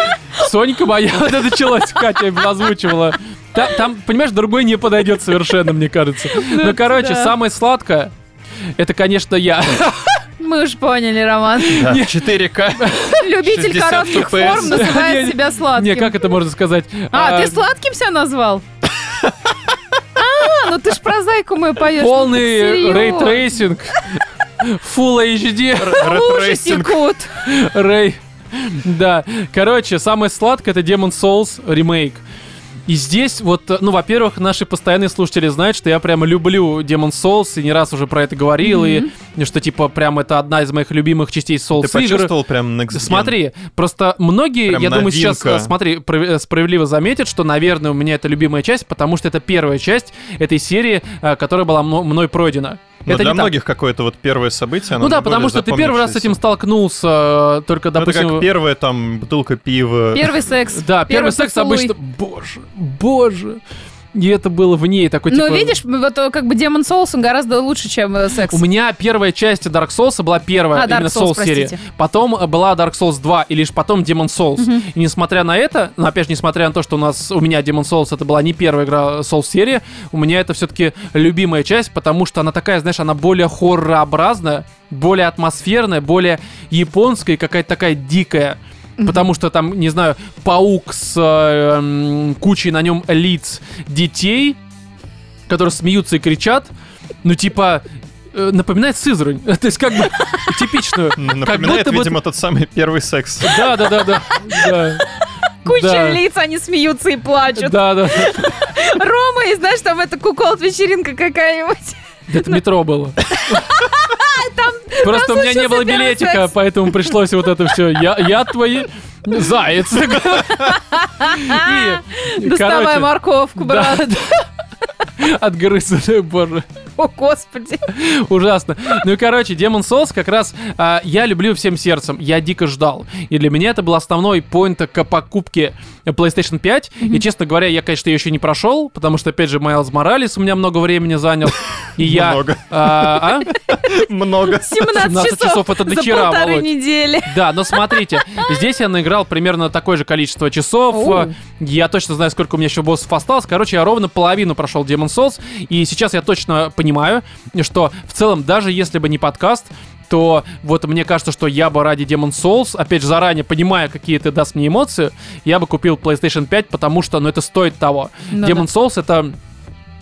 Speaker 1: Сонька моя, вот это началось, Катя озвучивала. Та- Там, понимаешь, другой не подойдет совершенно, мне кажется. Ну, короче,
Speaker 3: да.
Speaker 1: самое сладкое, это, конечно, я.
Speaker 3: Мы уж поняли, Роман.
Speaker 2: Да, 4К.
Speaker 3: Любитель
Speaker 2: 60
Speaker 3: коротких
Speaker 2: FPS.
Speaker 3: форм называет
Speaker 1: Я-
Speaker 3: себя
Speaker 1: Не,
Speaker 3: сладким.
Speaker 1: как это можно сказать?
Speaker 3: А, ты
Speaker 1: сладкий?
Speaker 3: сладким себя назвал? А, ну ты ж про зайку мою поешь. ну ты
Speaker 1: Полный
Speaker 3: серьёзно.
Speaker 1: рейтрейсинг. Full HD.
Speaker 3: Лужи секут.
Speaker 1: Рэй. Да. Короче, самое сладкое это Demon Souls ремейк. И здесь вот, э, ну, во-первых, наши постоянные слушатели знают, что я прямо люблю Demon Souls, и не раз уже про это говорил, и что, типа, прям это одна из моих любимых частей Souls
Speaker 2: Ты
Speaker 1: игр.
Speaker 2: почувствовал прям next gen?
Speaker 1: Смотри, просто многие,
Speaker 2: Прям
Speaker 1: я думаю, сейчас,
Speaker 2: новинка.
Speaker 1: э, смотри, пров- э, справедливо заметят, что, наверное, у меня это любимая часть, потому что это первая часть этой серии, э, которая была мно- мной пройдена.
Speaker 2: Но
Speaker 1: это
Speaker 2: Ну, для
Speaker 1: не так.
Speaker 2: многих какое-то вот первое событие. оно
Speaker 1: Ну да,
Speaker 2: наиболее
Speaker 1: потому что ты первый раз с этим
Speaker 2: запомнившееся.
Speaker 1: столкнулся, э, только,
Speaker 2: Ну,
Speaker 1: допустим...
Speaker 2: Это как первая там бутылка пива.
Speaker 3: Первый секс.
Speaker 1: Да, первый, секс
Speaker 3: поцелуй.
Speaker 1: обычно... Боже, боже. И это было в ней такой,
Speaker 3: Но
Speaker 1: типа...
Speaker 3: Ну, видишь, вот э, как бы Демон Souls, он гораздо лучше, чем э, секс.
Speaker 1: У меня первая часть Dark Souls была первая,
Speaker 3: А, Dark
Speaker 1: именно
Speaker 3: Souls,
Speaker 1: Souls, серии.
Speaker 3: простите.
Speaker 1: Потом э, была Dark Souls 2, и лишь потом Demon Souls. И несмотря на это, ну, опять же, несмотря на то, что у нас у меня Demon Souls это была не первая игра Souls серии, у меня это все-таки любимая часть, потому что она такая, знаешь, она более хоррообразная, более атмосферная, более японская и какая-то такая дикая. Потому что там, не знаю, паук с э, м, кучей на нем лиц детей, которые смеются и кричат, ну типа э, напоминает Сызрань, то есть как бы типичную.
Speaker 2: Ну, Напоминает,
Speaker 1: будто бы-
Speaker 2: видимо, тот самый первый секс.
Speaker 1: Да, да, да, да. да.
Speaker 3: Куча
Speaker 1: Да.
Speaker 3: лиц, они смеются и плачут.
Speaker 1: Да, да.
Speaker 3: Рома, и знаешь, там это кукол вечеринка какая-нибудь.
Speaker 1: Это метро было. Просто
Speaker 3: там
Speaker 1: у меня не
Speaker 3: случился
Speaker 1: было
Speaker 3: первый
Speaker 1: билетика,
Speaker 3: секс.
Speaker 1: поэтому пришлось вот это все. Я, я твои заяц. И,
Speaker 3: Доставай
Speaker 1: короче,
Speaker 3: А, морковку, брат.
Speaker 1: да, да. Отгрызанная, боже.
Speaker 3: О, господи.
Speaker 1: Ужасно. Ну и, короче, Demon Souls как раз а, я люблю всем сердцем. Я дико ждал. И для меня это был основной поинт к покупке PlayStation 5. И, честно говоря, я, конечно, ее еще не прошел, потому что, опять же, Майлз Моралес у меня много времени занял. И я...
Speaker 2: Много.
Speaker 1: а, а?
Speaker 2: Много.
Speaker 3: 17
Speaker 1: 17 часов это
Speaker 3: за
Speaker 1: дочера,
Speaker 3: полторы
Speaker 1: Володь.
Speaker 3: недели.
Speaker 1: Да, но смотрите, здесь я наиграл примерно такое же количество часов.
Speaker 3: Оу.
Speaker 1: Э, Я точно знаю, сколько у меня еще боссов осталось. Короче, я ровно половину прошел Demon Souls. И сейчас я точно понимаю, что в целом, даже если бы не подкаст, то вот мне кажется, что я бы ради Demon Souls, опять же, заранее понимая, какие это даст мне эмоции, я бы купил PlayStation 5, потому что, ну, это стоит того.
Speaker 3: Ну
Speaker 1: Demon Souls это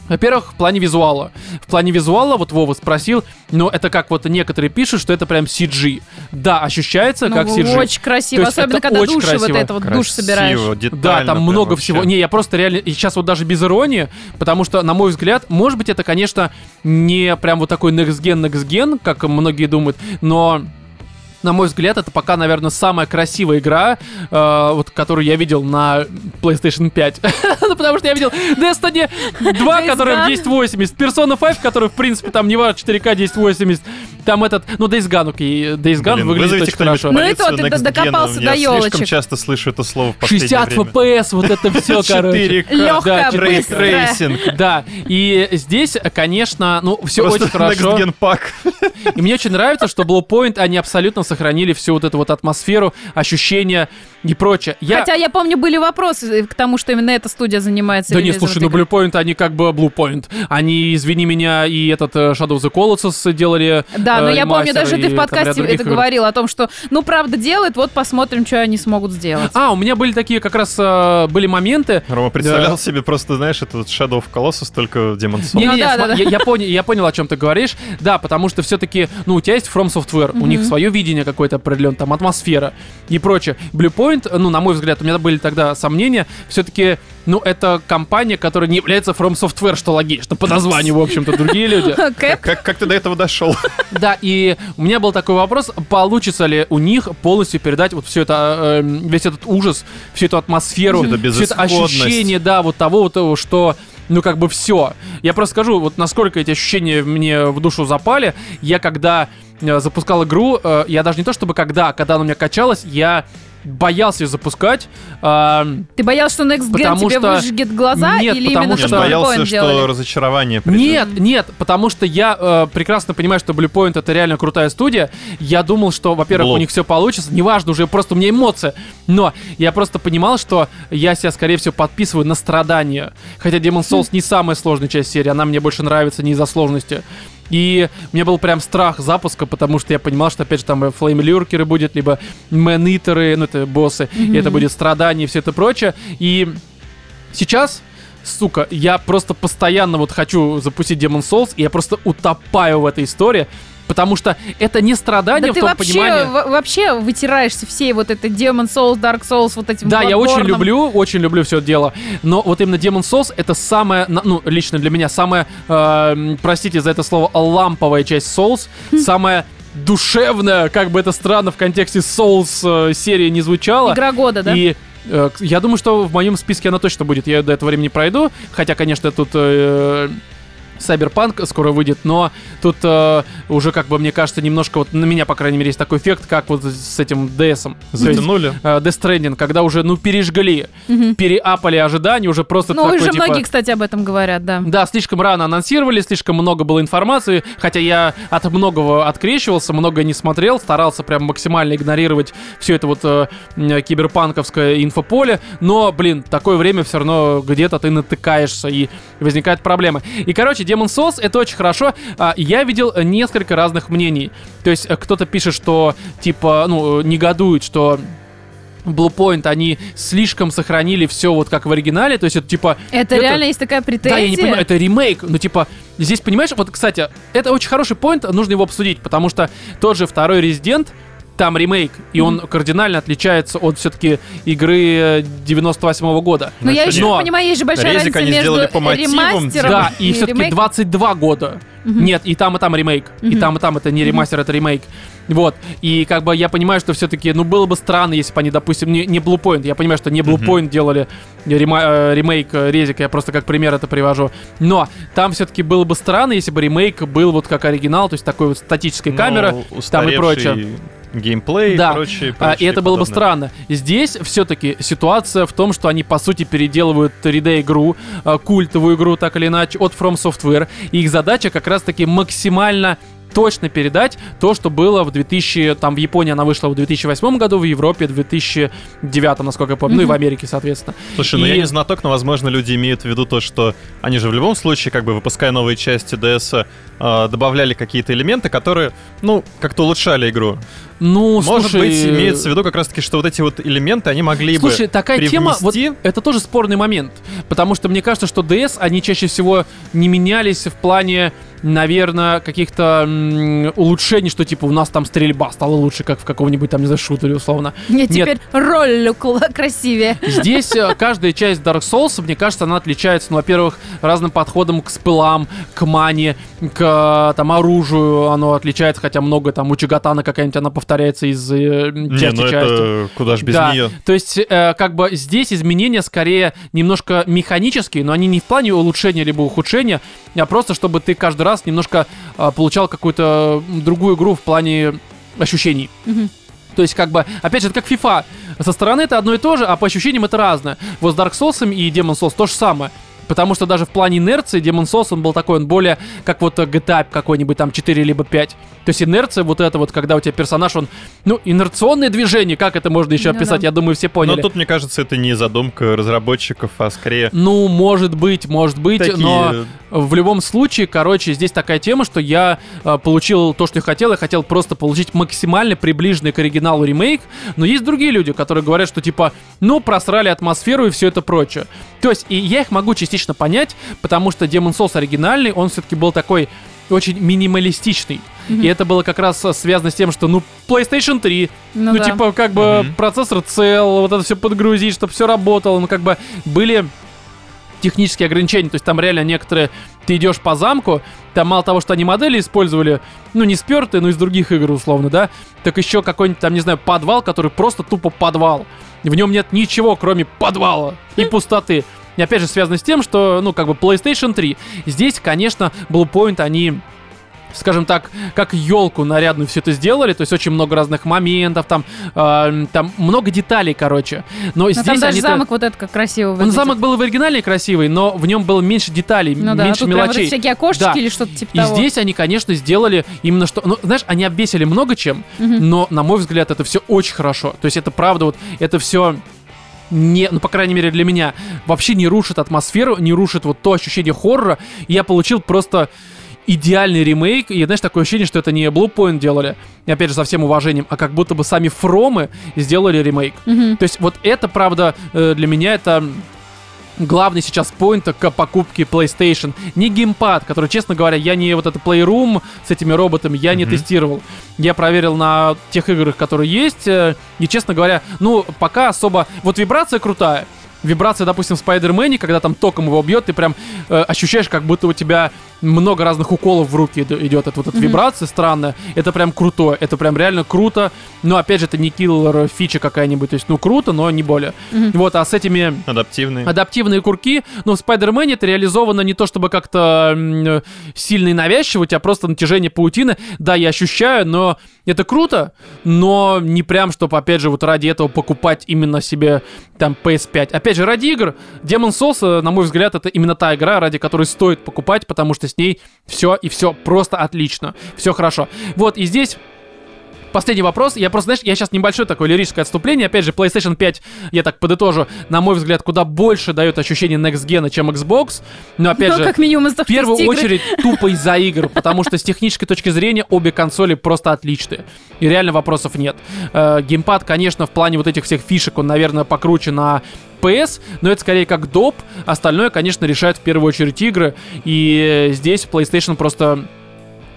Speaker 1: во-первых, в плане визуала. В плане визуала, вот Вова спросил, но это как вот некоторые пишут, что это прям CG. Да, ощущается
Speaker 3: Ну,
Speaker 1: как CG.
Speaker 3: Очень красиво,
Speaker 1: То есть
Speaker 3: особенно
Speaker 1: это
Speaker 3: когда
Speaker 1: очень
Speaker 3: души вот
Speaker 1: красиво.
Speaker 3: это вот душ собираешь.
Speaker 1: Да, там много всего. Не, я просто реально... И сейчас вот даже без иронии, потому что, на мой взгляд, может быть, это, конечно, не прям вот такой next-gen, next-gen, как многие думают, но... На мой взгляд, это пока, наверное, самая красивая игра, э, вот, которую я видел на PlayStation 5. ну, потому что я видел Destiny 2,
Speaker 3: Days
Speaker 1: который в
Speaker 3: Gone.
Speaker 1: 1080, Persona 5, который, в принципе, там не важно, 4К 1080, там этот, ну, Days Gone, окей, Days Gone
Speaker 2: Блин,
Speaker 1: выглядит
Speaker 2: вызовите
Speaker 1: очень
Speaker 2: кто-нибудь
Speaker 1: хорошо.
Speaker 3: Ну и
Speaker 2: полицию
Speaker 3: то, ты
Speaker 2: Next
Speaker 3: до-
Speaker 2: Gen,
Speaker 3: докопался
Speaker 2: у меня
Speaker 3: до
Speaker 2: слишком
Speaker 3: ёлочек.
Speaker 2: часто слышу это слово в последнее
Speaker 1: 60
Speaker 2: время.
Speaker 1: FPS, вот это все, короче.
Speaker 2: 4К.
Speaker 3: Лёгкая,
Speaker 1: да,
Speaker 2: Рей-
Speaker 3: быстрая.
Speaker 2: Рейсинг.
Speaker 1: Да, и здесь, конечно, ну, все
Speaker 2: Просто
Speaker 1: очень хорошо.
Speaker 2: Next Gen Pack.
Speaker 1: И мне очень нравится, что Blue Point, они абсолютно сохранили всю вот эту вот атмосферу, ощущения и прочее. Я...
Speaker 3: Хотя я помню, были вопросы э, к тому, что именно эта студия занимается.
Speaker 1: Да не,
Speaker 3: релизом
Speaker 1: слушай,
Speaker 3: этой
Speaker 1: ну
Speaker 3: игры.
Speaker 1: Blue Point, они как бы Blue Point. Они, извини меня, и этот э, Shadow of the Colossus делали.
Speaker 3: Да, но
Speaker 1: э,
Speaker 3: я помню,
Speaker 1: ремастер,
Speaker 3: даже
Speaker 1: и
Speaker 3: ты в
Speaker 1: там ряд
Speaker 3: подкасте
Speaker 1: других
Speaker 3: это
Speaker 1: игр.
Speaker 3: говорил о том, что, ну, правда, делают, вот посмотрим, что они смогут сделать.
Speaker 1: А, у меня были такие как раз э, были моменты. Э,
Speaker 2: Рома представлял себе просто, знаешь, этот Shadow of Colossus, только Demon Souls.
Speaker 1: Не,
Speaker 3: Ну
Speaker 1: не,
Speaker 3: да, да, да.
Speaker 1: я, я понял, я понял, о чем ты говоришь. Да, потому что все-таки, ну, у тебя есть From Software, у
Speaker 3: Мгм.
Speaker 1: них свое видение какое-то определенное, там атмосфера и прочее. Bluepoint, ну, на мой взгляд, у меня были тогда сомнения, все-таки, ну, это компания, которая не является From Software, что логично, по названию, в общем-то, другие люди.
Speaker 3: Кэп,
Speaker 2: Как, как ты до этого дошел?
Speaker 1: Да, и у меня был такой вопрос, получится ли у них полностью передать вот все это, э, весь этот ужас, всю эту атмосферу,
Speaker 2: Всю эту
Speaker 1: всё это
Speaker 2: безысходность.
Speaker 1: ощущение, да, вот того, вот, того, что, ну, как бы все. Я просто скажу, вот насколько эти ощущения мне в душу запали, я когда э, запускал игру, э, я даже не то чтобы когда, а когда она у меня качалась, я боялся ее запускать, э,
Speaker 3: ты боялся, что Next Gen
Speaker 1: Потому
Speaker 3: тебе
Speaker 1: что-
Speaker 3: выжгет глаза?
Speaker 1: Нет,
Speaker 3: или
Speaker 1: потому
Speaker 3: именно
Speaker 1: что-
Speaker 2: Я
Speaker 3: чтобы
Speaker 2: боялся,
Speaker 3: Point
Speaker 2: что
Speaker 3: делали?
Speaker 2: разочарование придет.
Speaker 1: Нет, нет, потому что я э, прекрасно понимаю, что Bluepoint это реально крутая студия. Я думал, что, во-первых,
Speaker 2: Блок.
Speaker 1: у них все получится. Неважно, уже просто у меня эмоции. Но я просто понимал, что я себя, скорее всего, подписываю на страдания. Хотя Demon's Souls не самая сложная часть серии, она мне больше нравится не из-за сложности. И у меня был прям страх запуска, потому что я понимал, что опять же там флейм люркеры будет, либо мэн ну это боссы, и это будет страдание и все это прочее. И сейчас, сука, я просто постоянно вот хочу запустить Demon Souls, и я просто утопаю в этой истории, потому что это не страдание
Speaker 3: Да
Speaker 1: в
Speaker 3: ты
Speaker 1: том
Speaker 3: вообще,
Speaker 1: понимании.
Speaker 3: во- вообще вытираешься всей вот этой Demon Souls, Dark Souls, вот этим
Speaker 1: Да, я
Speaker 3: Bloodborne.
Speaker 1: очень люблю, очень люблю все это дело. Но вот именно Demon Souls это самая, на- ну, лично для меня, самая, эм, простите за это слово, ламповая часть Souls,
Speaker 3: Хм.
Speaker 1: самая душевная, как бы это странно в контексте Souls э, серии не звучало.
Speaker 3: Игра года, да?
Speaker 1: И э, к- я думаю, что в моем списке она точно будет. Я её до этого времени пройду. Хотя, конечно, тут э, Cyberpunk скоро выйдет, но тут э, уже, как бы, мне кажется, немножко вот на меня, по крайней мере, есть такой эффект, как вот с этим DS. То есть,
Speaker 2: Затянули.
Speaker 1: э, Death Stranding, когда уже, ну, пережгли,
Speaker 3: Мгм.
Speaker 1: переапали ожидания, уже просто
Speaker 3: Ну,
Speaker 1: такой,
Speaker 3: уже
Speaker 1: типа,
Speaker 3: многие, кстати, об этом говорят, да.
Speaker 1: да, слишком рано анонсировали, слишком много было информации, хотя я от многого открещивался, многое не смотрел, старался прям максимально игнорировать все это вот э, м, киберпанковское инфополе, но, блин, такое время все равно где-то ты натыкаешься и возникают проблемы. И, короче, Demon Souls это очень хорошо. А, Я видел э, несколько разных мнений. То есть э, кто-то пишет, что типа, ну, э, негодует, что Bluepoint, они слишком сохранили все вот как в оригинале, то есть это типа...
Speaker 3: Это
Speaker 1: это-
Speaker 3: реально есть такая претензия.
Speaker 1: Да, я не понимаю, это ремейк. Ну, типа, здесь, понимаешь, вот, кстати, это очень хороший поинт, нужно его обсудить, потому что тот же второй Резидент, там ремейк, и он кардинально отличается от все-таки игры э, 98 года.
Speaker 3: Но я
Speaker 2: Ну,
Speaker 3: еще
Speaker 1: что
Speaker 3: не
Speaker 1: нет?
Speaker 3: понимаю, есть же большая
Speaker 2: Резик
Speaker 3: разница
Speaker 2: они
Speaker 3: между
Speaker 2: сделали по мотивам,
Speaker 3: ремастером
Speaker 1: Да, и все-таки
Speaker 3: ремейком.
Speaker 1: 22 года. Нет, и там, и там ремейк. И
Speaker 3: Мгм.
Speaker 1: там, и там это не ремастер, это ремейк. Вот. И как бы я понимаю, что все-таки, ну, было бы странно, если бы они, допустим, не, не Bluepoint. Я понимаю, что не Bluepoint делали рема- э, ремейк э, Резика, я просто как пример это привожу. Но там все-таки было бы странно, если бы ремейк был вот как оригинал, то есть такой вот статической камера.
Speaker 2: Ну,
Speaker 1: там и прочее.
Speaker 2: устаревший Геймплей
Speaker 1: Да.
Speaker 2: и прочее.
Speaker 1: А, и
Speaker 2: прочее
Speaker 1: это было бы
Speaker 2: подобное.
Speaker 1: странно. Здесь все-таки ситуация в том, что они по сути переделывают 3D-игру, э, культовую игру так или иначе от From Software. И их задача как раз-таки максимально точно передать то, что было в 2000, там в Японии она вышла в 2008 году, в Европе в 2009, насколько я помню, ну и в Америке, соответственно.
Speaker 2: Слушай, ну я
Speaker 1: И-
Speaker 2: не знаток, но, возможно, люди имеют в виду то, что они же в любом случае, как бы выпуская новые части DS, э, добавляли какие-то элементы, которые, ну, как-то улучшали игру.
Speaker 1: Ну,
Speaker 2: Может
Speaker 1: слушай,
Speaker 2: быть, имеется в виду как раз-таки, что вот эти вот элементы, они могли бы
Speaker 1: Слушай, такая тема, вот
Speaker 2: привнести.
Speaker 1: это тоже спорный момент, потому что мне кажется, что DS, они чаще всего не менялись в плане наверное, каких-то м, улучшений, что типа у нас там стрельба стала лучше, как в каком-нибудь там, не знаю, шутере условно.
Speaker 3: Нет, теперь роль кла- красивее.
Speaker 1: Здесь э, каждая часть Dark Souls, мне кажется, она отличается, ну, во-первых, разным подходом к спылам, к мане, к э, там оружию. Оно отличается, хотя много там у Чигатана какая-нибудь она повторяется из э,
Speaker 2: Не,
Speaker 1: части
Speaker 2: ну
Speaker 1: части.
Speaker 2: это куда ж без
Speaker 1: Да,
Speaker 2: нее.
Speaker 1: То есть, э, как бы здесь изменения скорее немножко механические, но они не в плане улучшения либо ухудшения, а просто чтобы ты каждый раз немножко э, получал какую-то м, другую игру в плане ощущений.
Speaker 3: Мгм.
Speaker 1: То есть, как бы, опять же, это как FIFA. Со стороны это одно и то же, а по ощущениям это разное. Вот с Dark Souls и Demon Souls то же самое. Потому что даже в плане инерции Demon Souls, он был такой, он более как вот э, GTA какой-нибудь там 4 либо 5. То есть инерция вот это вот, когда у тебя персонаж, он... Ну, инерционные движения, как это можно еще
Speaker 3: Ну
Speaker 1: описать?
Speaker 3: да.
Speaker 1: Я думаю, все
Speaker 2: Но
Speaker 1: поняли.
Speaker 2: тут, мне кажется, это не задумка разработчиков, а скорее
Speaker 1: Ну, может быть, может быть,
Speaker 2: такие...
Speaker 1: но в любом случае, короче, здесь такая тема, что я э, получил то, что я хотел, я хотел просто получить максимально приближенный к оригиналу ремейк, но есть другие люди, которые говорят, что типа, ну, просрали атмосферу и все это прочее. То есть, и я их могу частично понять, потому что Demon Souls оригинальный, он все-таки был такой очень минималистичный. И это было как раз э, связано с тем, что, ну, PlayStation 3,
Speaker 3: Ну,
Speaker 1: ну,
Speaker 3: да.
Speaker 1: типа, как бы
Speaker 2: Мгм.
Speaker 1: процессор цел, вот это все подгрузить, чтобы все работало. Ну, как бы были технические ограничения. То есть там реально некоторые... Ты идешь по замку, там мало того, что они модели использовали, ну, не спертые, но из других игр, условно, да, так еще какой-нибудь там, не знаю, подвал, который просто тупо подвал. В нем нет ничего, кроме подвала
Speaker 3: Хм.
Speaker 1: и пустоты. И опять же, связано с тем, что, ну, как бы PlayStation 3. Здесь, конечно, Bluepoint, они скажем так, как елку нарядную все это сделали, то есть очень много разных моментов, там, э, там много деталей, короче. Но,
Speaker 3: Но
Speaker 1: здесь
Speaker 3: А там даже
Speaker 1: они-то-
Speaker 3: замок вот этот как красиво
Speaker 1: он
Speaker 3: выглядит.
Speaker 1: замок был в оригинале красивый, но в нем было меньше деталей,
Speaker 3: Ну да, а
Speaker 1: меньше
Speaker 3: тут прям вот
Speaker 1: мелочей.
Speaker 3: эти всякие окошечки
Speaker 1: Да.
Speaker 3: или что-то типа
Speaker 1: И
Speaker 3: того.
Speaker 1: здесь они, конечно, сделали именно что... Ну, знаешь, они обвесили много чем,
Speaker 3: Мгм.
Speaker 1: но, на мой взгляд, это все очень хорошо. То есть это правда, вот это все не, ну, по крайней мере, для меня, вообще не рушит атмосферу, не рушит вот то ощущение хоррора. И я получил просто идеальный ремейк, и, знаешь, такое ощущение, что это не Bluepoint делали, и, опять же, со всем уважением, а как будто бы сами Фромы сделали ремейк.
Speaker 3: Мгм.
Speaker 1: То есть вот это, правда, э, для меня это главный сейчас поинт к покупке PlayStation. Не геймпад, который, честно говоря, я не вот это Playroom с этими роботами, я не
Speaker 2: Мгм.
Speaker 1: тестировал. Я проверил на тех играх, которые есть, э, и, честно говоря, ну, пока особо... Вот вибрация крутая. Вибрация, допустим, в Спайдермене, когда там током его бьет, ты прям э, ощущаешь, как будто у тебя много разных уколов в руки иду- идет от вот эта
Speaker 3: Мгм.
Speaker 1: вибрация странная. Это прям круто, это прям реально круто. Но опять же, это не киллер фича какая-нибудь, то есть, ну, круто, но не более.
Speaker 3: Мгм.
Speaker 1: Вот, а с этими
Speaker 2: Адаптивные.
Speaker 1: адаптивные курки, но в Спайдермене это реализовано не то чтобы как-то м, э, сильно и навязчиво, у тебя просто натяжение паутины, да, я ощущаю, но это круто, но не прям, чтобы, опять же, вот ради этого покупать именно себе там PS5. Опять же, ради игр Demon Souls, э, на мой взгляд, это именно та игра, ради которой стоит покупать, потому что с ней все и все просто отлично, все хорошо. Вот, и здесь Последний вопрос. Я просто, знаешь, я сейчас небольшое такое лирическое отступление. Опять же, PlayStation 5, я так подытожу, на мой взгляд, куда больше дает ощущение Next Gen, чем Xbox. Но опять
Speaker 3: Ну,
Speaker 1: же,
Speaker 3: как минимум из
Speaker 1: в первую
Speaker 3: «Тигры».
Speaker 1: очередь тупо из-за игр, потому что с технической точки зрения обе консоли просто отличные. И реально вопросов нет. Э, Геймпад, конечно, в плане вот этих всех фишек, он, наверное, покруче на PS, но это скорее как доп. Остальное, конечно, решают в первую очередь игры. И э, здесь PlayStation просто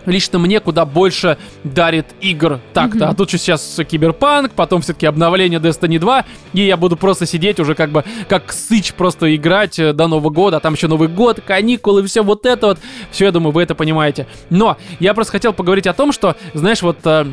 Speaker 1: лично мне куда больше дарит игр так-то.
Speaker 3: Мгм.
Speaker 1: А тут сейчас Киберпанк, потом все-таки обновление Destiny 2, и я буду просто сидеть уже как бы как сыч просто играть э, до Нового года, а там еще Новый год, каникулы, все вот это вот. Все, я думаю, вы это понимаете. Но я просто хотел поговорить о том, что, знаешь, вот... э,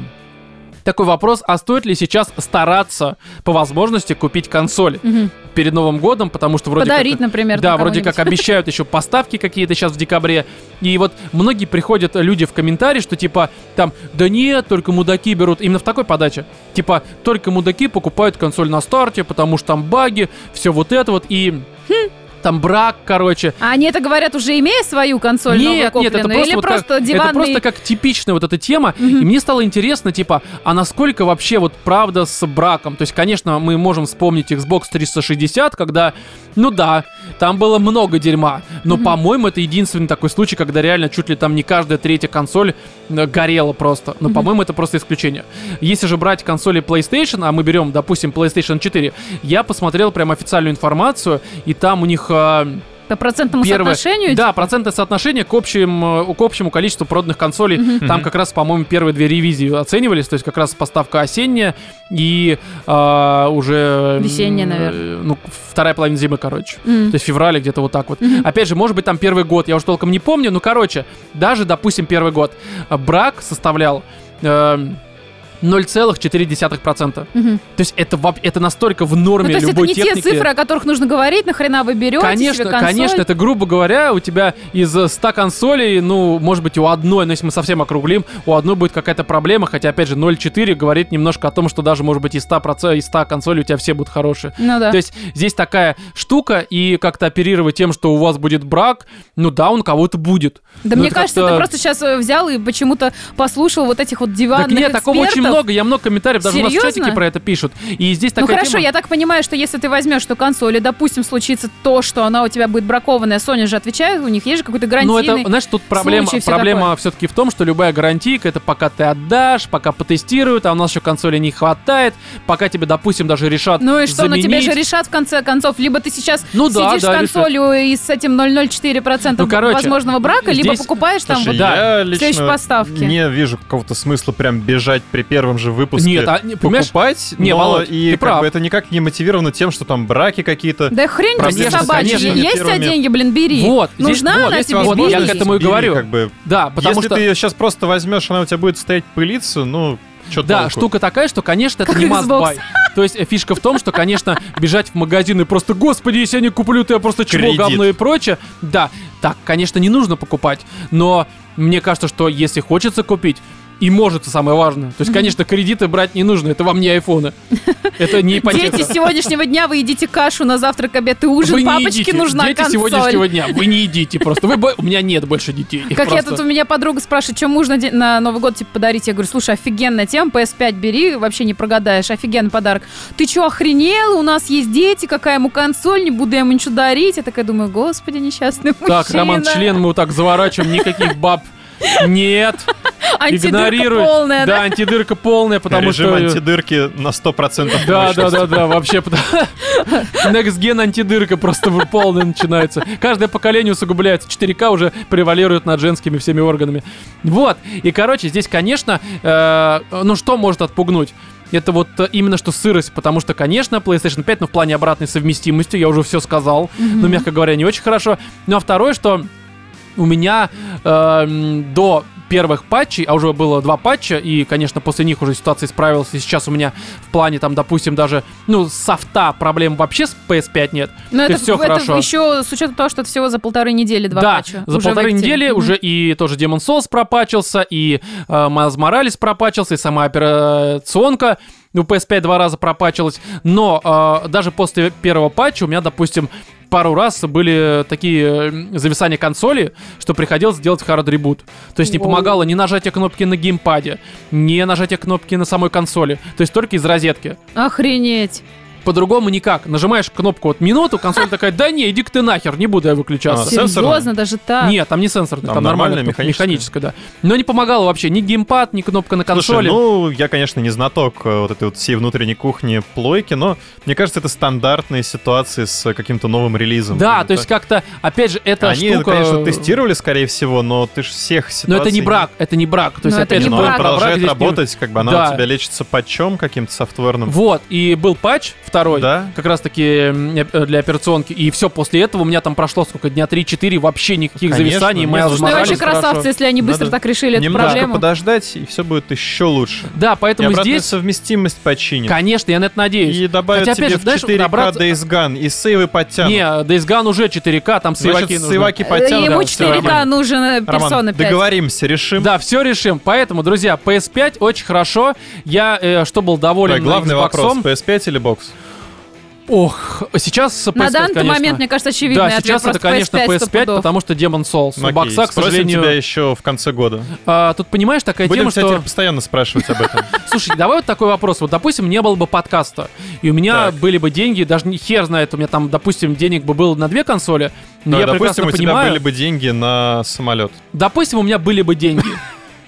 Speaker 1: такой вопрос, а стоит ли сейчас стараться по возможности купить консоль
Speaker 3: Мгм.
Speaker 1: перед Новым годом, потому что вроде
Speaker 3: Подарить,
Speaker 1: как...
Speaker 3: например.
Speaker 1: Да,
Speaker 3: там
Speaker 1: вроде как
Speaker 3: кому-нибудь.
Speaker 1: обещают еще поставки какие-то сейчас в декабре. И вот многие приходят э, люди в комментарии, что типа там, да нет, только мудаки берут. Именно в такой подаче. Типа, только мудаки покупают консоль на старте, потому что там баги, все вот это вот. И хм, там брак, короче.
Speaker 3: А они это говорят уже имея свою консоль
Speaker 1: Нет,
Speaker 3: новую
Speaker 1: нет, это
Speaker 3: купленную?
Speaker 1: просто,
Speaker 3: Или
Speaker 1: вот
Speaker 3: просто
Speaker 1: как,
Speaker 3: диванный...
Speaker 1: это просто как типичная вот эта тема.
Speaker 3: Мгм.
Speaker 1: И мне стало интересно, типа, а насколько вообще вот правда с браком? То есть, конечно, мы можем вспомнить Xbox 360, когда, ну да, там было много дерьма, но,
Speaker 3: Мгм.
Speaker 1: по-моему, это единственный такой случай, когда реально чуть ли там не каждая третья консоль э, горела просто. Но,
Speaker 3: Мгм.
Speaker 1: по-моему, это просто исключение. Если же брать консоли PlayStation, а мы берем, допустим, PlayStation 4, я посмотрел прям официальную информацию, и там у них... э,
Speaker 3: По процентному
Speaker 1: Первое-
Speaker 3: соотношению? типа?
Speaker 1: Да, процентное соотношение к, общим, э, к общему количеству проданных консолей.
Speaker 3: Мгм.
Speaker 1: Там
Speaker 2: Мгм.
Speaker 1: как раз, по-моему, первые две ревизии оценивались. То есть как раз поставка осенняя и а, уже... м,
Speaker 3: Весенняя,
Speaker 1: э,
Speaker 3: наверное.
Speaker 1: Ну, вторая половина зимы, короче.
Speaker 3: М.
Speaker 1: То есть в феврале где-то вот так вот.
Speaker 3: Мгм.
Speaker 1: Опять же, может быть, там первый год, я уже толком не помню. Ну, короче, даже, допустим, первый год э, брак составлял... э, 0,4%. То
Speaker 3: Мгм.
Speaker 1: есть это, воп- это настолько в
Speaker 3: Ну,
Speaker 1: норме
Speaker 3: то есть это
Speaker 1: любой
Speaker 3: не те
Speaker 1: техники.
Speaker 3: цифры, о которых нужно говорить, нахрена вы берете себе
Speaker 1: Конечно,
Speaker 3: консоль?
Speaker 1: конечно, это грубо говоря, у тебя из э, 100 консолей, ну, может быть, у одной, но если мы совсем округлим, у одной будет какая-то проблема, хотя, опять же, 0,4 говорит немножко о том, что даже, может быть, из 100%, из 100 консолей у тебя все будут хорошие.
Speaker 3: Ну да.
Speaker 1: То есть здесь такая штука, и как-то оперировать тем, что у вас будет брак, ну да, он кого-то будет.
Speaker 3: да
Speaker 1: ну,
Speaker 3: мне
Speaker 1: это
Speaker 3: кажется,
Speaker 1: как-то-
Speaker 3: ты просто сейчас взял и почему-то послушал вот этих вот
Speaker 1: Так
Speaker 3: диванных
Speaker 1: нет, такого очень много,
Speaker 3: экспертов.
Speaker 1: я много комментариев, даже у нас в
Speaker 3: Серьезно?
Speaker 1: чатике про это пишут. И здесь
Speaker 3: Ну
Speaker 1: такая
Speaker 3: хорошо,
Speaker 1: тема-
Speaker 3: я так понимаю, что если ты возьмешь эту консоль, и, допустим, случится то, что она у тебя будет бракованная, Sony же отвечает, у них есть же какой-то
Speaker 1: Ну,
Speaker 3: гарантийный...
Speaker 1: это, знаешь, тут проблема,
Speaker 3: случай, всё
Speaker 1: проблема все-таки в том, что любая гарантийка, это пока ты отдашь, пока потестируют, а у нас еще консоли не хватает, пока тебе, допустим, даже решат
Speaker 3: Ну и что,
Speaker 1: заменить.
Speaker 3: ну тебе же решат в конце концов, либо ты сейчас
Speaker 1: Ну да,
Speaker 3: сидишь
Speaker 1: да,
Speaker 3: с консолью и с этим 0,04%
Speaker 1: Ну, короче,
Speaker 3: возможного брака, либо
Speaker 1: здесь-
Speaker 3: покупаешь там...
Speaker 2: Слушай,
Speaker 3: вот-
Speaker 1: да,
Speaker 2: я
Speaker 3: следующей
Speaker 2: лично
Speaker 3: поставке.
Speaker 2: не вижу какого-то смысла прям бежать при первом же выпуске.
Speaker 1: Нет, а, не, понимаешь,
Speaker 2: покупать,
Speaker 1: Не,
Speaker 2: но
Speaker 1: Володь,
Speaker 2: и
Speaker 1: ты
Speaker 2: как
Speaker 1: прав.
Speaker 2: бы это никак не мотивировано тем, что там браки какие-то.
Speaker 3: Да хрень
Speaker 2: Проблема
Speaker 3: тебе
Speaker 1: же,
Speaker 3: собачья.
Speaker 1: конечно,
Speaker 3: Есть у тебя
Speaker 2: первыми.
Speaker 3: деньги, блин, бери.
Speaker 1: Вот, здесь-
Speaker 3: Нужна
Speaker 1: вот,
Speaker 3: она
Speaker 1: есть
Speaker 3: тебе,
Speaker 1: возможность.
Speaker 3: бери.
Speaker 1: Я к этому и
Speaker 2: Бери,
Speaker 1: говорю.
Speaker 2: Как бы.
Speaker 1: Да, потому
Speaker 2: Если
Speaker 1: что...
Speaker 2: ты ее сейчас просто возьмешь, она у тебя будет стоять пылиться, ну, что
Speaker 1: Да, штука такая, что, конечно, это
Speaker 3: Как
Speaker 1: не must
Speaker 3: Xbox.
Speaker 1: buy. То есть э, фишка в том, что, конечно, бежать в магазин и просто, господи, если я не куплю, то я просто чего,
Speaker 2: Кредит.
Speaker 1: говно и прочее. Да, так, конечно, не нужно покупать, но мне кажется, что если хочется купить, и может, это самое важное. То есть, конечно, кредиты брать не нужно, это вам не айфоны. Это не ипотека.
Speaker 3: Дети с сегодняшнего дня, вы едите кашу на завтрак, обед и ужин.
Speaker 1: Вы не
Speaker 3: Папочке
Speaker 1: едите.
Speaker 3: нужна
Speaker 1: Дети
Speaker 3: консоль.
Speaker 1: сегодняшнего дня, вы не едите просто. Вы бо- У меня нет больше детей. Их
Speaker 3: Как я
Speaker 1: просто-
Speaker 3: тут, у меня подруга спрашивает, что можно де- на Новый год типа, подарить? Я говорю, слушай, офигенная тема, PS5 бери, вообще не прогадаешь, офигенный подарок. Ты что, охренел? У нас есть дети, какая ему консоль, не буду я ему ничего дарить. Я такая думаю, господи, несчастный мужчина.
Speaker 1: Так, Роман, член мы вот так заворачиваем, никаких баб. Нет,
Speaker 3: Антидырка
Speaker 1: игнорирует.
Speaker 3: полная,
Speaker 1: да, антидырка полная, потому
Speaker 2: Режим
Speaker 1: что...
Speaker 2: антидырки на 100%
Speaker 1: Да,
Speaker 2: мощности.
Speaker 1: да, да, да, вообще. потому- Next Gen антидырка просто в- полная начинается. Каждое поколение усугубляется. 4К уже превалирует над женскими всеми органами. Вот. И, короче, здесь, конечно, э, ну что может отпугнуть? Это вот э, именно что сырость, потому что, конечно, PlayStation 5, ну, в плане обратной совместимости, я уже все сказал, но, мягко говоря, не очень хорошо. Ну, а второе, что у меня э, м, до первых патчей, а уже было два патча, и, конечно, после них уже ситуация исправилась, и сейчас у меня в плане, там, допустим, даже, ну, софта проблем вообще с PS5 нет.
Speaker 3: Но
Speaker 1: То
Speaker 3: Ну, это,
Speaker 1: есть всё
Speaker 3: это
Speaker 1: хорошо.
Speaker 3: еще с учетом того, что это всего за полторы недели два
Speaker 1: да,
Speaker 3: патча.
Speaker 1: за
Speaker 3: Уже
Speaker 1: полторы
Speaker 3: выкатили.
Speaker 1: недели
Speaker 3: Мгм.
Speaker 1: уже и тоже Demon Souls пропачился, и э, Майлз Моралес пропачился, и сама операционка у PS5 два раза пропачилась. Но э, даже после первого патча у меня, допустим, пару раз были такие э, зависания консоли, что приходилось делать hard reboot. То есть не
Speaker 3: Воу.
Speaker 1: помогало ни нажатие кнопки на геймпаде, ни нажатие кнопки на самой консоли. То есть только из розетки.
Speaker 3: Охренеть.
Speaker 1: По-другому никак. Нажимаешь кнопку вот минуту, консоль такая, да не, иди-ка ты нахер, не буду я выключаться.
Speaker 2: А, сенсорная?
Speaker 3: Серьезно, даже так.
Speaker 1: Нет, там не сенсорная, там,
Speaker 2: Там
Speaker 1: нормальная,
Speaker 2: нормальная
Speaker 1: кнопка, механическая.
Speaker 2: механическая.
Speaker 1: да. Но не помогало вообще ни геймпад, ни кнопка на
Speaker 2: Слушай,
Speaker 1: консоли.
Speaker 2: ну, я, конечно, не знаток э, вот этой вот всей внутренней кухни плойки, но мне кажется, это стандартные ситуации с э, каким-то новым релизом.
Speaker 1: да,
Speaker 2: Это-
Speaker 1: то есть как-то, опять же, эта
Speaker 2: ну, Они,
Speaker 1: штука...
Speaker 2: конечно, тестировали, скорее всего, но ты же всех
Speaker 1: Но
Speaker 2: ситуаций...
Speaker 1: это не брак, это не брак. То есть,
Speaker 3: Но это
Speaker 1: опять
Speaker 3: не
Speaker 1: же,
Speaker 2: но
Speaker 3: брак.
Speaker 2: она
Speaker 1: про брак
Speaker 2: продолжает
Speaker 1: здесь не-
Speaker 2: работать, как бы она
Speaker 1: Да.
Speaker 2: у тебя лечится патчом каким-то софтверным.
Speaker 1: Вот, и был патч второй,
Speaker 2: Да.
Speaker 1: как раз-таки м, э, для операционки. И все, после этого у меня там прошло сколько дня, 3-4, вообще никаких
Speaker 2: Конечно,
Speaker 1: зависаний.
Speaker 2: нет,
Speaker 1: Майлз
Speaker 2: слушай,
Speaker 3: Ну и
Speaker 1: Моралес
Speaker 3: вообще
Speaker 1: хорошо.
Speaker 3: красавцы, если они быстро
Speaker 2: Надо
Speaker 3: так решили эту
Speaker 2: Немножко
Speaker 3: проблему.
Speaker 2: подождать, и все будет еще лучше.
Speaker 1: Да,
Speaker 2: и
Speaker 1: поэтому
Speaker 2: обратная
Speaker 1: здесь,
Speaker 2: совместимость починит.
Speaker 1: конечно, я на это надеюсь.
Speaker 2: И добавят
Speaker 1: Хотя, опять
Speaker 2: тебе
Speaker 1: же,
Speaker 2: в
Speaker 1: знаешь,
Speaker 2: 4К
Speaker 1: добраться-
Speaker 2: Days Gone, и сейвы подтянут.
Speaker 1: Не, Days Gone уже 4К, там
Speaker 2: Значит,
Speaker 1: сейваки нужны.
Speaker 3: Э,
Speaker 2: сейваки подтянут.
Speaker 3: Ему
Speaker 1: да, всё
Speaker 3: 4К
Speaker 1: нормально.
Speaker 3: нужен э,
Speaker 2: Роман,
Speaker 3: персона 5.
Speaker 2: договоримся, решим.
Speaker 1: ну, Да, все решим. Поэтому, друзья, PS5 очень хорошо. Я, э, что был доволен
Speaker 2: Давай, главный
Speaker 1: Xbox.
Speaker 2: вопрос, PS5 или бокс?
Speaker 1: Ох, сейчас PS5,
Speaker 3: На данный
Speaker 1: конечно.
Speaker 3: момент, мне кажется, очевидно.
Speaker 1: да, сейчас это, конечно, PS5, потому что Demon Souls.
Speaker 2: Ну,
Speaker 1: У
Speaker 2: окей,
Speaker 1: бокса, к
Speaker 2: спросим
Speaker 1: сожалению...
Speaker 2: тебя еще в конце года.
Speaker 1: а, тут, понимаешь, такая
Speaker 2: Будем
Speaker 1: тема,
Speaker 2: тебя
Speaker 1: что...
Speaker 2: теперь постоянно спрашивать об этом.
Speaker 1: Слушай, давай вот такой вопрос. Вот, допустим, не было бы подкаста, и у меня
Speaker 2: Так.
Speaker 1: были бы деньги, даже не хер знает, у меня там, допустим, денег бы было на две консоли, но
Speaker 2: Да,
Speaker 1: я
Speaker 2: Ну,
Speaker 1: прекрасно
Speaker 2: допустим, у тебя
Speaker 1: понимаю...
Speaker 2: были бы деньги на самолет.
Speaker 1: Допустим, у меня были бы деньги.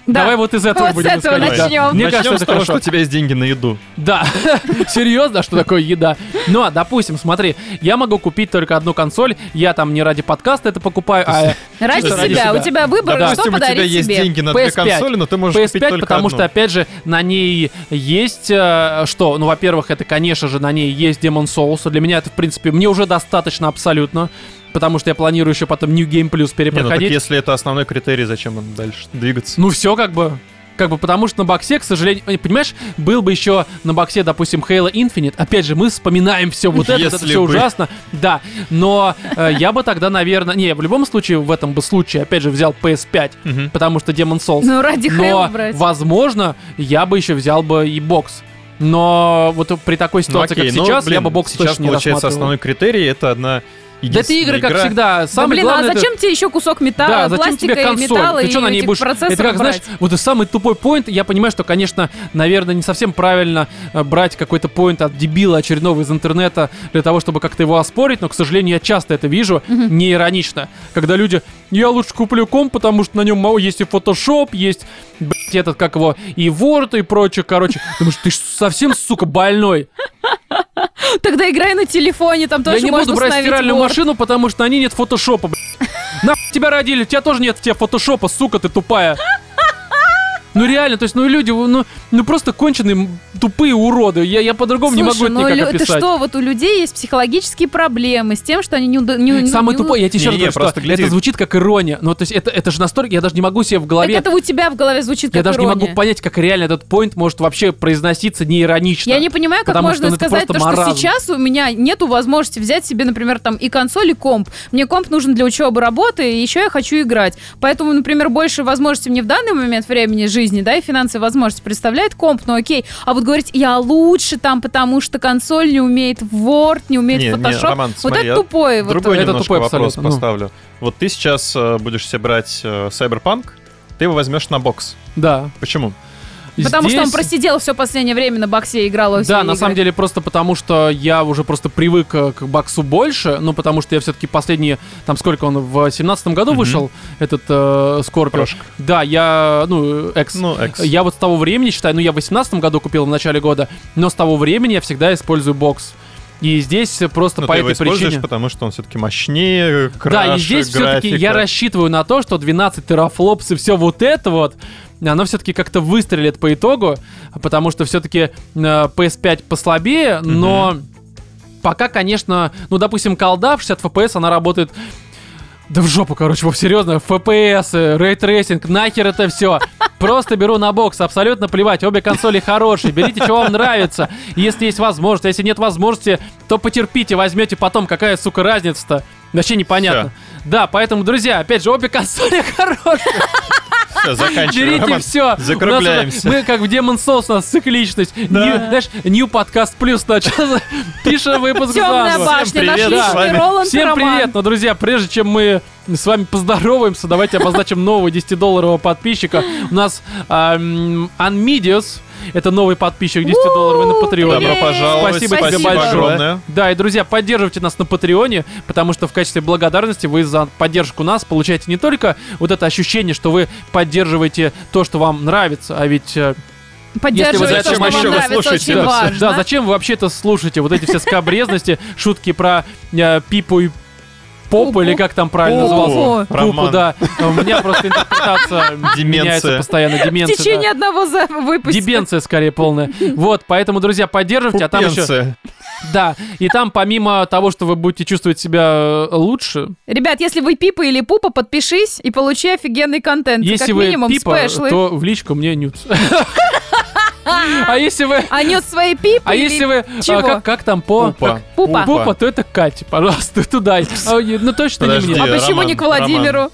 Speaker 3: Да.
Speaker 1: Давай вот из этого
Speaker 3: Вот с
Speaker 1: будем
Speaker 3: этого
Speaker 1: исходить.
Speaker 3: начнем.
Speaker 1: Да. Мне
Speaker 2: Начнем
Speaker 1: кажется,
Speaker 2: с
Speaker 1: это
Speaker 2: того, что
Speaker 1: хорошо.
Speaker 2: у тебя есть деньги на еду.
Speaker 1: Да, серьезно, что такое еда? Ну, а, допустим, смотри, я могу купить только одну консоль, я там не ради подкаста это покупаю, а
Speaker 3: Ради
Speaker 1: Чисто ради
Speaker 3: себя.
Speaker 1: себя.
Speaker 3: У тебя выбор,
Speaker 1: Да-да.
Speaker 3: что
Speaker 2: Допустим, у тебя
Speaker 3: подарить
Speaker 2: есть
Speaker 3: себе.
Speaker 2: деньги на две
Speaker 1: PS5.
Speaker 2: консоли, но ты можешь купить
Speaker 1: PS5,
Speaker 2: только
Speaker 1: потому
Speaker 2: одну.
Speaker 1: что, опять же, на ней есть э, что? Ну, во-первых, это, конечно же, на ней есть Demon Souls. а Для меня это, в принципе, мне уже достаточно абсолютно, потому что я планирую еще потом New Game Plus
Speaker 2: Не, ну так
Speaker 1: перепроходить.
Speaker 2: если это основной критерий, зачем он дальше двигаться?
Speaker 1: Ну все как бы. Как бы потому что на боксе, к сожалению, э, понимаешь, был бы еще на боксе, допустим, Halo Infinite. Опять же, мы вспоминаем все вот это, это
Speaker 2: Если
Speaker 1: все
Speaker 2: бы.
Speaker 1: ужасно. Да. Но э, я бы тогда, наверное. Не, в любом случае, в этом бы случае, опять же, взял PS5,
Speaker 2: Мгм.
Speaker 1: потому что Demon Souls.
Speaker 3: Ну, ради
Speaker 1: Но,
Speaker 3: Halo брать.
Speaker 1: возможно, я бы еще взял бы и бокс. Но вот при такой
Speaker 2: Ну,
Speaker 1: ситуации,
Speaker 2: окей,
Speaker 1: как
Speaker 2: ну,
Speaker 1: сейчас, я
Speaker 2: блин,
Speaker 1: бы бокс
Speaker 2: сейчас
Speaker 1: точно не
Speaker 2: получается
Speaker 1: рассматривал.
Speaker 2: основной критерий, это одна
Speaker 1: Да ты игры,
Speaker 2: единственная
Speaker 1: как
Speaker 2: игра.
Speaker 1: всегда,
Speaker 3: Да,
Speaker 1: самое
Speaker 3: блин,
Speaker 1: главное...
Speaker 3: а
Speaker 1: это-
Speaker 3: зачем тебе еще кусок металла,
Speaker 1: да, зачем
Speaker 3: пластика
Speaker 1: тебе консоль?
Speaker 3: и металла
Speaker 1: ты
Speaker 3: и
Speaker 1: что на ней
Speaker 3: этих
Speaker 1: будешь?
Speaker 3: процессоров
Speaker 1: Это как,
Speaker 3: брать?
Speaker 1: знаешь, вот и самый тупой поинт, я понимаю, что, конечно, наверное, не совсем правильно э, брать какой-то поинт от дебила очередного из интернета для того, чтобы как-то его оспорить, но, к сожалению, я часто это вижу, не иронично, когда люди, я лучше куплю комп, потому что на нем мало- есть и Photoshop, есть, блядь, этот, как его, и Word и прочее, короче. Думаешь, ты ж совсем, сука, больной.
Speaker 3: Тогда играй на телефоне, там тоже
Speaker 1: я не
Speaker 3: можно
Speaker 1: буду брать
Speaker 3: установить
Speaker 1: стиральную
Speaker 3: Word.
Speaker 1: машину, потому что на ней нет фотошопа, блядь. Нахуй тебя родили, у тебя тоже нет тебя фотошопа, сука, ты тупая. Ну реально, то есть, ну люди, ну, ну просто конченые м, тупые уроды. Я, я по-другому не могу
Speaker 3: Слушай,
Speaker 1: это
Speaker 3: ну, лю-
Speaker 1: никак
Speaker 3: это
Speaker 1: описать.
Speaker 3: что, вот у людей есть психологические проблемы с тем, что они не... уда- не- не-
Speaker 1: Самый
Speaker 3: ну, не-
Speaker 1: тупой, я тебе еще раз
Speaker 2: Не-не,
Speaker 1: говорю, что
Speaker 2: просто гляди.
Speaker 1: это звучит как ирония. Ну, то есть это, это же настолько, я даже не могу себе в
Speaker 3: Так
Speaker 1: голове...
Speaker 3: это у тебя в голове звучит как
Speaker 1: я даже не
Speaker 3: ирония.
Speaker 1: могу понять, как реально этот поинт может вообще произноситься не иронично.
Speaker 3: Я не понимаю, как
Speaker 1: Потому что,
Speaker 3: можно
Speaker 1: ну, это
Speaker 3: сказать то,
Speaker 1: просто
Speaker 3: что
Speaker 1: маразм.
Speaker 3: сейчас у меня нету возможности взять себе, например, там и консоль, и комп. Мне комп нужен для учебы, работы, и еще я хочу играть. Поэтому, например, больше возможностей мне в данный момент времени жизни, да, и финансовые возможности представляет комп, ну окей. А вот говорить, я лучше там, потому что консоль не умеет Word, не умеет
Speaker 2: Не, не,
Speaker 3: Photoshop.
Speaker 2: Роман,
Speaker 3: вот
Speaker 2: смотри,
Speaker 3: это
Speaker 2: я
Speaker 3: тупое. вот э,
Speaker 2: Другой
Speaker 1: это
Speaker 2: немножко
Speaker 1: тупой
Speaker 2: вопрос
Speaker 1: абсолютно, ну.
Speaker 2: поставлю. Вот ты сейчас э, будешь себе брать э, Cyberpunk, ты его возьмешь на бокс.
Speaker 1: Да.
Speaker 2: Почему?
Speaker 3: Потому что он
Speaker 1: Здесь-
Speaker 3: просидел все последнее время на боксе, играл во все
Speaker 1: Да,
Speaker 3: игры.
Speaker 1: на самом деле просто потому, что я уже просто привык э, к боксу больше, ну потому что я все-таки последние, там сколько он, в семнадцатом году
Speaker 2: Мгм.
Speaker 1: вышел, этот э, Скорпио.
Speaker 2: Прошка.
Speaker 1: Да, я, ну, экс.
Speaker 2: Ну, экс.
Speaker 1: Я вот с того времени, считаю, ну я в 18 году купил в начале года, но с того времени я всегда использую бокс. И здесь э, просто
Speaker 2: Ну,
Speaker 1: по
Speaker 2: ты его
Speaker 1: этой
Speaker 2: используешь,
Speaker 1: причине...
Speaker 2: потому что он все-таки мощнее, краше,
Speaker 1: да, и здесь все-таки я
Speaker 2: графика.
Speaker 1: рассчитываю на то, что 12 терафлопс и все вот это вот, оно все-таки как-то выстрелит по итогу, потому что э, все-таки PS5 послабее, но пока, конечно, ну, допустим, колда в 60 FPS, она работает да в жопу, короче, вот серьезно, FPS, э, рейтрейсинг, нахер это все. Просто беру на бокс, абсолютно плевать, обе консоли хорошие, берите, чего вам нравится. Если есть возможность, а если нет возможности, то потерпите, возьмете потом, какая, сука, разница-то. Вообще непонятно. Да, поэтому, друзья, опять же, обе консоли хорошие.
Speaker 2: Всё, заканчивай,
Speaker 1: А, Берите
Speaker 2: Роман.
Speaker 1: все.
Speaker 2: Закругляемся.
Speaker 1: Мы как в Demon Souls, у нас цикличность. New, знаешь, New Podcast Plus начался. Пишем выпуск
Speaker 3: Темная
Speaker 1: заново.
Speaker 3: башня,
Speaker 2: привет,
Speaker 3: наш
Speaker 2: с
Speaker 3: личный
Speaker 2: вами-
Speaker 3: Роланд
Speaker 1: Всем
Speaker 3: Роман.
Speaker 1: привет! Ну, друзья, прежде чем мы с вами поздороваемся, давайте обозначим нового 10-долларового подписчика. У нас ам, Анмидиус, это новый подписчик 10-долларовый на
Speaker 3: У,
Speaker 1: Патреоне.
Speaker 2: Добро
Speaker 3: Привет.
Speaker 2: пожаловать.
Speaker 1: Спасибо, тебе
Speaker 3: Спасибо.
Speaker 1: большое.
Speaker 2: огромное.
Speaker 1: Да, и, друзья, поддерживайте нас на Патреоне, потому что в качестве благодарности вы за поддержку нас получаете не только вот это ощущение, что вы поддерживаете то, что вам нравится, а ведь... э, Если вы
Speaker 3: Поддерживать то,
Speaker 1: зачем
Speaker 3: что вам
Speaker 1: еще вы
Speaker 3: нравится,
Speaker 2: слушаете
Speaker 3: очень
Speaker 2: это
Speaker 1: да,
Speaker 2: всё?
Speaker 3: важно.
Speaker 1: да, зачем вы вообще это слушаете? Вот эти все скобрезности, шутки про э, Пипу и Поп,
Speaker 3: Пупу.
Speaker 1: или как там правильно
Speaker 3: Пупу.
Speaker 1: назывался?
Speaker 3: О,
Speaker 2: О, Роман.
Speaker 1: Пупу, да. У меня просто интерпретация меняется
Speaker 2: Деменция.
Speaker 1: постоянно.
Speaker 3: В
Speaker 1: Деменция. да.
Speaker 3: течение одного за выпуска.
Speaker 1: Дебенция скорее полная. Вот, поэтому, друзья, поддерживайте, а там еще...
Speaker 2: Пупенцы.
Speaker 1: Да, и там помимо того, что вы будете чувствовать себя э, лучше,
Speaker 3: Ребят, если вы Пипа или Пупа, подпишись и получи офигенный контент. И
Speaker 1: если
Speaker 3: как
Speaker 1: вы
Speaker 3: минимум
Speaker 1: пипа,
Speaker 3: спешлы.
Speaker 1: то в личку мне нюц. А если вы...
Speaker 3: А не свои Пипы
Speaker 1: А
Speaker 3: или
Speaker 1: если вы...
Speaker 3: чего?
Speaker 1: а, как- Как там по...
Speaker 2: Пупа.
Speaker 3: Пупа.
Speaker 1: Пупа, то это Катя, пожалуйста, туда. А, не- Ну точно не
Speaker 2: Подожди.
Speaker 1: мне.
Speaker 3: А
Speaker 2: Роман,
Speaker 3: почему не к
Speaker 2: Роман.
Speaker 3: Владимиру?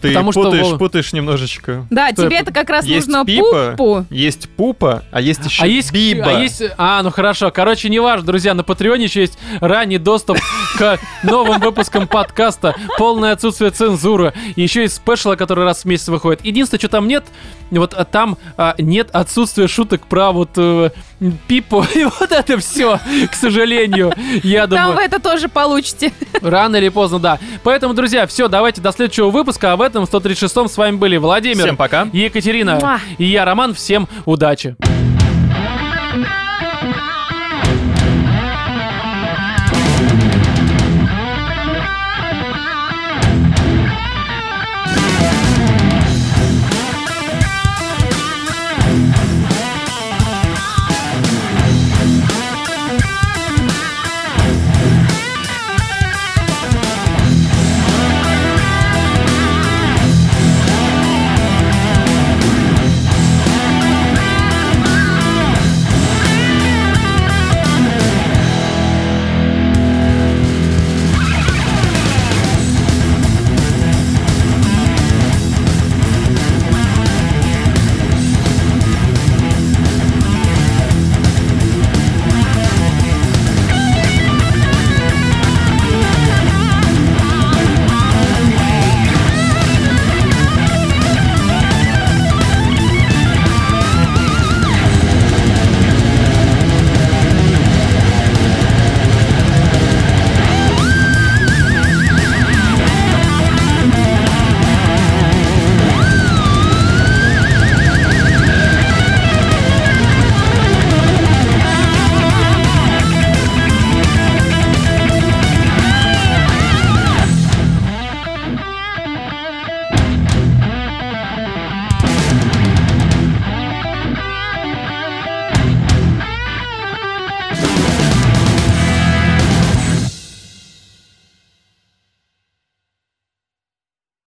Speaker 2: Ты
Speaker 1: Потому что
Speaker 2: путаешь,
Speaker 1: Вова-
Speaker 2: путаешь немножечко.
Speaker 3: Да,
Speaker 1: Что
Speaker 3: тебе
Speaker 1: это?
Speaker 3: это как раз
Speaker 2: Есть
Speaker 3: нужно
Speaker 2: Пипа.
Speaker 3: Пупу.
Speaker 2: Есть пупа, а есть еще
Speaker 1: А есть,
Speaker 2: биба.
Speaker 1: а есть, а, ну хорошо, короче, не важно, друзья, на Патреоне еще есть ранний доступ к новым выпускам подкаста, полное отсутствие цензуры, и еще есть спешла, который раз в месяц выходит. Единственное, что там нет, вот а, там а, нет отсутствия шуток про вот э, Пипу и вот это все, к сожалению, я
Speaker 3: Там
Speaker 1: думаю.
Speaker 3: вы это тоже получите.
Speaker 1: Рано или поздно, да. Поэтому, друзья, все, давайте до следующего выпуска. А в этот бесплатном 136-м. С вами были Владимир,
Speaker 2: Всем пока.
Speaker 1: Екатерина
Speaker 3: Муа.
Speaker 1: и я, Роман. Всем удачи!